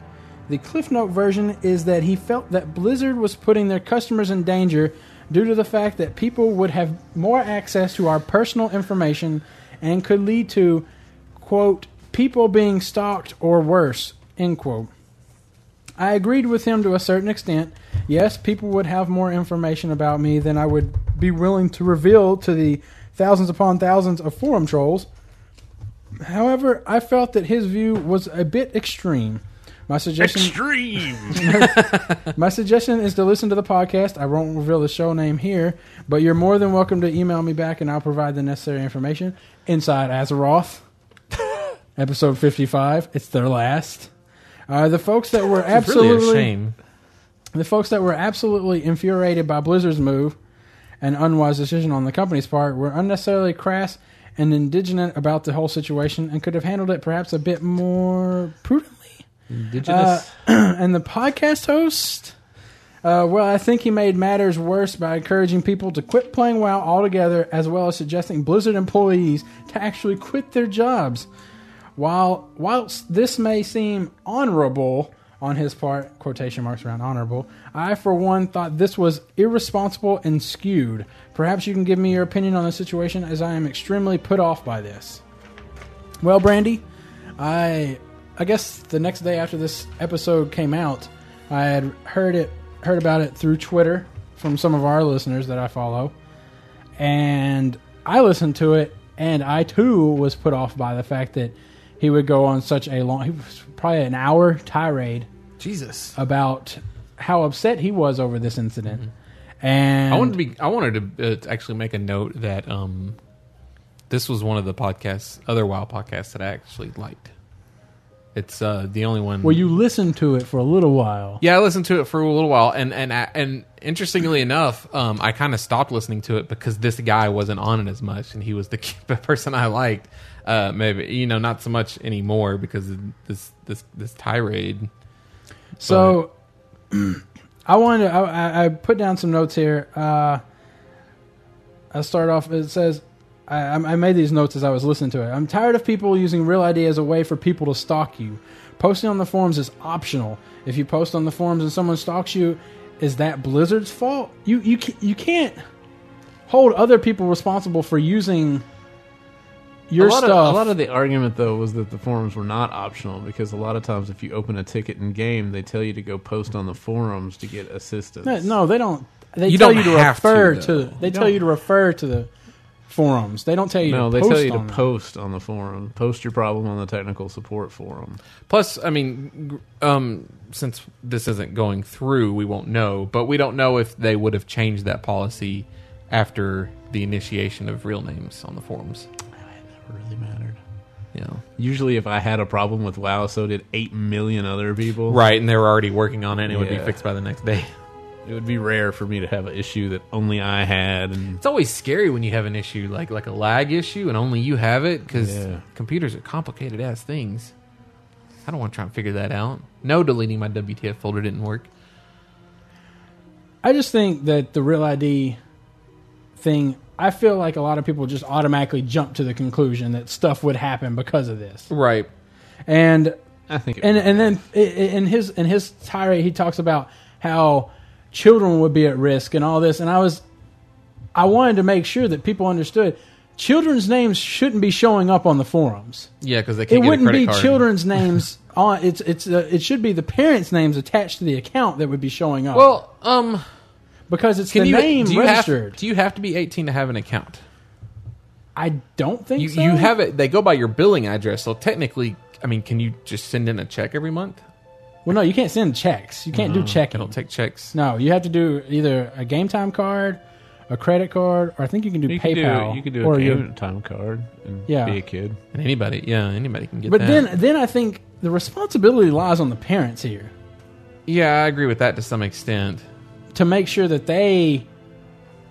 D: The Cliff Note version is that he felt that Blizzard was putting their customers in danger due to the fact that people would have more access to our personal information and could lead to, quote, people being stalked or worse, end quote. I agreed with him to a certain extent. Yes, people would have more information about me than I would be willing to reveal to the thousands upon thousands of forum trolls. However, I felt that his view was a bit extreme. My suggestion My suggestion is to listen to the podcast. I won't reveal the show name here, but you're more than welcome to email me back and I'll provide the necessary information. Inside Azeroth, episode 55. It's their last. Uh, the folks that were absolutely
B: It's really a shame.
D: the folks that were absolutely infuriated by Blizzard's move, an unwise decision on the company's part, were unnecessarily crass and indignant about the whole situation and could have handled it perhaps a bit more prudently.
C: Indigenous.
D: and the podcast host, uh, well, I think he made matters worse by encouraging people to quit playing WoW altogether, as well as suggesting Blizzard employees to actually quit their jobs. While whilst this may seem honorable on his part, quotation marks around honorable, I for one thought this was irresponsible and skewed. Perhaps you can give me your opinion on the situation, as I am extremely put off by this. Well, Brandy, I I guess the next day after this episode came out, I had heard it heard about it through Twitter from some of our listeners that I follow. And I listened to it and I too was put off by the fact that he would go on such a long he was probably an hour tirade
B: Jesus,
D: about how upset he was over this incident. And
B: I wanted to be. I wanted to, uh, to actually make a note that um, this was one of the podcasts, other WoW podcasts that I actually liked. It's uh, the only one.
D: well, you listened to it for a little while.
B: Yeah, I listened to it for a little while, and and I- and interestingly enough, um, I kind of stopped listening to it because this guy wasn't on it as much, and he was the person I liked. Uh, maybe you know, not so much anymore because of this this this tirade.
D: So, I wanted to, I, I- I put down some notes here. Uh, I start off. It says, I, I'm- I made these notes as I was listening to it. I'm tired of people using Real ID as a way for people to stalk you. Posting on the forums is optional. If you post on the forums and someone stalks you, is that Blizzard's fault? You you ca- you can't hold other people responsible for using your
C: a lot
D: stuff.
C: Of, a lot of the argument, though, was that the forums were not optional because a lot of times if you open a ticket in game, they tell you to go post on the forums to get assistance.
D: No, no, they don't. They
B: You
D: tell
B: don't
D: you to
B: have to,
D: refer
B: though.
D: to. they tell you to refer to the forums. They don't tell you.
C: No,
D: to
C: they
D: post
C: tell you to
D: on them.
C: post on the forum. Post your problem on the technical support forum.
B: Plus, I mean, gr- um, since this isn't going through, we won't know. But we don't know if they would have changed that policy after the initiation of real names on the forums.
C: Never really mattered.
B: You know.
C: Usually, if I had a problem with WoW, so did eight million other people.
B: Right, and they were already working on it, and it would be
C: Yeah.
B: fixed by the next day.
C: It would be rare for me to have an issue that only I had, and
B: It's always scary when you have an issue like like a lag issue and only you have it because
C: Yeah.
B: computers are complicated ass things. I don't want to try and figure that out. No, deleting my WTF folder didn't work.
D: I just think that the real ID thing, I feel like a lot of people just automatically jump to the conclusion that stuff would happen because of this.
B: Right.
D: And
B: I think. It
D: and and then i- i- in his in his tirade he talks about how children would be at risk and all this and I was I wanted to make sure that people understood children's names shouldn't be showing up on the forums.
B: yeah, because they
D: It
B: can't get a
D: wouldn't
B: credit
D: be
B: card.
D: children's names on it's it's uh, it should be the parents' names attached to the account that would be showing up.
B: Well, um,
D: because it's
B: can
D: the
B: you
D: name
B: do you
D: registered.
B: have do you have to be 18 to have an account?
D: I don't think
B: You
D: so.
B: you have it. They go by your billing address. So technically, I mean, can you just send in a check every month?
D: Well, no, you can't send checks. You can't do checking.
B: Mm-hmm. It'll take checks.
D: No, you have to do either a game time card, a credit card, or I think you can do
C: You could
D: PayPal.
C: do you could do
D: or
C: a
D: your-
C: game time card and
D: Yeah.
C: be a kid.
B: And anybody, yeah, anybody can get.
D: But
B: that.
D: then, then I think the responsibility lies on the parents here
B: yeah, I agree with that to some extent.
D: to make sure that they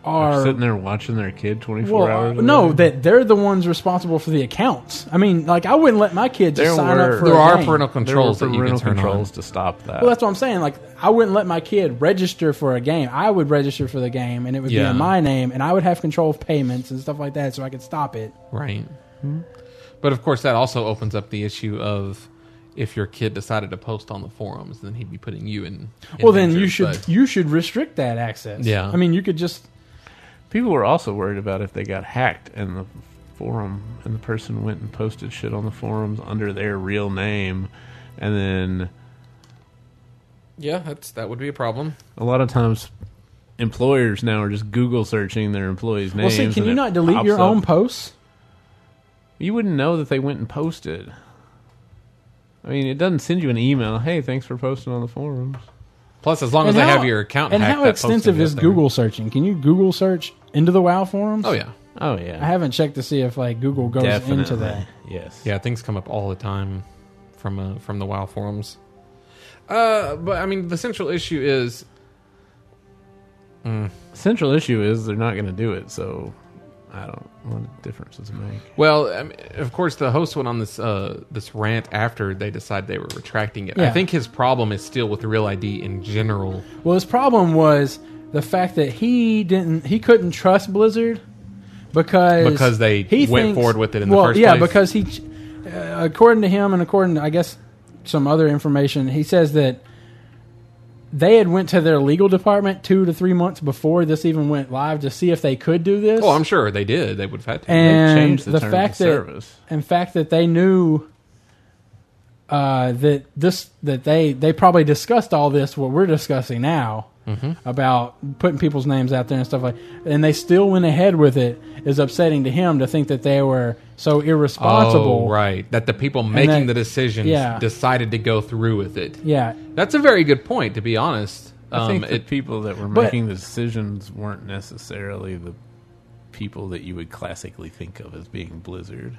D: are.
C: Sitting there watching their kid twenty four
D: Well,
C: hours.
B: uh,
C: a
D: no,
C: day.
D: that they're the ones responsible for the accounts. I mean, like I wouldn't let my kids
C: There
D: sign
C: were-
D: up for.
B: there
D: a
B: are
D: game.
B: parental controls
C: there
B: that
C: were
B: you can
C: parental
B: turn
C: controls
B: on.
C: to stop that.
D: Well, that's what I'm saying. Like, I wouldn't let my kid register for a game. I would register for the game, and it would
B: Yeah.
D: be in my name, and I would have control of payments and stuff like that, so I could stop it.
B: Right.
D: Hmm?
B: But of course, that also opens up the issue of if your kid decided to post on the forums, then he'd be putting you in. in
D: well, then
B: danger,
D: you should
B: but-
D: you should restrict that access.
B: Yeah.
D: I mean, you could just
C: People were also worried about if they got hacked and the forum and the person went and posted shit on the forums under their real name, and then
B: yeah, that's that would be a problem.
C: a lot of times employers now are just Google searching their employees'
D: well
C: names.
D: see. Can
C: and
D: you
C: it
D: not delete
C: pops
D: your own
C: up.
D: posts?
C: you wouldn't know that they went and posted. I mean, it doesn't send you an email. Hey, thanks for posting on the forums.
B: Plus, as long as
D: And
B: they
D: how-
B: have your account
D: And
B: hacked,
D: how
B: that
D: extensive
B: posting's
D: is
B: up there.
D: Google searching? Can you Google search into the WoW forums?
B: Oh yeah,
C: Oh
D: I
C: yeah,
D: haven't checked to see if like Google goes
C: definitely.
D: into that.
C: Yes.
B: yeah. Things come up all the time from uh, from the WoW forums. Uh, but I mean, the central issue is
C: Central issue is they're not going to do it. So I don't. What difference does it make?
B: Well, I mean, of course, the host went on this uh, this rant after they decided they were retracting it. I
D: Yeah.
B: think his problem is still with the real ID in general.
D: Well, his problem was the fact that he didn't he couldn't trust Blizzard because
B: Because they went forward with it in the
D: well,
B: first
D: yeah,
B: place.
D: because he, ch- uh, according to him and according to I guess some other information, he says that they had went to their legal department two to three months before this even went live to see if they could do this.
B: Oh, I'm sure they did. They would have had to.
D: and
C: changed the
D: the,
C: terms
D: fact
C: of
D: that
C: service.
D: and fact that they knew uh, that this that they they probably discussed all this what we're discussing now
B: Mm-hmm.
D: about putting people's names out there and stuff like and they still went ahead with it is upsetting to him to think that they were so irresponsible
B: Oh, right. That the people making the
D: that-
B: decisions
D: yeah.
B: decided to go through with it.
D: yeah
B: That's a very good point, to be honest.
C: I
B: Um,
C: think the
B: it,
C: people that were
D: but-
C: making the decisions weren't necessarily the people that you would classically think of as being Blizzard.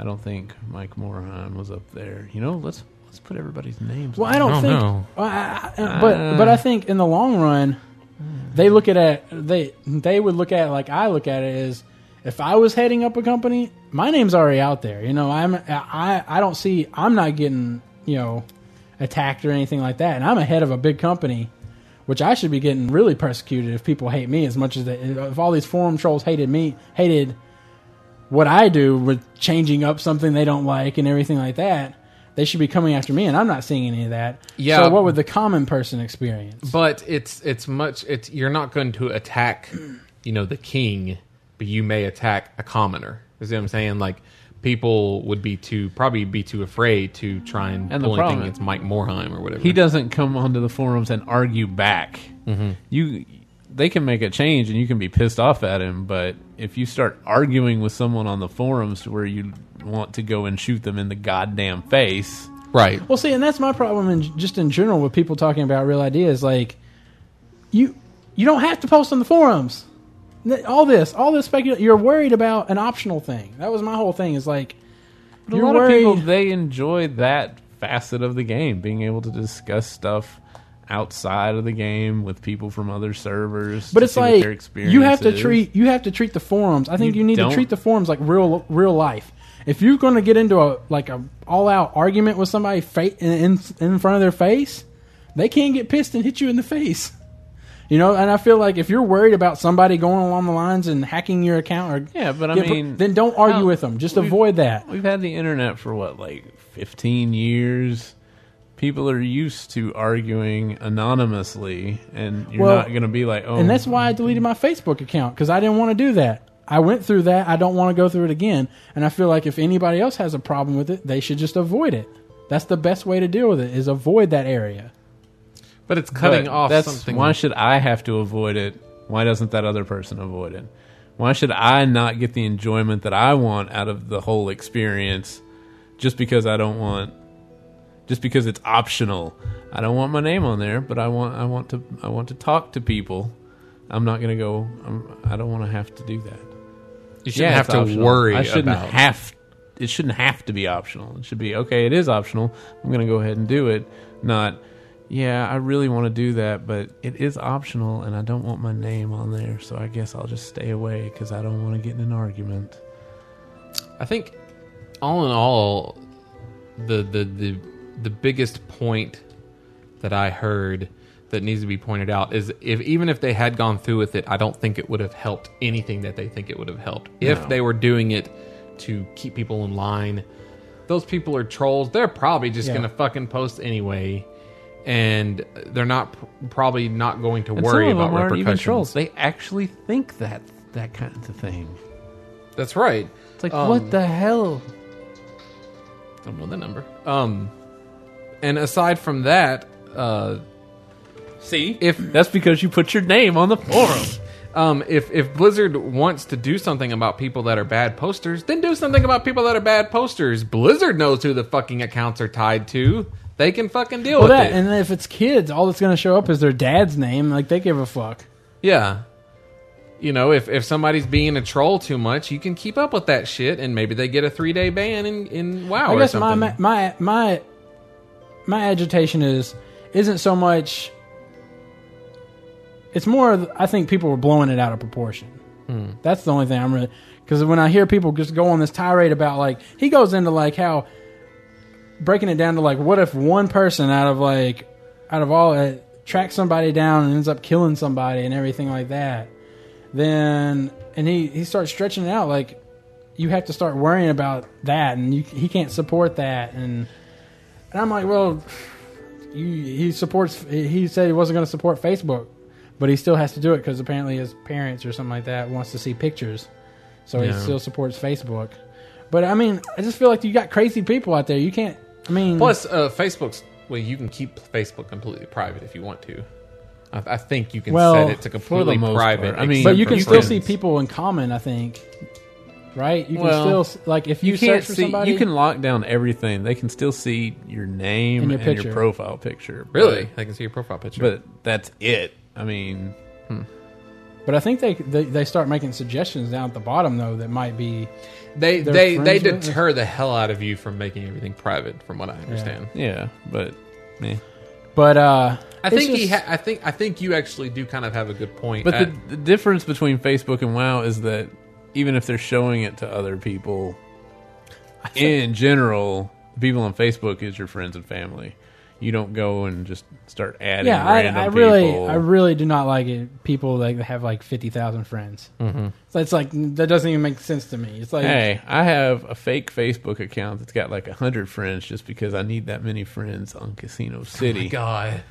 C: I don't think Mike Morahan was up there. You know, let's let's put everybody's names.
D: well
C: on
D: I don't
B: I don't
D: think
B: know.
D: well, I- I- I- but but I think in the long run they look at it they they would look at it like I look at it as if I was heading up a company, my name's already out there. You know, I'm I I don't see I'm not getting you know attacked or anything like that, and I'm ahead of a big company, which I should be getting really persecuted if people hate me as much as they if all these forum trolls hated me hated what I do with changing up something they don't like and everything like that. They should be coming after me, and I'm not seeing any of that.
B: Yeah.
D: So, what would the common person experience?
B: but it's it's much. It's you're not going to attack, you know, the king, but you may attack a commoner. You see what I'm saying? Like people would be too probably be too afraid to try and,
C: And the
B: pull anything
C: problem-
B: against Mike Morheim or whatever.
C: He doesn't come onto the forums and argue back. You, they can make a change, and you can be pissed off at him. But if you start arguing with someone on the forums to where you want to go and shoot them in the goddamn face,
B: right.
D: Well, see, and that's my problem, in, just in general, with people talking about real ideas. Like, you you don't have to post on the forums. Th- All this, all this speculation. You're worried about an optional thing. That was my whole thing. Is like,
C: But a
D: you're
C: lot
D: worried.
C: of people they enjoy that facet of the game, being able to discuss stuff outside of the game with people from other servers.
D: but
C: to
D: it's
C: see what
D: like
C: their experience
D: you have to
C: is.
D: treat you have to treat the forums. I think
C: You
D: you, need
C: don't-
D: to treat the forums like real real life. If you're going to get into a like a all out argument with somebody fa- in, in in front of their face, they can't get pissed and hit you in the face. You know, and I feel like if you're worried about somebody going along the lines and hacking your account, or
C: Yeah, but I
D: get per-
C: mean,
D: then don't argue
C: how-
D: with them. Just
C: we've-
D: avoid that.
C: We've had the internet for what, like 15 years? People are used to arguing anonymously, and you're
D: Well,
C: not going to be like, oh.
D: And that's why I deleted my Facebook account because I didn't want to do that. I went through that. I don't want to go through it again. And I feel like if anybody else has a problem with it, they should just avoid it. That's the best way to deal with it is avoid that area.
B: But it's cutting
C: But
B: off
C: that's,
B: something.
C: Why should I have to avoid it? Why doesn't that other person avoid it? Why should I not get the enjoyment that I want out of the whole experience just because I don't want just because it's optional. I don't want my name on there, but I want I want to I want to talk to people. I'm not going to go I'm, I don't want to have to do that.
B: you shouldn't have
C: it's
B: to
C: optional.
B: worry
C: I shouldn't
B: about.
C: have. It shouldn't have to be optional. It should be okay. It is optional. I'm going to go ahead and do it. Not, yeah, I really want to do that, but it is optional, and I don't want my name on there, so I guess I'll just stay away because I don't want to get in an argument.
B: I think, all in all, the the the the biggest point that I heard that needs to be pointed out is if even if they had gone through with it, I don't think it would have helped anything that they think it would have helped. If
C: No.
B: they were doing it to keep people in line, those people are trolls. They're probably just
D: Yeah.
B: gonna fucking post anyway. And they're not pr- probably not going to
C: And
B: worry
C: some of
B: about
C: them aren't
B: repercussions.
C: even trolls. They actually think that that kind of thing.
B: That's right.
C: It's like,
B: Um,
C: what the hell? Uh,
B: I don't know the number. Um, and aside from that, uh,
C: See,
B: if
C: that's because you put your name on the forum.
B: um, if if Blizzard wants to do something about people that are bad posters, then do something about people that are bad posters. Blizzard knows who the fucking accounts are tied to. They can fucking deal
D: Well,
B: with
D: that
B: it.
D: and if it's kids, all that's going to show up is their dad's name. Like they give a fuck.
B: yeah. You know, if, if somebody's being a troll too much, you can keep up with that shit, and maybe they get a three day ban in, in WoW
D: I
B: or
D: guess my,
B: something.
D: my my my my agitation is isn't so much. It's more. of- I think people were blowing it out of proportion.
B: Hmm.
D: That's the only thing I'm really because when I hear people just go on this tirade about like he goes into like how breaking it down to like what if one person out of like out of all it tracks somebody down and ends up killing somebody and everything like that then and he he starts stretching it out like you have to start worrying about that, and you, he can't support that, and and I'm like, well, you, he supports. He said he wasn't going to support Facebook, but he still has to do it because apparently his parents or something like that wants to see pictures, so
B: Yeah.
D: he still supports Facebook. But I mean, I just feel like you got crazy people out there. You can't. I mean,
B: Plus, uh, Facebook's well, you can keep Facebook completely private if you want to. I, I think you can
D: Well,
B: set it to completely
C: for the most
B: private.
C: part. I mean,
D: but you
B: except
D: can
B: for
D: still
B: friends.
D: see people in common. I think, right? You can
C: Well,
D: still s- like if you,
C: you, can't
D: search for
C: see.
D: somebody,
C: You can lock down everything. They can still see your name
D: And
C: and
D: your
C: your,
D: picture.
C: profile picture. but-
B: Really, they can see your profile picture.
C: But, that's it. I mean,
D: But I think they, they they start making suggestions down at the bottom though that might be
B: they
D: they're
B: they they
D: friends with us.
B: deter the hell out of you from making everything private, from what I understand.
C: yeah, but eh.
D: But uh,
B: I
D: it's
B: think he.
D: just-
B: Ha- I think I think you actually do kind of have a good point.
C: but
B: I-
C: the, the difference between Facebook and WoW is that even if they're showing it to other people, in general, the people on Facebook is your friends and family. You don't go and just start adding.
D: yeah, I,
C: random
D: I really,
C: people.
D: I really do not like it. People like that have like fifty thousand friends. So it's like that doesn't even make sense to me. It's like
C: Mm-hmm. Hey, I have a fake Facebook account that's got like a hundred friends just because I need that many friends on Casino City.
B: Oh God,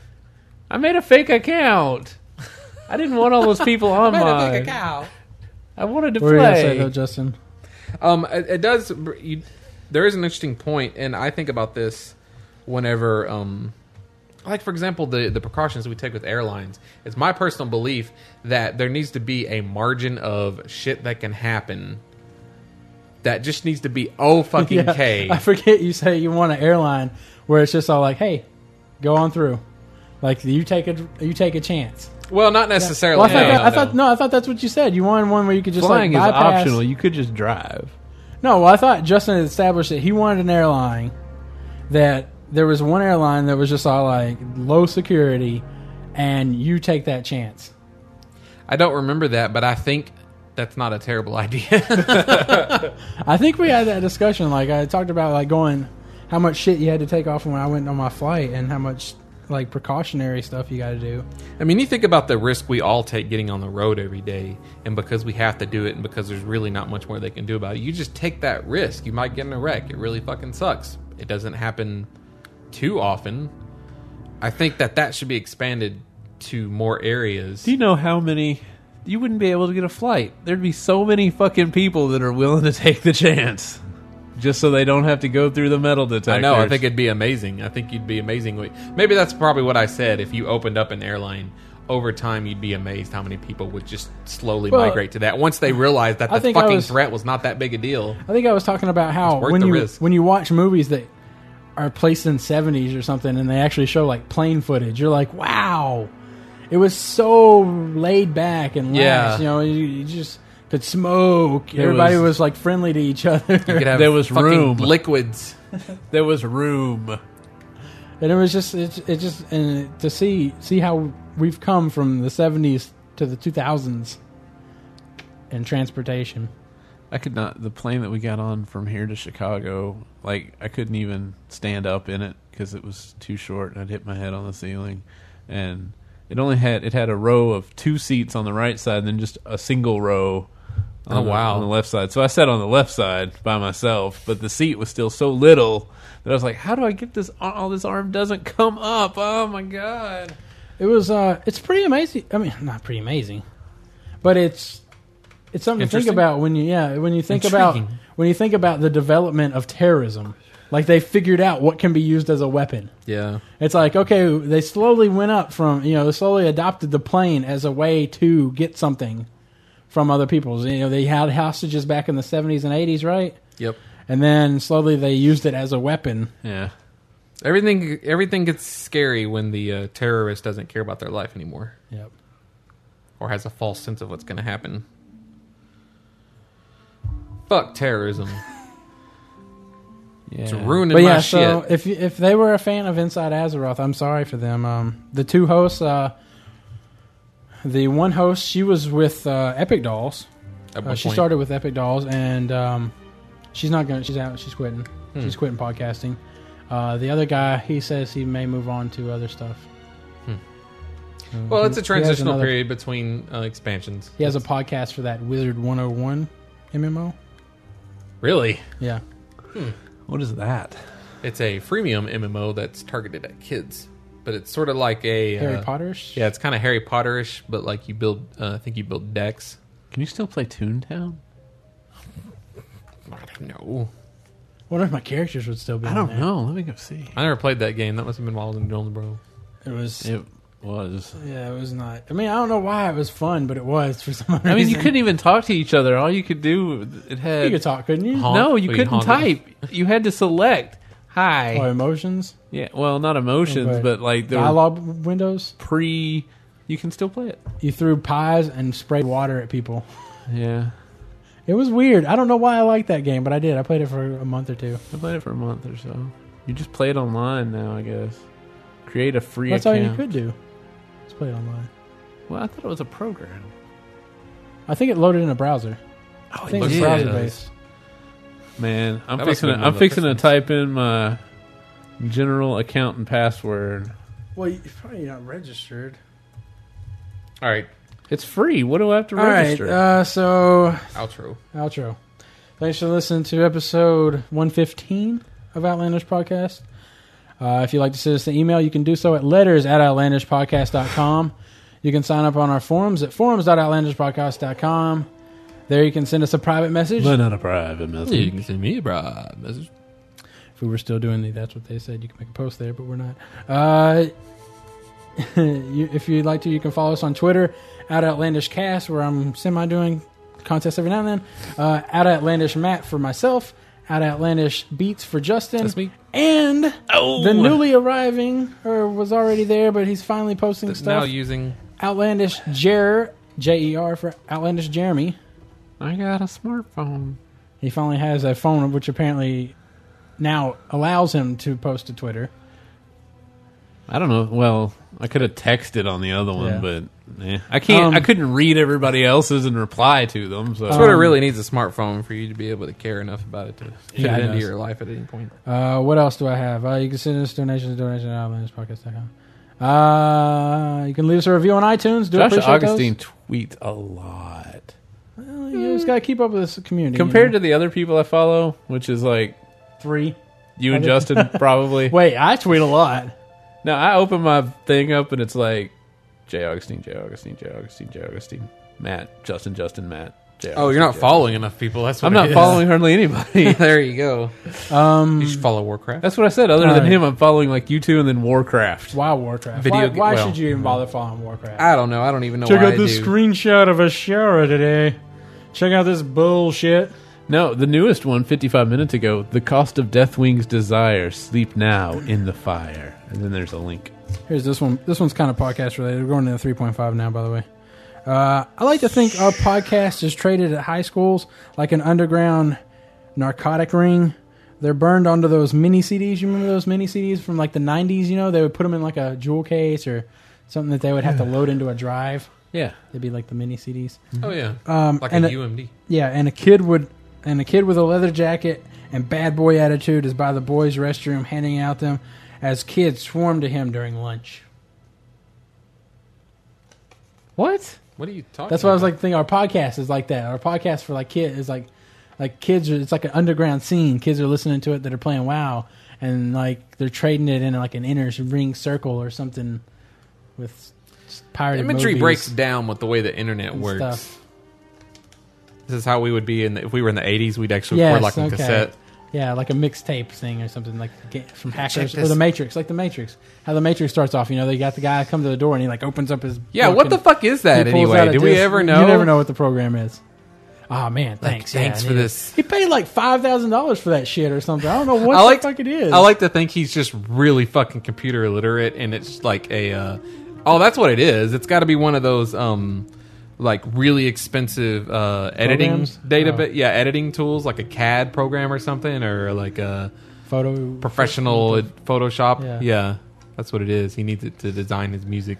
C: I made a fake account. I didn't want all those people on mine. I wanted to
D: what were you gonna say
C: play.
D: though, Justin?
B: Um, it, it does. br- You, there is an interesting point, and I think about this whenever, um, like for example, the the precautions we take with airlines. It's my personal belief that there needs to be a margin of shit that can happen. That just needs to be oh fucking
D: Yeah,
B: k.
D: I forget you say you want an airline where it's just all like, hey, go on through. Like you take a you take a chance.
B: Well, not necessarily.
D: Well, I thought,
B: no,
D: that, I
B: no.
D: thought no, I thought that's what you said. You wanted one where you could just
C: Flying
D: like
C: is
D: bypass.
C: optional. You could just drive.
D: No, well, I thought Justin had established that he wanted an airline that there was one airline that was just all like low security, and you take that chance.
B: I don't remember that, but I think that's not a terrible idea.
D: I think we had that discussion. Like I talked about, like going how much shit you had to take off when I went on my flight, and how much like precautionary stuff you got to do.
B: I mean, you think about the risk we all take getting on the road every day, and because we have to do it, and because there's really not much more they can do about it, you just take that risk. You might get in a wreck. It really fucking sucks. It doesn't happen too often. I think that that should be expanded to more areas.
C: Do you know how many? You wouldn't be able to get a flight. There'd be so many fucking people that are willing to take the chance, just so they don't have to go through the metal detector.
B: I know. I think it'd be amazing. I think you'd be amazingly. Maybe that's probably what I said. If you opened up an airline over time, you'd be amazed how many people would just slowly
D: Well,
B: migrate to that once they realized that
D: I
B: the
D: think I
B: fucking
D: was-
B: threat was not that big a deal.
D: I think I was talking about how
B: It's worth
D: when
B: the
D: you
B: risk.
D: when you watch movies that are placed in seventies or something, and they actually show like plane footage, you're like, wow, it was so laid back and lax.
B: Yeah.
D: You know, you, you just could smoke.
C: There
D: Everybody was,
C: was-
D: like friendly to each
B: You could
D: other,
B: have
C: There was
B: fucking
C: room.
B: liquids.
C: there was room.
D: and it was just it's it just and to see see how we've come from the seventies to the two thousands in transportation.
C: I could not. The plane that we got on from here to Chicago, like I couldn't even stand up in it because it was too short. I'd hit my head on the ceiling, and it only had it had a row of two seats on the right side, and then just a single row. On
B: Oh,
C: the,
B: wow.
C: On the left side, so I sat on the left side by myself, but the seat was still so little that I was like, "How do I get this? All this arm doesn't come up. Oh my god!"
D: It was uh it's pretty amazing. I mean, not pretty amazing. But it's it's something to think
B: Interesting.
D: about when you yeah, when you think about
B: Intriguing.
D: when you think about the development of terrorism. Like they figured out what can be used as a weapon.
B: Yeah.
D: It's like, okay, they slowly went up from, you know, they slowly adopted the plane as a way to get something from other people's. You know, they had hostages back in the 70s and 80s, right?
B: Yep.
D: And then slowly they used it as a weapon.
C: Yeah,
B: Everything everything gets scary when the uh, terrorist doesn't care about their life anymore
D: Yep.
B: or has a false sense of what's going to happen. Fuck terrorism.
C: yeah.
B: It's ruining
D: But
B: my
D: yeah,
B: shit.
D: so if you- if they were a fan of Inside Azeroth, I'm sorry for them. Um, the two hosts, uh, the one host, she was with uh, Epic Dolls.
B: At
D: Uh,
B: one
D: she
B: point.
D: started with Epic Dolls, and um, she's not going. to She's out. She's quitting.
B: Hmm.
D: She's quitting podcasting. Uh, the other guy, he says he may move on to other stuff.
B: Well, it's a
D: He has
B: transitional
D: another-
B: period between uh, expansions.
D: He has a podcast for that Wizard 101 MMO.
B: Really?
D: Yeah,
C: What is that?
B: It's a freemium MMO that's targeted at kids, but it's sort of like a
D: Harry
B: uh,
D: Potter's.
B: Yeah, it's kind of Harry Potterish, but like you build. Uh, I think you build decks.
C: Can you still play Toontown?
B: I don't know.
D: Wonder if my characters would still be.
C: I
D: on
C: don't
D: there.
C: know. Let me go see.
B: I never played that game. That must have been while I was in Jonesboro.
D: It was.
C: It was.
D: Yeah, it was not. I mean, I don't know why it was fun, but it was for some reason.
C: I mean, you couldn't even talk to each other. All you could do, it had
D: You could talk, couldn't you?
B: Honk.
C: no. You
B: We
C: couldn't
B: honk.
C: type. You had to select. Hi.
D: Oh, emotions,
C: yeah. Well, not emotions,
D: Okay.
C: but like the
D: dialogue windows.
C: pre. You can still play it.
D: You threw pies and sprayed water at people.
C: Yeah,
D: It was weird. I don't know why I liked that game, but I did. I played it for a month or two.
C: I played it for a month or so. You just play it online now, I guess. Create a free
D: That's all
C: account.
D: you could do. Let's play it online.
C: Well, I thought it was a program.
D: I think it loaded in a browser.
C: Oh,
D: I think it's
B: did.
D: browser based.
C: Man, I'm
B: That must
C: fixing.
B: have been
C: To, I'm
B: one of the
C: fixing to
B: first
C: type in my general account and password.
D: Well, you're probably not registered.
B: All right,
C: It's free. What do I have to
D: All right.
C: register?
D: Uh, so
B: outro.
D: outro. Thanks for listening to episode 115 of Outlandish Podcast. Uh, if you'd like to send us an email, you can do so at letters at outlandishpodcast.com. You can sign up on our forums at forums.outlandishpodcast.com. There you can send us a private message.
C: but not a private message.
B: can send me a bribe message.
D: if we were still doing the that's what they said, you can make a post there, but we're not. Uh, you, if you'd like to, you can follow us on Twitter at Outlandish Cast, where I'm semi doing contests every now and then. Uh, at Outlandish Matt for myself. At Outlandish Beats for Justin.
B: That's me.
D: And
C: Oh,
D: the newly arriving, or was already there, but he's finally posting
B: That's now
D: stuff.
B: using.
D: Outlandish Jer, J E R for Outlandish Jeremy.
C: I got a smartphone.
D: He finally has a phone, which apparently now allows him to post to Twitter.
C: I don't know. Well, I could have texted on the other one,
D: Yeah.
C: but eh. I can't.
D: Um,
C: I couldn't read everybody else's and reply to them. So
B: Twitter really needs a smartphone for you to be able to care enough about it to fit
D: Yeah,
B: it
D: it
B: into
D: does.
B: your life at any point.
D: Uh, what else do I have? Uh, you can send us donations at donation at outlandishpodcast.com. Uh, you can leave us a review on iTunes. Do
C: Josh
D: appreciate
C: Augustine tweets a lot.
D: Those. Well, you just got to keep up with this community.
C: Compared to the other people I follow, which is like
D: to three.
C: you and Justin probably.
D: Wait, I tweet a lot.
C: Now I open my thing up and it's like J Augustine, J Augustine, J Augustine, J Augustine, Matt, Justin, Justin, Matt. J.
B: Oh, you're
C: Augustine,
B: not
C: J.
B: following enough people. That's what
C: I'm
B: it
C: not
B: is.
C: following hardly anybody.
B: there you go.
D: Um,
B: You should follow Warcraft.
C: That's what I said. Other than
D: Alright.
C: him, I'm following like you two and then Warcraft.
D: why Warcraft?
B: Video
D: why
B: ga-
D: why
B: well,
D: should you even bother following Warcraft?
B: I don't know. I don't even know.
D: Check
B: why
D: out
B: I
D: this
B: do.
D: screenshot of a shower today. Check out this bullshit.
C: No, the newest one, 55 minutes ago. The cost of Deathwing's desire. Sleep now in the fire. And then there's a link.
D: Here's this one. This one's kind of podcast related. We're going to the 3.5 now, by the way. Uh, I like to think our podcast is traded at high schools like an underground narcotic ring. They're burned onto those mini CDs. You remember those mini CDs from like the 90s? You know, they would put them in like a jewel case or something that they would have to load into a drive.
C: Yeah.
D: They'd be like the mini CDs.
B: Oh yeah,
D: Um,
B: like a
D: and it-
B: UMD.
D: Yeah, and a kid would and a kid with a leather jacket and bad boy attitude is by the boys' restroom handing out them as kids swarm to him during lunch. What?
B: What are you talking?
D: That's why I was
B: about?
D: like thinking our podcast is like that. Our podcast for like kids is like like kids are it's like an underground scene. Kids are listening to it that are playing WoW and like they're trading it in like an inner ring circle or something with s- pirated
B: Imagery
D: movies
B: breaks down with the way the internet
D: and
B: works.
D: stuff.
B: This is how we would be in the, if we were in the '80s. We'd actually
D: Yes,
B: record like on
D: okay.
B: cassette.
D: Yeah, like a mixtape thing or something like ga- from Hackers or
B: this.
D: The Matrix, like The Matrix. How The Matrix starts off, you know, they got the guy come to the door and he like opens up his
B: Yeah, what the
D: book
B: fuck is
D: and
B: that
D: he pulls out
B: anyway?
D: a
B: Do we
D: disc.
B: ever know?
D: You never know what the program is. Oh man, thanks. yeah,
B: thanks
D: I
B: for
D: need it.
B: this.
D: He paid like five thousand dollars for that shit or something. I don't know what
B: I like
D: the fuck it is.
B: I like to think he's just really fucking computer illiterate, and it's like a. Uh, oh, that's what it is. It's got to be one of those um, like really expensive uh, editing
D: Programs? Oh.
B: database. Yeah, editing tools like a CAD program or something, or like uh, a
D: photo
B: professional Photoshop.
D: Yeah.
B: Yeah. that's what it is. He needs it to design his music.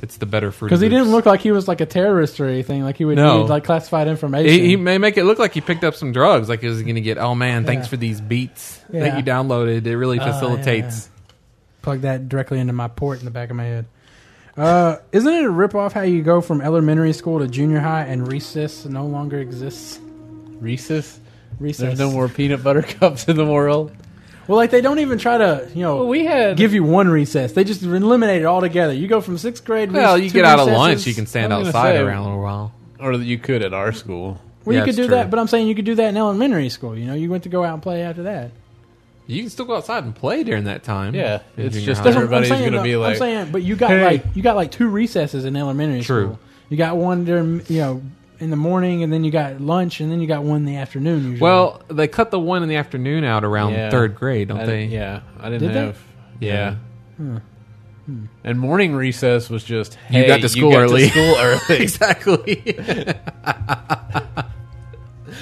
B: It's the better fruit
D: because he
B: of
D: didn't
B: Loops.
D: look like he was like a terrorist or anything. Like he would
B: No.
D: need like classified information.
B: He, he may make it look like he picked up some drugs. Like he was going to get. Oh man, thanks
D: Yeah.
B: for these beats
D: Yeah.
B: that you downloaded. It really
D: Oh, yeah,
B: facilitates.
D: plug that directly into my port in the back of my head. Uh, isn't it a ripoff how you go from elementary school to junior high and recess no longer exists?
C: Reese's.
D: Recess.
C: There's no more peanut butter cups in the world.
D: Well, like they don't even try to, you know,
C: Well, we had.
D: give you one recess. They just eliminate it altogether. You go from sixth grade.
B: Well,
D: rec-
B: you
D: two
B: get out of
D: recesses.
B: lunch, you can stand
C: I was gonna
B: outside
C: say-
B: around a little while.
C: or that you could at our school.
D: Well,
B: Yeah,
D: you could
B: it's
D: do
B: true.
D: that, but I'm saying you could do that in elementary school. You know, you went to go out and play after that.
B: You can still go outside and play during that time.
C: Yeah,
B: In
C: it's
B: junior
C: just
B: high.
D: That's what
C: Everybody's
D: I'm saying,
C: gonna
D: though.
C: be like,
D: I'm saying, but you got
C: "Hey."
D: like you got like two recesses in elementary
B: True.
D: school. You got one during you know in the morning, and then you got lunch, and then you got one in the afternoon. Usually,
B: Well, they cut the one in the afternoon out around
C: Yeah.
B: Um, third grade, don't
C: I
B: they?
C: didn't- Yeah, I didn't
D: Did they?
C: have. Yeah. Hmm. And morning recess was just
B: You
C: hey,
B: got to school early.
C: school early.
B: exactly.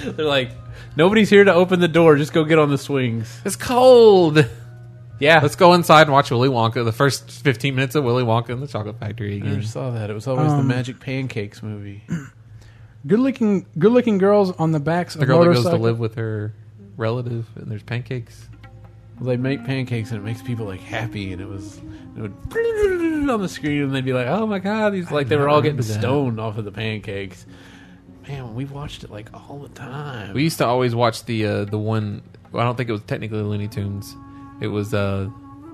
C: They're like, nobody's here to open the door. Just go get on the swings.
B: it's cold.
C: Yeah,
B: Let's go inside and watch Willy Wonka. The first fifteen minutes of Willy Wonka and the Chocolate Factory
C: I never
B: again.
C: saw that. It was always the
D: Um,
C: Magic Pancakes movie.
D: good looking good looking girls on the backs
B: The
D: of
B: girl that goes
D: motorcycles.
B: to live with her relative, and there's pancakes.
C: They make pancakes and it makes people like happy, and it was it would on the screen, and they'd be like, "Oh my god!" These like they
B: don't
C: were all getting
B: remember that.
C: stoned off of the pancakes. Man, we watched it like all the time.
B: We used to always watch the uh, the one. Well, I don't think it was technically Looney Tunes. It was uh,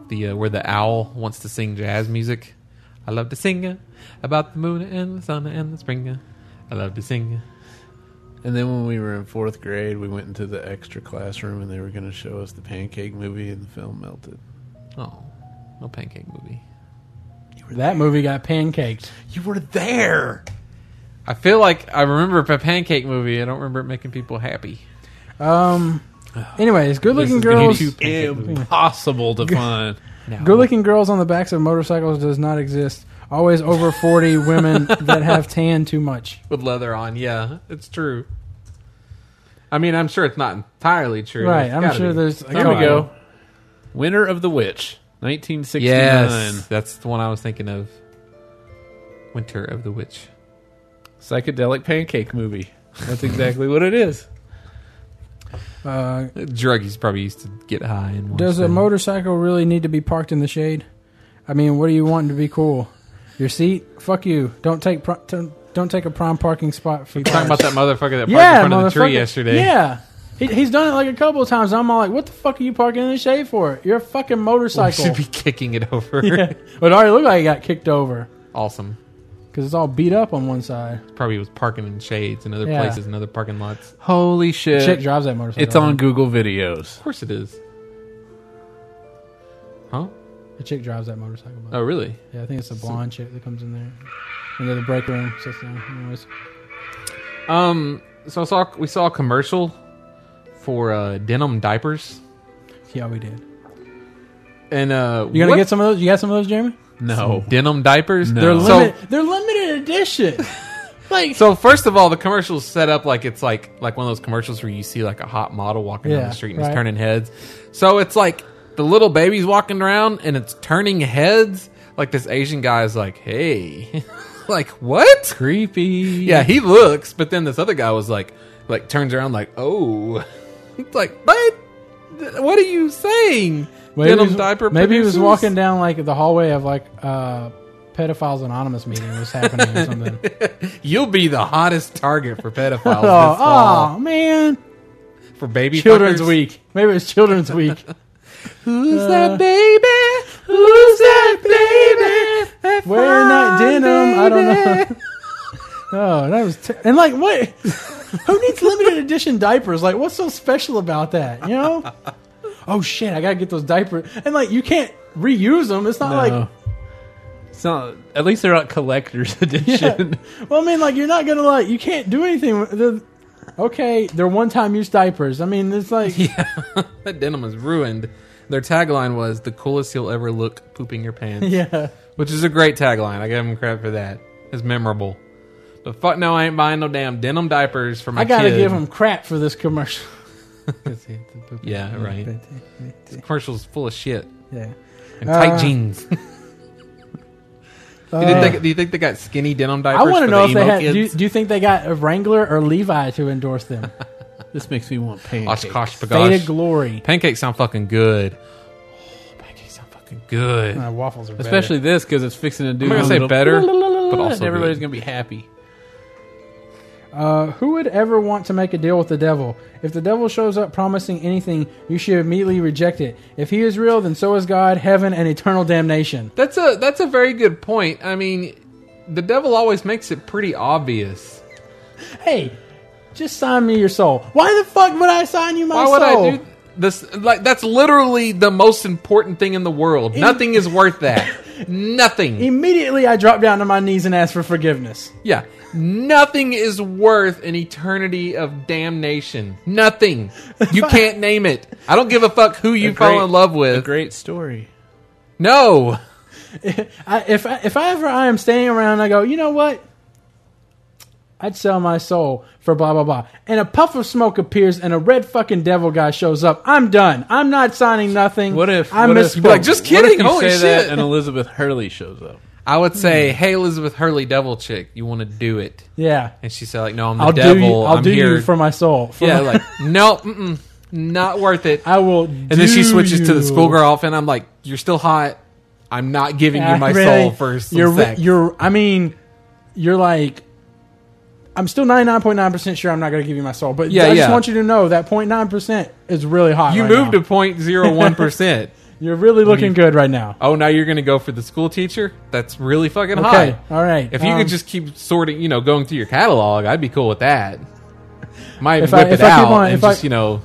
B: the uh, where the owl wants to sing jazz music. I love to sing uh, about the moon and the sun and the spring. uh. I love to sing.
C: And then when we were in fourth grade, we went into the extra classroom and they were going to show us the pancake movie and the film melted.
B: uh. Oh, no pancake movie.
D: That movie got pancaked.
C: You were there!
B: I feel like I remember a pancake movie. I don't remember it making people happy.
D: Um. Anyways, good
B: This
D: looking
B: is gonna be
D: girls.
B: too
C: Impossible to find.
B: No.
D: Good looking girls on the backs of motorcycles does not exist. Always over 40 women that have tan too much.
B: with leather on. Yeah, it's true. I mean, I'm sure it's not entirely true.
D: Right,
B: It's
D: I'm
B: gotta
D: sure
B: be.
D: there's a
C: Here we
D: couple.
C: go. Winner of the Witch, 1969.
B: Yes, that's the one I was thinking of. Winter of the Witch.
C: Psychedelic pancake movie. That's exactly what it is.
D: Uh,
B: Druggies probably used to get high and watch
D: does a
B: that.
D: motorcycle really need to be parked in the shade? I mean, what do you want to be cool? Your seat? Fuck you. Don't take pro- don't, don't take a prime parking spot for
B: Talking about that motherfucker that parked
D: yeah,
B: in front of the
D: motherfucker.
B: tree yesterday.
D: Yeah. He, he's done it like a couple of times. I'm all like, what the fuck are you parking in the shade for? You're a fucking
B: I
D: motorcycle.
B: should be kicking it over.
D: yeah. But it already looked like he got kicked over
B: Awesome.
D: because it's all beat up on one side.
B: Probably was parking in shades in other
D: Yeah.
B: places, in other parking lots. Of
C: Holy shit!
D: Chick drives that motorcycle.
C: it's on Google Videos.
B: course it is. Huh?
D: The chick drives that motorcycle.
B: Oh, really?
D: Yeah, I think it's a blonde chick that comes in there. Into the break room, sits down. Anyways,
B: Um. So I saw we saw a commercial for uh, denim diapers,
D: yeah, we did.
B: and uh,
D: You gonna
B: what-
D: get some of those? You got some of those, Jeremy?
C: No,
B: denim diapers.
C: No.
B: They're
C: They're
B: so
D: Limit- they're limited edition. like,
B: So first of all, the commercial's set up like it's like like one of those commercials where you see like a hot model walking down
D: Yeah,
B: the street and it's
D: right.
B: turning heads. So it's like the little baby's walking around and it's turning heads. Like this Asian guy is like, "Hey," like what?
C: creepy.
B: Yeah, he looks, but then this other guy was like, like turns around like, "Oh," it's like, "What? What are you saying?"
D: maybe
B: Denim
D: he was-
B: diaper
D: Maybe he was
B: producers?
D: walking down like the hallway of like uh, pedophiles anonymous meeting was happening or something.
B: You'll be the hottest target for pedophiles this
D: oh,
B: fall
D: oh, man,
B: for baby
D: Children's
B: fuckers.
D: Week. Maybe it's Children's Week. Uh,
B: Who's that baby? Who's that baby?
D: Wearing that
B: Fine
D: denim, I don't
B: baby.
D: Oh, that was ter- and like what? Who needs limited edition diapers? Like, what's so special about that? You know? Oh shit, I gotta get those diapers, and like you can't reuse them. It's not
C: No. it's not. At least they're not collector's edition.
D: like well, I mean, like you're not gonna like you can't do anything. with- They're, okay, they're one time use diapers. I mean, it's like
B: that denim is ruined. Their tagline was "the coolest you'll ever look pooping your pants,"
D: yeah,
B: which is a great tagline. I give them credit for that. It's memorable. But fuck no, I ain't buying no damn denim diapers for my.
D: I gotta
B: kid.
D: give them crap for this commercial.
B: Yeah, right. This commercial's full of shit
D: Yeah.
B: and tight
D: Uh,
B: jeans. do, you think they, do you think they got skinny denim
D: I
B: diapers?
D: want
B: for
D: to know
B: the
D: if they
B: emo
D: had. Do you,
B: kids?
D: do you think they got a Wrangler or Levi to endorse them?
C: This makes me want pancakes.
B: Oshkosh bagosh.
D: Faded glory.
B: Pancakes sound fucking good. Oh, pancakes sound fucking good.
D: Uh, waffles are better.
C: Especially this because it's fixing to do.
B: I'm gonna
C: a
B: say
C: little-
B: better,
C: la, la, la, la,
B: but
C: la,
B: also
C: and everybody's
B: good.
C: gonna be happy.
D: Uh, who would ever want to make a deal with the devil? If the devil shows up promising anything, you should immediately reject it. If he is real, then so is God, heaven, and eternal damnation.
B: That's a that's a very good point. I mean, the devil always makes it pretty obvious.
D: Hey, just sign me your soul. Why the fuck would I sign you my
B: Why
D: soul?
B: would I do this? Like that's literally the most important thing in the world. Nothing is worth that. Nothing.
D: Immediately, I drop down to my knees and ask for forgiveness.
B: yeah. Nothing is worth an eternity of damnation. Nothing. You can't name it. I don't give a fuck who you
C: A
B: fall
C: great-
B: in love
C: A
B: with.
C: great story.
B: no.
D: I, if I, if I ever I am standing around, and I go, you know what? I'd sell my soul for blah blah blah. And a puff of smoke appears, and a red fucking devil guy shows up. I'm done. I'm not signing nothing.
C: What if
D: I
C: what if-
D: misspoke?
B: like, just
C: What if
B: kidding.
C: you
B: Holy
C: say
B: shit.
C: that and Elizabeth Hurley shows up?
B: I
D: Hmm.
B: would say, "Hey, Elizabeth Hurley, devil chick, you want to do it?"
D: yeah.
B: And she said, "Like, no, I'm the
D: I'll
B: devil.
D: do you. I'll
B: am
D: do
B: here.
D: you for my soul. For
B: yeah,
D: my-
B: like, no, mm-mm, not worth it."
D: I will.
B: and then she switches to the schoolgirl outfit. And I'm like, "You're still hot. I'm not giving you my soul for some
D: you're.
B: sex."
D: You're. I mean, you're like. I'm still 99.9 percent sure I'm not going to give you my soul, but
B: Yeah,
D: I just
B: yeah.
D: want you to know that 0.9 percent is really hot.
B: you
D: right
B: moved
D: now.
B: to point zero one percent.
D: You're really looking good right now.
B: Oh, now you're gonna go for the school teacher? That's really fucking
D: Okay,
B: hot.
D: all right.
B: If you
D: um,
B: could just keep sorting, you know, going through your catalog, I'd be cool with that. Might
D: If I-
B: whip it
D: if I keep
B: out
D: on-
B: and
D: if I-
B: just you know,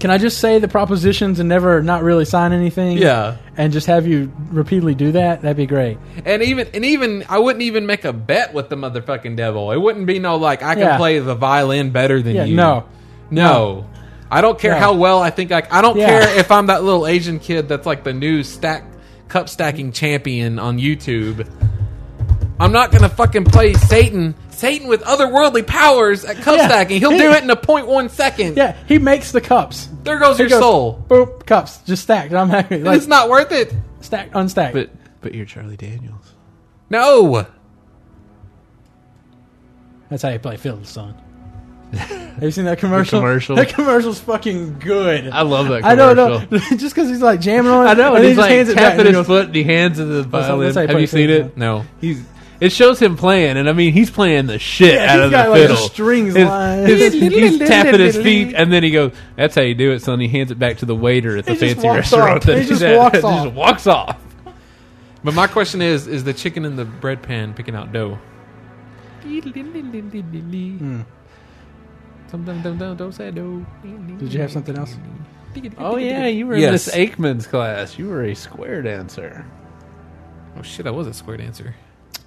D: can I just say the propositions and never not really sign anything?
B: yeah.
D: and just have you repeatedly do that. That'd be great.
B: And even and even I wouldn't even make a bet with the motherfucking devil. It wouldn't be no like I can
D: Yeah.
B: play the violin better than
D: Yeah,
B: you.
D: no.
B: No. I don't care
D: No.
B: how well I think I I don't
D: Yeah.
B: care if I'm that little Asian kid that's like the new stack cup stacking champion on YouTube. I'm not going to fucking play Satan Satan with otherworldly powers at cup
D: Yeah.
B: stacking. He'll
D: He-
B: do it in a point one second.
D: Yeah, he makes the cups.
B: There goes
D: He
B: your
D: goes,
B: soul.
D: Boop, cups just stacked. I'm happy. Like
B: it's not worth it.
D: stacked, unstacked.
C: But but you're Charlie Daniels.
B: No.
D: That's how you play fiddle, son. Have you seen that commercial?
C: commercial?
D: That commercial's fucking good.
C: I love that. Commercial.
D: I don't know. Just because he's like jamming on it.
C: I know.
D: And
C: And
D: he
C: he's
D: just
C: like
D: hands it back.
C: tapping
D: and he
C: his
D: goes,
C: foot and he hands it to the
D: how-
C: violin.
D: that's how you
C: Have
D: play
C: you seen
D: fiddle.
C: it?
B: No.
C: He's. It shows him playing, and I mean, he's playing the shit
D: Yeah,
C: out
D: he's
C: of the
D: got, like, the
C: fiddle.
D: strings
C: His-
D: lined.
C: his- he's tapping his feet, and then he goes, "That's how you do it, son." He hands it back to the waiter at the
D: He just
C: fancy
D: walks off.
C: restaurant. that
D: He
C: he's
D: just
C: at.
D: walks
C: He
D: off.
C: just walks off.
B: But my question is: Is the chicken in the bread pan picking out dough?
C: Hmm.
B: Don't say dough.
D: Did you have something else?
C: Oh yeah, you were
D: Yes.
C: in Miss Aikman's class. You were a square dancer.
B: Oh shit! I was a square dancer.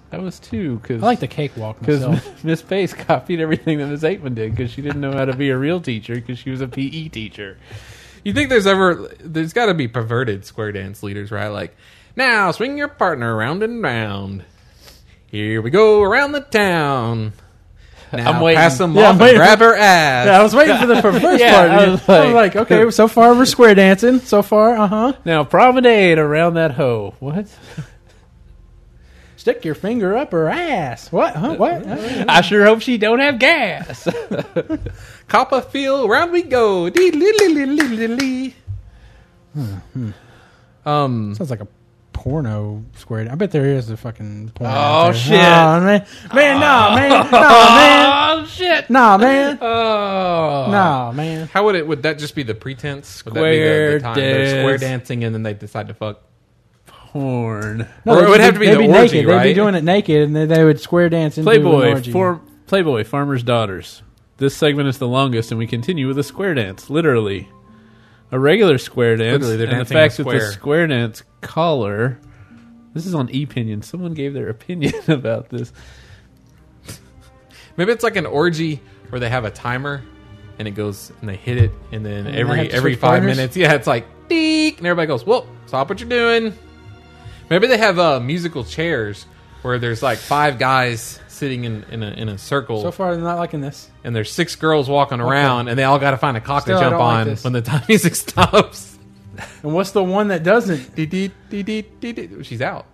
C: That was two because
D: I like the cakewalk myself.
C: because Miss Pace copied everything that Miss Aikman did because she didn't know how to be a real teacher because she was a PE teacher.
B: You think there's ever there's got to be perverted square dance leaders, right? Like, now swing your partner round and round. Here we go around the town. Now
C: I'm waiting.
B: pass them
D: Yeah, I'm
B: off and
D: waiting
B: grab her ass.
D: Yeah, I was waiting for the perverse
C: Yeah,
D: part.
C: I
D: I was,
C: was
D: I was like,
C: like-
D: okay, so far we're square dancing. So far, uh huh.
C: Now promenade around that hoe. What?
D: Stick your finger up her ass. What? Huh? What?
C: I sure hope she don't have gas.
B: Copperfield, round we
D: Oh,
B: go. Dee-lee-lee-lee-lee-lee. Um,
D: Sounds like a porno square. I bet there is a fucking porno.
B: Oh,
D: out there.
B: shit.
D: Nah, man, man, nah, man, nah, man,
C: oh shit!
D: nah, man,
B: oh,
D: nah, man.
B: How would it? Would that just be the pretense? Square
C: Square
B: They're square
C: dance.
B: dancing, and then they decide to fuck.
C: Porn.
D: No,
B: Or it
D: they'd
B: would
D: be-
B: have to be
D: they'd
B: the
D: be
B: orgy,
D: naked. They'd be
B: right?
D: doing it naked, and then they would square dance and do an
C: Playboy.
D: orgy.
C: For, Playboy. Farmer's daughters. This segment is the longest, and we continue with a square dance. Literally, a regular square dance.
B: Literally, they're
C: and the
B: dancing in a
C: fact that
B: square.
C: the square dance collar. This is on opinion. Someone gave their opinion about this.
B: Maybe it's like an orgy where they have a timer and it goes and they hit it and then
D: they have
B: every
D: to
B: every
D: switch
B: five
D: partners?
B: minutes, yeah, it's like deek and everybody goes, Whoa, stop what you're doing. Maybe they have uh, musical chairs where there's like five guys sitting in, in a in a circle
D: so far, they're not liking this.
B: and there's six girls walking around and they all gotta find a cock
D: Still, I
B: to jump
D: don't like
B: on
D: this.
B: when the time music stops.
D: And what's the one that doesn't?
B: Dee, dee, dee, dee, dee, dee. She's out.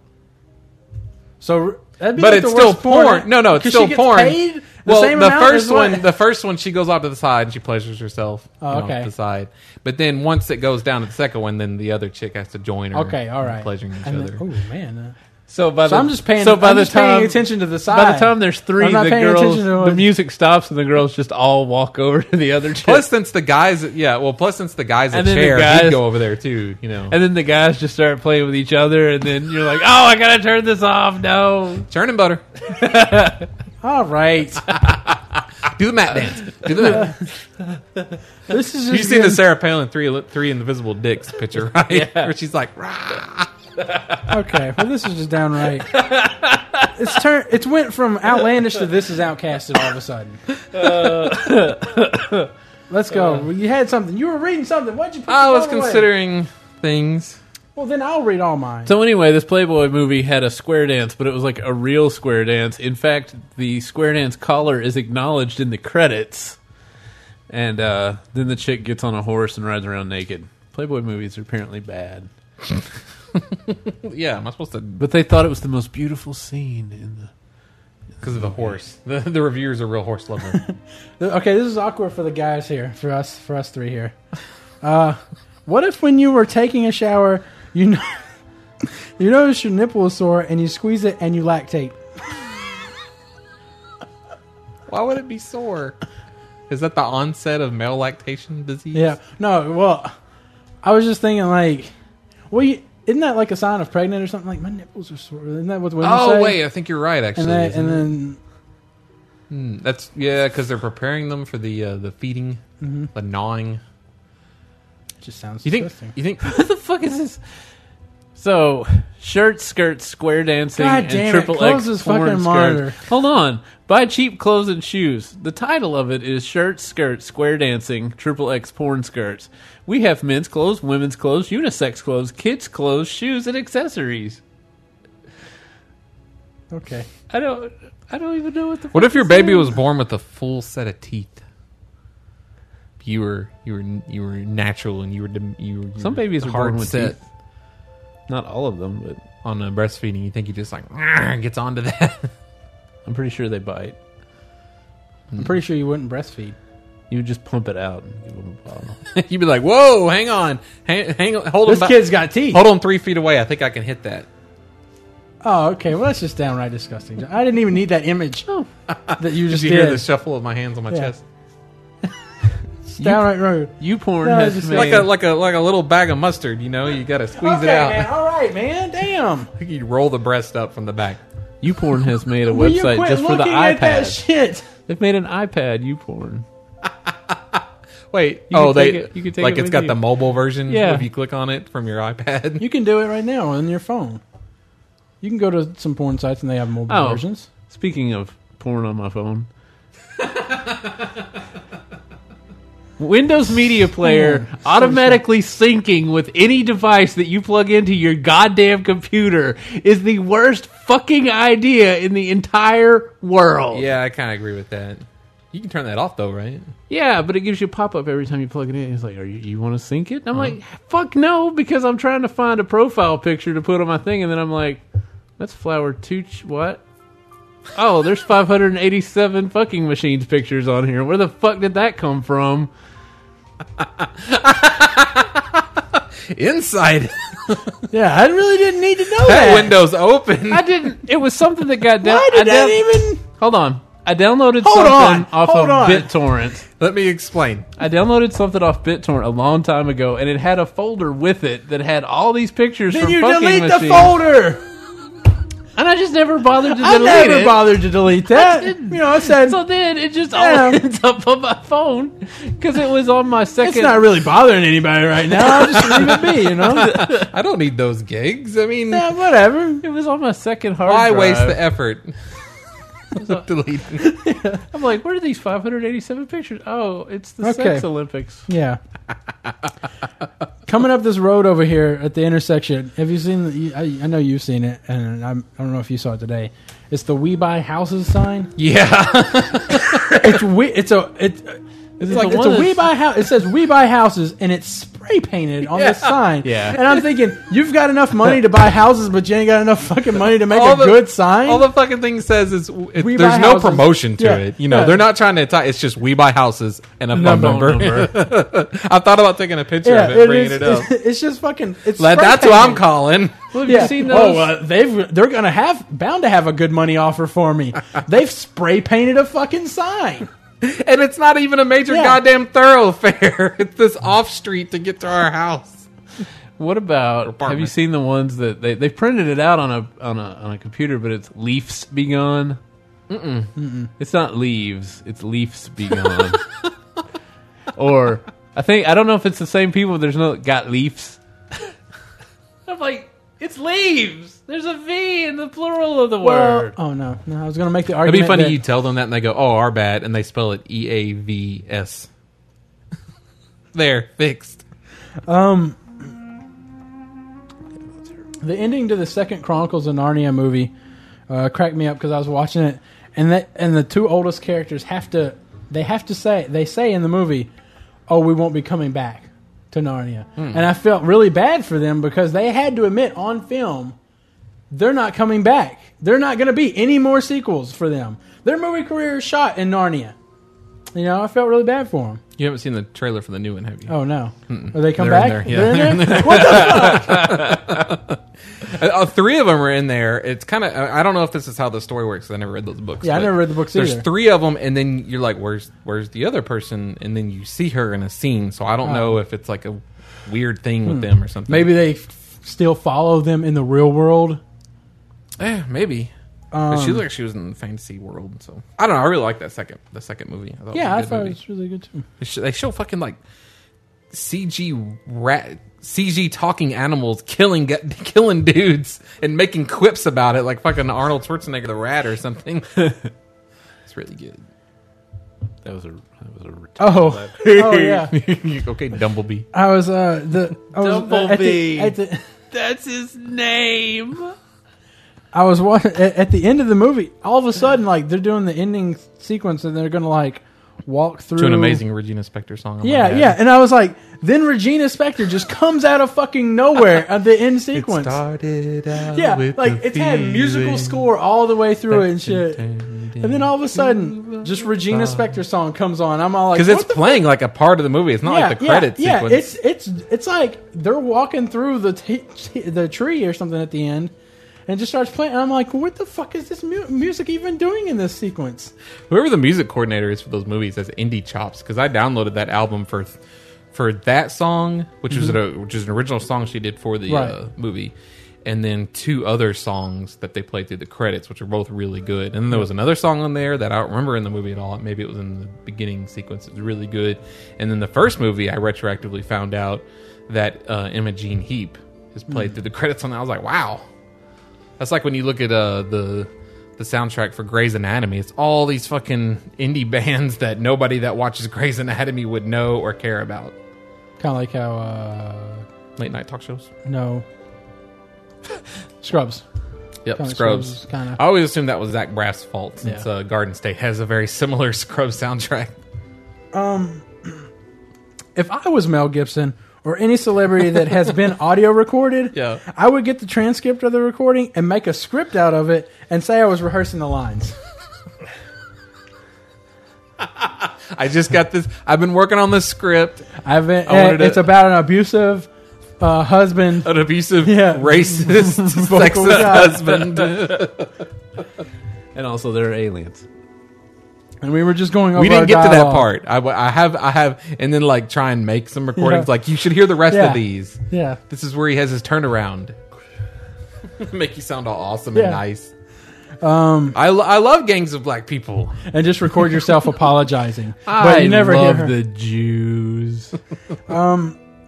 D: So that'd be
B: But
D: like
B: it's
D: the
B: still
D: worst
B: porn. No, no,
D: 'Cause she
B: it's still
D: gets
B: porn.
D: paid the
B: well,
D: same
B: the
D: amount as
B: first
D: what-
B: one, the first one, she goes off to the side and she pleasures herself.
D: Oh,
B: you know,
D: okay.
B: to the side. But then once it goes down to the second one, then the other chick has to join her.
D: Okay, all
B: in
D: right.
B: Pleasuring each
D: And
B: other.
D: then- oh man. uh,
C: So by
D: So
C: the,
D: I'm just paying.
C: So by
D: I'm
C: the
D: just
C: time
D: paying attention to the side.
C: by the time there's three,
D: I'm not
C: the
D: paying
C: girls,
D: attention to
C: the
D: what-
C: music stops, and the girls just all walk over to the other chick.
B: plus, since the guys, yeah, well, plus since the guys a
C: And then the
B: chair, he'd
C: guys-
B: go over there too. You know,
C: and then the guys just start playing with each other, and then you're like, "Oh, I gotta turn this off." No,
B: churn and butter.
D: all right,
B: Ah, Do the mat dance. Do the mat.
D: this is
B: You've
D: just
B: seen the
D: getting-
B: Sarah Palin three three invisible dicks picture, right? Where she's like, "Rah."
D: okay. Well, this is just downright. It's turn. It's went from outlandish to this is outcasted all of a sudden. Let's go. Well, you had something. You were reading something. Why'd you? Put
B: I
D: the
B: was
D: phone away?
B: considering things.
D: Well, then I'll read all mine.
C: So anyway, this Playboy movie had a square dance, but it was like a real square dance. In fact, the square dance collar is acknowledged in the credits, and uh, then the chick gets on a horse and rides around naked. Playboy movies are apparently bad,
B: Yeah, am I supposed to
C: but they thought it was the most beautiful scene in the.
B: Because of the horse. The, the reviewers are real horse lovers.
D: Th- Okay, this is awkward for the guys here. For us, for us three here. Uh, what if when you were taking a shower, you know, you notice your nipple is sore and you squeeze it and you lactate?
B: Why would it be sore? Is that the onset of male lactation disease?
D: Yeah. No. Well, I was just thinking like, well, you, isn't that like a sign of pregnant or something? Like my nipples are sore. Isn't that what women
B: Oh
D: say?
B: wait, I think you're right. Actually,
D: And, that,
B: isn't
D: and
B: it?
D: then
B: Hmm, that's yeah, because they're preparing them for the uh, the feeding,
D: Mm-hmm.
B: the gnawing.
D: it just sounds.
B: You think?
D: disgusting.
B: You think?
C: What the fuck is this? So shirts, skirts, square dancing,
D: God
C: and
D: damn it,
C: triple
D: close
C: X
D: this
C: porn
D: fucking
C: skirts.
D: monitor.
C: Hold on, buy cheap clothes and shoes. The title of it is shirts, skirts, square dancing, triple X porn skirts. We have men's clothes, women's clothes, unisex clothes, kids' clothes, shoes, and accessories.
D: Okay.
B: Mm-hmm.
C: I don't, I don't even know what the.
B: What if
C: fuck
B: your
C: this
B: baby
C: is.
B: was born with a full set of teeth? You were you were you were natural, and you were dem- you were
C: Some babies are
B: hard
C: born with
B: set
C: teeth. Not all of them, but
B: on uh, breastfeeding. You think he just like "Argh," gets onto that?
C: I'm pretty sure they bite.
D: I'm pretty sure you wouldn't breastfeed.
C: You would just pump it out and give them a bottle.
B: You'd be like, "Whoa, hang on, hang, hang on, hold
D: This
B: on,
D: kid's got teeth.
B: hold on, three feet away. I think I can hit that."
D: Oh, okay. Well, that's just downright disgusting. I didn't even need that image that you
B: Oh. Did
D: just
B: you
D: did.
B: hear the shuffle of my hands on my
D: Yeah.
B: chest?
D: It's downright rude.
C: You porn
D: No,
C: has
D: just
C: made
B: Like a like a like a little bag of mustard, you know. You got to squeeze it out.
D: all right, man. Damn.
B: I think you roll the breast up from the back.
C: YouPorn has made a
D: Will you
C: website
D: quit
C: just for the
D: looking at that
C: iPad.
D: shit.
C: They've made an iPad YouPorn.
B: Wait,
C: You
B: oh,
C: can
B: they
C: take it- you can take
B: like
C: it
B: it's
C: with
B: got
C: you.
B: the mobile version.
C: Yeah.
B: if you click on it from your iPad.
D: You can do it right now on your phone. You can go to some porn sites and they have mobile
C: Oh.
D: versions.
C: Speaking of porn on my phone, Windows Media Player automatically syncing with any device that you plug into your goddamn computer is the worst fucking idea in the entire world.
B: Yeah, I kind of agree with that. You can turn that off though, right?
C: Yeah, but it gives you a pop up every time you plug it in. It's like, "Are you, you want to sync it?" And
D: Uh-huh.
C: I'm like, "Fuck no," because I'm trying to find a profile picture to put on my thing, and then I'm like, "That's flower two ch- what?" Oh, there's 587 fucking machines pictures on here. Where the fuck did that come from?
B: Inside
D: Yeah, I really didn't need to know
B: that
D: that.
B: window's open.
C: I didn't. It was something that got down.
D: Why did
C: I
D: that
C: down-
D: even?
C: Hold on. I downloaded
D: Hold
C: something
D: on,
C: off
D: hold
C: of
D: on.
C: BitTorrent.
B: Let me explain.
C: I downloaded something off BitTorrent a long time ago, and it had a folder with it that had all these pictures
D: Then
C: from
D: you
C: fucking
D: delete the
C: machines.
D: folder.
C: And I just never bothered to
D: I
C: delete
D: never
C: it.
D: bothered to delete that. You
C: didn't.
D: know, I said
C: so then it just all
D: Yeah.
C: ends up on my phone because it was on my second.
D: it's not really bothering anybody right now. I'll just leave it be. You know,
B: I don't need those gigs. I mean,
D: yeah, whatever.
C: it was on my second hard
B: why
C: drive.
B: waste the effort? Deleting.
C: I'm like, where are these 587 pictures? Oh, it's the
D: Okay.
C: Sex Olympics.
D: Yeah. Coming up this road over here at the intersection, have you seen? The, you- I, I know you've seen it, and I'm, I don't know if you saw it today. It's the "We Buy Houses" sign.
B: Yeah,
D: It's we. It's a. It, it's like
C: the
D: it's
C: one
D: a "We
C: that's-
D: Buy House." It says "We Buy Houses" and it's spray painted on the sign.
C: Yeah.
D: And I'm thinking, you've got enough money to buy houses, but you ain't got enough fucking money to make
B: All
D: a
B: the-
D: good sign.
B: all the fucking thing says is it,
D: We buy
B: there's no
D: houses.
B: promotion to
D: Yeah.
B: it. You know,
D: Yeah.
B: they're not trying to. Tie, it's just we buy houses and a phone number. I thought about taking a picture
D: yeah,
B: of it,
D: it
B: bringing
D: is-
B: it up.
D: It's just fucking. It's
B: Like,
D: spray
B: that's what I'm
D: painted.
B: calling.
C: Well, have
D: Yeah.
C: you seen
D: Oh,
C: those?
D: uh, they've they're gonna have bound to have a good money offer for me. they've spray painted a fucking sign.
B: And it's not even a major
D: Yeah.
B: goddamn thoroughfare. It's this off street to get to our house.
C: what about? Have you
B: apartment.
C: seen the ones that they they printed it out on a on a on a computer, but it's Leafs Be Gone. Mm-mm. It's not leaves. It's Leafs Be Gone. or I think I don't know if it's the same people. There's no got leaves. I'm like, it's leaves. There's a V in the plural of the word.
D: oh no, no, I was gonna make the
B: It'd
D: argument.
B: be funny
D: that-
B: you tell them that and they go, "Oh, our bad," and they spell it E A V S. there, fixed.
D: the ending to the second Chronicles of Narnia movie uh, cracked me up because I was watching it, and that and the two oldest characters have to they have to say they say in the movie, "Oh, we won't be coming back to Narnia,"
B: Hmm.
D: and I felt really bad for them because they had to admit on film they're not coming back. They're not going to be any more sequels for them. Their movie career is shot in Narnia. You know, I felt really bad for them.
B: You haven't seen the trailer for the new one, have you?
D: Oh no, are they come
B: Hmm. They're in
D: back?
B: there, yeah.
D: They're in there?
B: Uh, uh, three of them are in there. It's kind of I I don't know if this is how the story works. 'cause I never read those books.
D: Yeah, I
B: but
D: never read the books
B: There's
D: either.
B: three of them, and then you're like, "Where's where's the other person?" And then you see her in a scene. So I don't know if it's like a weird thing with them or something.
D: Oh. Hmm. Maybe they f- still follow them in the real world.
B: Yeah, Eh, maybe. but
D: Um,
B: she looked like she was in the fantasy world, so I don't know. I really like that second the second movie. I thought
D: Yeah, I
B: it was a
D: thought
B: good
D: it
B: movie.
D: was really good too.
B: They show- They show fucking like CG rat, CG talking animals killing gu- killing dudes and making quips about it, like fucking Arnold Schwarzenegger the rat or something. it's really good.
C: That was a that was a ret-
D: Oh, oh yeah.
B: okay, Dumblebee.
D: I was uh the I was, uh, at the,
C: Dumblebee.
D: at the,
C: That's his name.
D: I was wa- at, at the end of the movie. All of a sudden, like they're doing the ending sequence, and they're gonna like walk through
B: To an amazing Regina Spektor song. on my
D: Yeah,
B: head.
D: yeah. And I was like, then Regina Spektor just comes out of fucking nowhere at the end
B: It
D: sequence.
B: started out
D: Yeah,
B: with
D: like
B: the
D: it's had musical
B: feeling.
D: score all the way through it and shit. And then all of a sudden, just Regina Spektor song comes on. I'm all like,
B: because
D: "What
B: it's
D: the
B: playing like a part of the movie. It's not like the credit
D: yeah,
B: sequence.
D: it's it's it's like they're walking through the t- t- the tree or something at the end, and it just starts playing. And I'm like, what the fuck is this mu- music even doing in this sequence?
B: Whoever the music coordinator is for those movies has indie chops because I downloaded that album for for that song, which was a, which is an original song she did for the
D: Right.
B: uh, movie, and then two other songs that they played through the credits, which are both really good. And then there was another song on there that I don't remember in the movie at all. Maybe it was in the beginning sequence. It was really good. And then the first movie, I retroactively found out that uh, Emma Jean Heap has played through the credits on that. I was like, wow, that's like when you look at uh, the the soundtrack for Grey's Anatomy. It's all these fucking indie bands that nobody that watches Grey's Anatomy would know or care about.
D: Kind of like how uh,
B: Late night talk shows.
D: no Scrubs.
B: Yep,
D: Kinda
B: Scrubs.
D: Scrubs, kinda.
B: I always assumed that was Zach Braff's fault since
D: Yeah.
B: uh, Garden State has a very similar Scrubs soundtrack.
D: If I was Mel Gibson or any celebrity that has been audio recorded,
B: Yeah.
D: I would get the transcript of the recording and make a script out of it and say I was rehearsing the lines.
B: I just got this. I've been working on this script.
D: I've been, eh,
B: I wanted to-
D: it's about an abusive uh, husband
B: An abusive,
D: Yeah.
B: racist,
D: Vocal
B: sexist
D: guy.
B: husband.
C: And also, there are aliens.
D: And we were just going over.
B: we
D: our
B: didn't get to that
D: dialogue.
B: part. I, I have, I have, and then like try and make some recordings.
D: Yeah.
B: Like you should hear the rest
D: Yeah.
B: of these.
D: Yeah,
B: This is where he has his turnaround. Make you sound all awesome
D: Yeah.
B: and nice. Um, I, lo- I love gangs of black people.
D: and just record yourself apologizing.
C: I
D: But you never hear
C: love
D: her.
C: the Jews.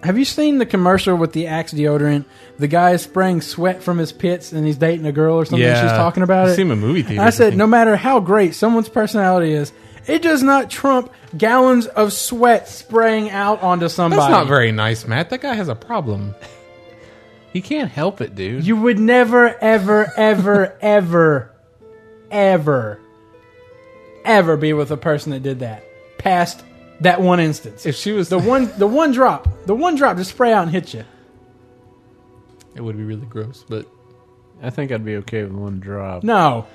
D: Have you seen the commercial with the Axe deodorant? The guy is spraying sweat from his pits, and he's dating a girl or something. and She's talking about
B: I've
D: it.
B: seen him in movie theaters,
D: I said,
B: think.
D: no matter how great someone's personality is, it does not trump gallons of sweat spraying out onto somebody.
B: That's not very nice, Matt. That guy has a problem.
C: He can't help it, dude.
D: You would never, ever, ever, ever, ever, ever be with a person that did that. Past that one instance.
B: If she was,
D: The one, the one drop, the one drop to spray out and hit you.
B: it would be really gross. But
C: I think I'd be okay with one drop.
D: No,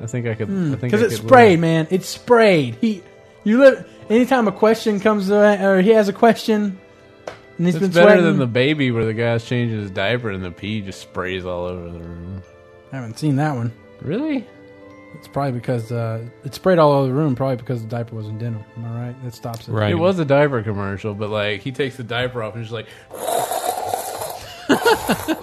C: I think I could. I think
D: Hmm. because
C: I
D: it's
C: could
D: sprayed, man. It's sprayed. He, you live. Anytime a question comes to- or he has a question, and he's
C: It's
D: been
C: better
D: sweating.
C: than the baby where the guy's changing his diaper and the pee just sprays all over the room.
D: I haven't seen that one.
C: Really?
D: It's probably because uh, it sprayed all over the room. Probably because the diaper was in denim. Am I right? That stops it.
B: right,
C: It was a diaper commercial, but like he takes the diaper off and just like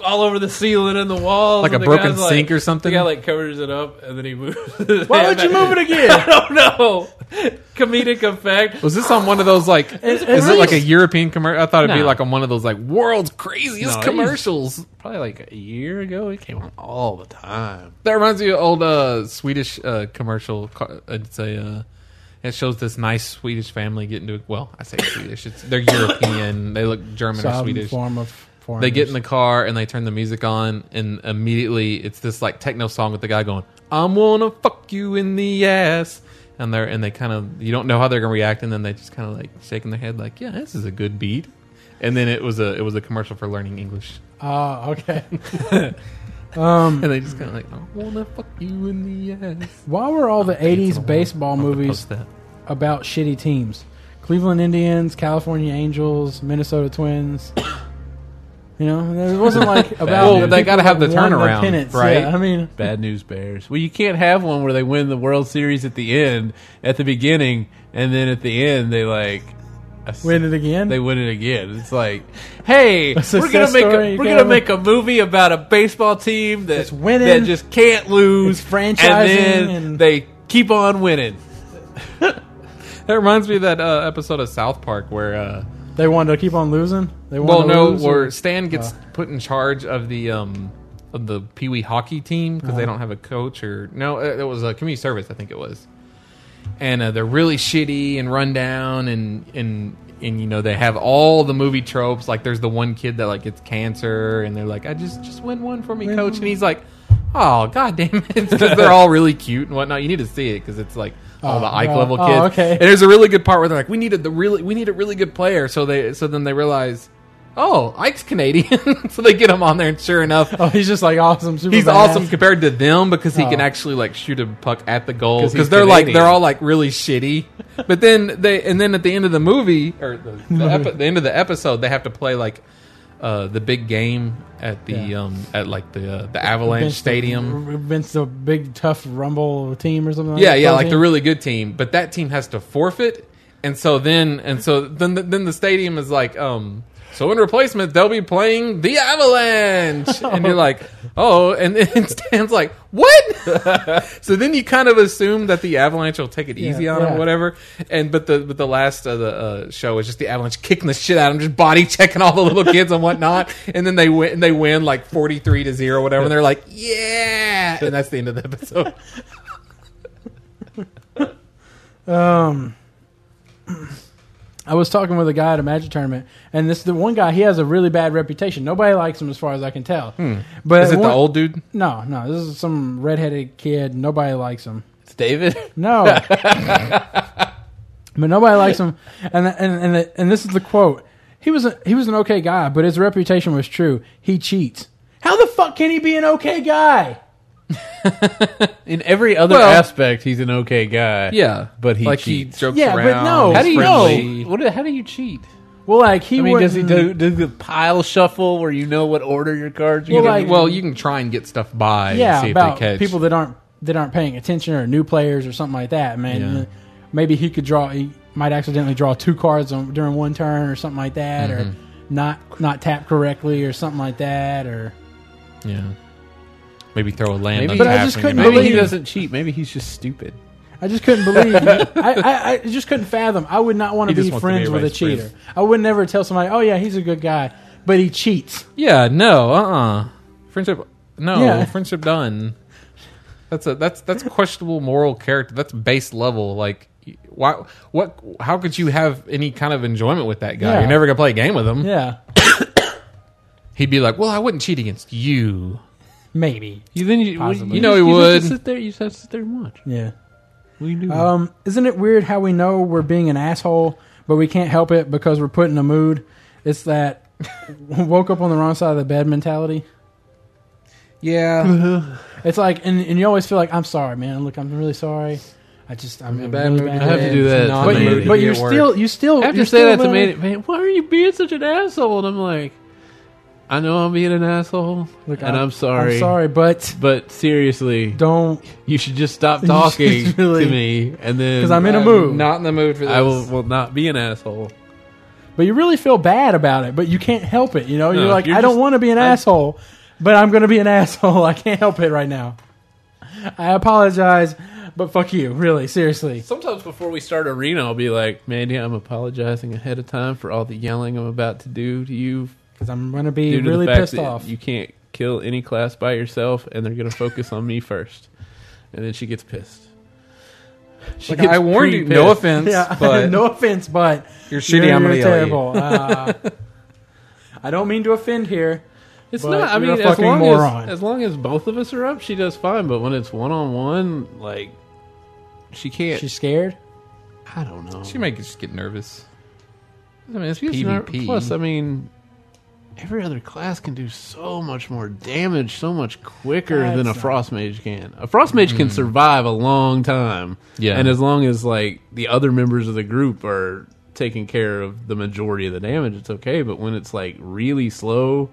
C: all over the ceiling and the walls,
B: Like
C: and
B: a
C: the
B: broken
C: guy's, like-
B: sink or something?
C: The guy like covers it up and then he moves.
D: Why would you move it again?
C: I don't know. Comedic effect.
B: Was this on one of those like? Is
D: it
B: it like a
D: released?
B: European commercial? I thought it'd be
C: No.
B: like on one of those like world's craziest
C: No, it is-
B: commercials.
C: Probably like a year ago. It came on all the time.
B: That reminds me of old uh, Swedish uh, commercial. ca- It's a uh, it shows this nice Swedish family getting to well, I say Swedish. It's they're European. They look German or
D: Some
B: Swedish.
D: form of
B: They get in
D: foreigners.
B: the car and they turn the music on, and immediately it's this like techno song with the guy going, "I'm gonna fuck you in the ass," and they're and they kind of you don't know how they're gonna react, and then they just kind of like shaking their head like, "Yeah, this is a good beat." And then it was a it was a commercial for learning English,
D: Oh, okay. Um,
B: and they just kind of like, "I wanna fuck you in the ass."
D: Why were all the
B: I'll-
D: '80s baseball
B: I'll have to
D: movies
B: post that.
D: about shitty teams. Cleveland Indians, California Angels, Minnesota Twins. You know, it wasn't like about.
C: Well,
D: the
C: they
D: people
B: gotta have
D: that
B: the
D: won
B: turnaround,
D: pennants.
B: right?
D: Yeah, I mean,
C: Bad news bears. Well, you can't have one where they win the World Series at the end, at the beginning, and then at the end they like
D: win it again.
C: they win it again. It's like, hey, we're
D: success
C: gonna make
D: story,
C: a,
D: you
C: we're
D: got
C: gonna
D: it.
C: make a movie about a baseball team that
D: It's winning.
C: that just can't lose,
D: It's franchising
C: and then
D: and-
C: they keep on winning.
B: That reminds me of that uh, episode of South Park where, uh,
D: they wanted to keep on losing. They
B: well,
D: wanted
B: no,
D: to lose
B: where
D: or- Uh.
B: Stan gets put in charge of the um, of the Pee Wee hockey team because
D: Uh-huh.
B: they don't have a coach or no, uh, it it was a community service, I think it was, and uh, they're really shitty and run down and and and you know they have all the movie tropes. Like there's the one kid that like gets cancer and they're like, I just just win one for me, coach, and he's like. Oh god damn it! 'Cause they're all really cute and whatnot. You need to see it because it's like all the Ike
D: no.
B: level
D: Oh,
B: kids.
D: okay.
B: And there's a really good part where they're like, "We needed the really, we need a really good player." So they, so then they realize oh, Ike's Canadian, so they get him on there, and sure enough,
D: Oh, he's just like awesome. Super
B: he's
D: badass.
B: awesome compared to them because he can
D: Oh.
B: actually like shoot a puck at the goal
C: 'Cause he's
B: because they're like
C: Canadian.
B: they're all like really shitty. But then they and then at the end of the movie or the, the, epi- the end of the episode, they have to play like uh, the big game at the
D: Yeah.
B: um, at like the uh, the Avalanche
D: Vince the-
B: Stadium.
D: Vince the big tough Rumble team or something.
B: Yeah,
D: that,
B: yeah,
D: pro
B: like the
D: team?
B: really good team, but that team has to forfeit, and so then and so then the, then the stadium is like, um, so in replacement they'll be playing the Avalanche, and you're like, oh, and then Stan's like, what? so then you kind of assume that the Avalanche will take it easy on him,
D: yeah.
B: whatever, and but the but the last of the uh, show is just the Avalanche kicking the shit out of him, just body checking all the little kids and whatnot, and then they win, they win like forty three to zero, whatever, and they're like, yeah, and that's the end of the episode.
D: Um, I was talking with a guy at a magic tournament, and this the one guy. He has a really bad reputation. Nobody likes him, as far as I can tell.
C: Hmm.
D: But
B: Is it
D: one-
B: the old dude?
D: No, no. This is some redheaded kid. Nobody likes him.
C: It's David.
D: No. but nobody likes him, and the, and and, the, and this is the quote. He was a, he was an okay guy, but his reputation was true. He cheats. How the fuck can he be an okay guy?
C: In every other
B: Well-
C: aspect, he's an okay guy.
B: Yeah,
C: but he
B: like
C: cheats.
B: he jokes
D: Yeah, but
B: around.
D: no.
B: he's
D: How do you
B: friendly.
C: What? do- How do you cheat?
D: Well, like he
C: I mean, does he
D: wouldn't-
C: do, do the pile shuffle where you know what order your cards?
D: Well,
C: are gonna
D: like-
C: be?
B: Well, you can try and get stuff by.
D: yeah,
B: and see
D: about
B: if they catch.
D: people that aren't that aren't paying attention or new players or something like that. Man,
C: Yeah.
D: maybe he could draw. He might accidentally draw two cards on, during one turn or something like that, or
B: Mm-hmm.
D: not not tap correctly or something like that. Or
B: yeah, maybe throw a land.
C: Maybe-
B: on
C: But
D: I
B: tap
D: just
B: and you
D: couldn't
B: might-
C: maybe he
D: believe-
C: doesn't cheat. Maybe he's just stupid.
D: I just couldn't believe. I, I, I just couldn't fathom. I would not want
B: He
D: to
B: just
D: be
B: wants to be
D: friends with a
B: everybody's
D: cheater.
B: friend.
D: I would never tell somebody, "Oh yeah, he's a good guy," but he cheats.
B: Yeah, no, uh, uh friendship. No,
D: Yeah.
B: friendship done. That's a that's that's questionable moral character. That's base level. Like, why? What? How could you have any kind of enjoyment with that guy?
D: Yeah.
B: You're never gonna play a game with him.
D: Yeah,
B: He'd be like, "Well, I wouldn't cheat against you."
D: maybe.
C: You then you,
D: Possibly.
B: You know he
C: just-
B: would.
C: just sit there. You just have to sit there and watch.
D: Yeah.
C: We knew.
D: Um, isn't it weird how we know we're being an asshole, but we can't help it because we're put in a mood? It's that woke up on the wrong side of the bed mentality.
B: Yeah,
D: It's like, and, and you always feel like, I'm sorry, man. Look, I'm really sorry. I just, I'm in a
B: bad
D: really
B: mood
D: bad
B: today.
C: I have to do
D: mood."
C: that.
B: Not
D: But,
B: mood
D: you,
B: to
D: but
B: be
D: you're
B: at work.
D: still, you still
C: I have
D: you're
C: to say
D: still
C: that to
D: literally-
C: man, man, why are you being such an asshole? And I'm like, I know I'm being an asshole,
D: Look,
C: and I'm, sorry.
D: I'm sorry, but
C: but seriously,
D: don't
C: you should just stop
D: should
C: talking
D: really-
C: to me, and then
D: 'Cause I'm in a mood.
B: Not in the mood for this.
C: I will, will not be an asshole.
D: But you really feel bad about it, but you can't help it. You know, you're like,
C: you're
D: I don't
C: just-
D: want to be an
C: I-
D: asshole, but I'm going to be an asshole. I can't help it right now. I apologize, but fuck you, really, seriously.
C: Sometimes before we start arena, I'll be like, Mandy, I'm apologizing ahead of time for all the yelling I'm about to do to you.
D: Because I'm going to be
C: Due to
D: really
C: the fact
D: pissed
C: that
D: off.
C: you can't kill any class by yourself, and they're going to focus on me first. And then she gets pissed. She
B: Like,
C: gets
B: I warned you.
C: pretty
B: No
C: pissed.
B: offense,
D: yeah,
B: but
D: no offense, but
B: you're shitty.
D: you're,
B: I'm gonna
D: you're
B: yell at you.
D: terrible. Uh, I don't mean to offend here.
C: It's
D: But
C: not. I
D: you're a
C: mean, as
D: fucking
C: long
D: moron.
C: as as long as both of us are up, she does fine. But when it's one on one, like she can't.
D: She's scared.
C: I don't know.
B: She might just get nervous.
C: I mean, it's just
B: PvP.
C: not- plus, I mean, every other class can do so much more damage, so much quicker
D: That's
C: than a
D: not-
C: frost mage can. A frost mage can survive a long time.
B: Yeah.
C: and as long as like the other members of the group are taking care of the majority of the damage, it's okay. But when it's like really slow.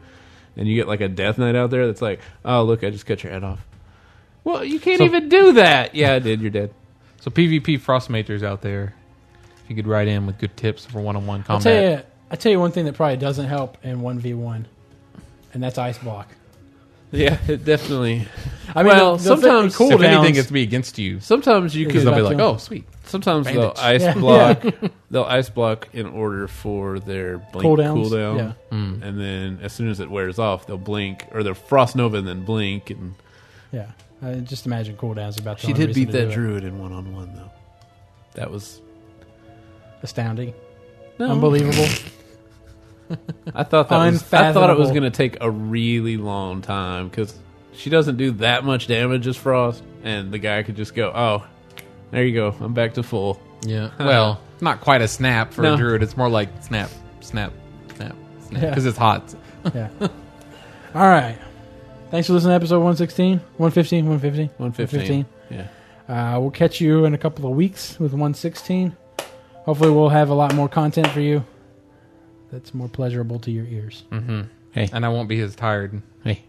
C: And you get like a death knight out there that's like, oh look, I just cut your head off. Well, you can't
B: So-
C: even do that. Yeah, I did. You're dead.
B: So PvP frost majors out there, if you could write in with good tips for one-on-one
D: I'll tell
B: combat.
D: you, I tell you one thing that probably doesn't help in 1v1, and that's ice block.
C: Yeah, it definitely.
D: I mean,
C: Well,
D: the- the-
C: sometimes-
D: cool
B: if anything,
D: downs-
B: it's be against you
C: Sometimes you
B: because
C: can.
B: they'll be like,
D: back to him.
B: "Oh, sweet."
C: Sometimes
B: Bandage.
C: they'll ice
D: Yeah.
C: block. they'll ice block in order for their blink
D: Cooldowns,
C: cooldown. And then as soon as it wears off, they'll blink or they'll frost nova and then blink. And
D: Yeah, I just imagine cooldowns about. The
C: she
D: only
C: did
D: reason
C: beat
D: to
C: that
D: do it.
C: druid in one on one though. That was
D: Astounding,
C: no.
D: unbelievable.
C: I thought that was, I thought it was
D: Unfathomable.
C: going to take a really long time because she doesn't do that much damage as frost, and the guy could just go, "Oh, there you go, I'm back to full."
B: Yeah. well, not quite a snap for
C: No.
B: a druid. It's more like snap, snap, snap,
D: Yeah.
B: because it's hot.
D: Yeah. All right. Thanks for listening to episode 116, 115, 115,
C: 115. Yeah.
D: Uh, we'll catch you in a couple of weeks with 116. Hopefully, we'll have a lot more content for you that's more pleasurable to your ears.
B: Mm-hmm.
C: Hey.
B: and I won't be as tired.
C: Hey,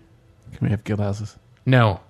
C: can we have guild houses?
B: No.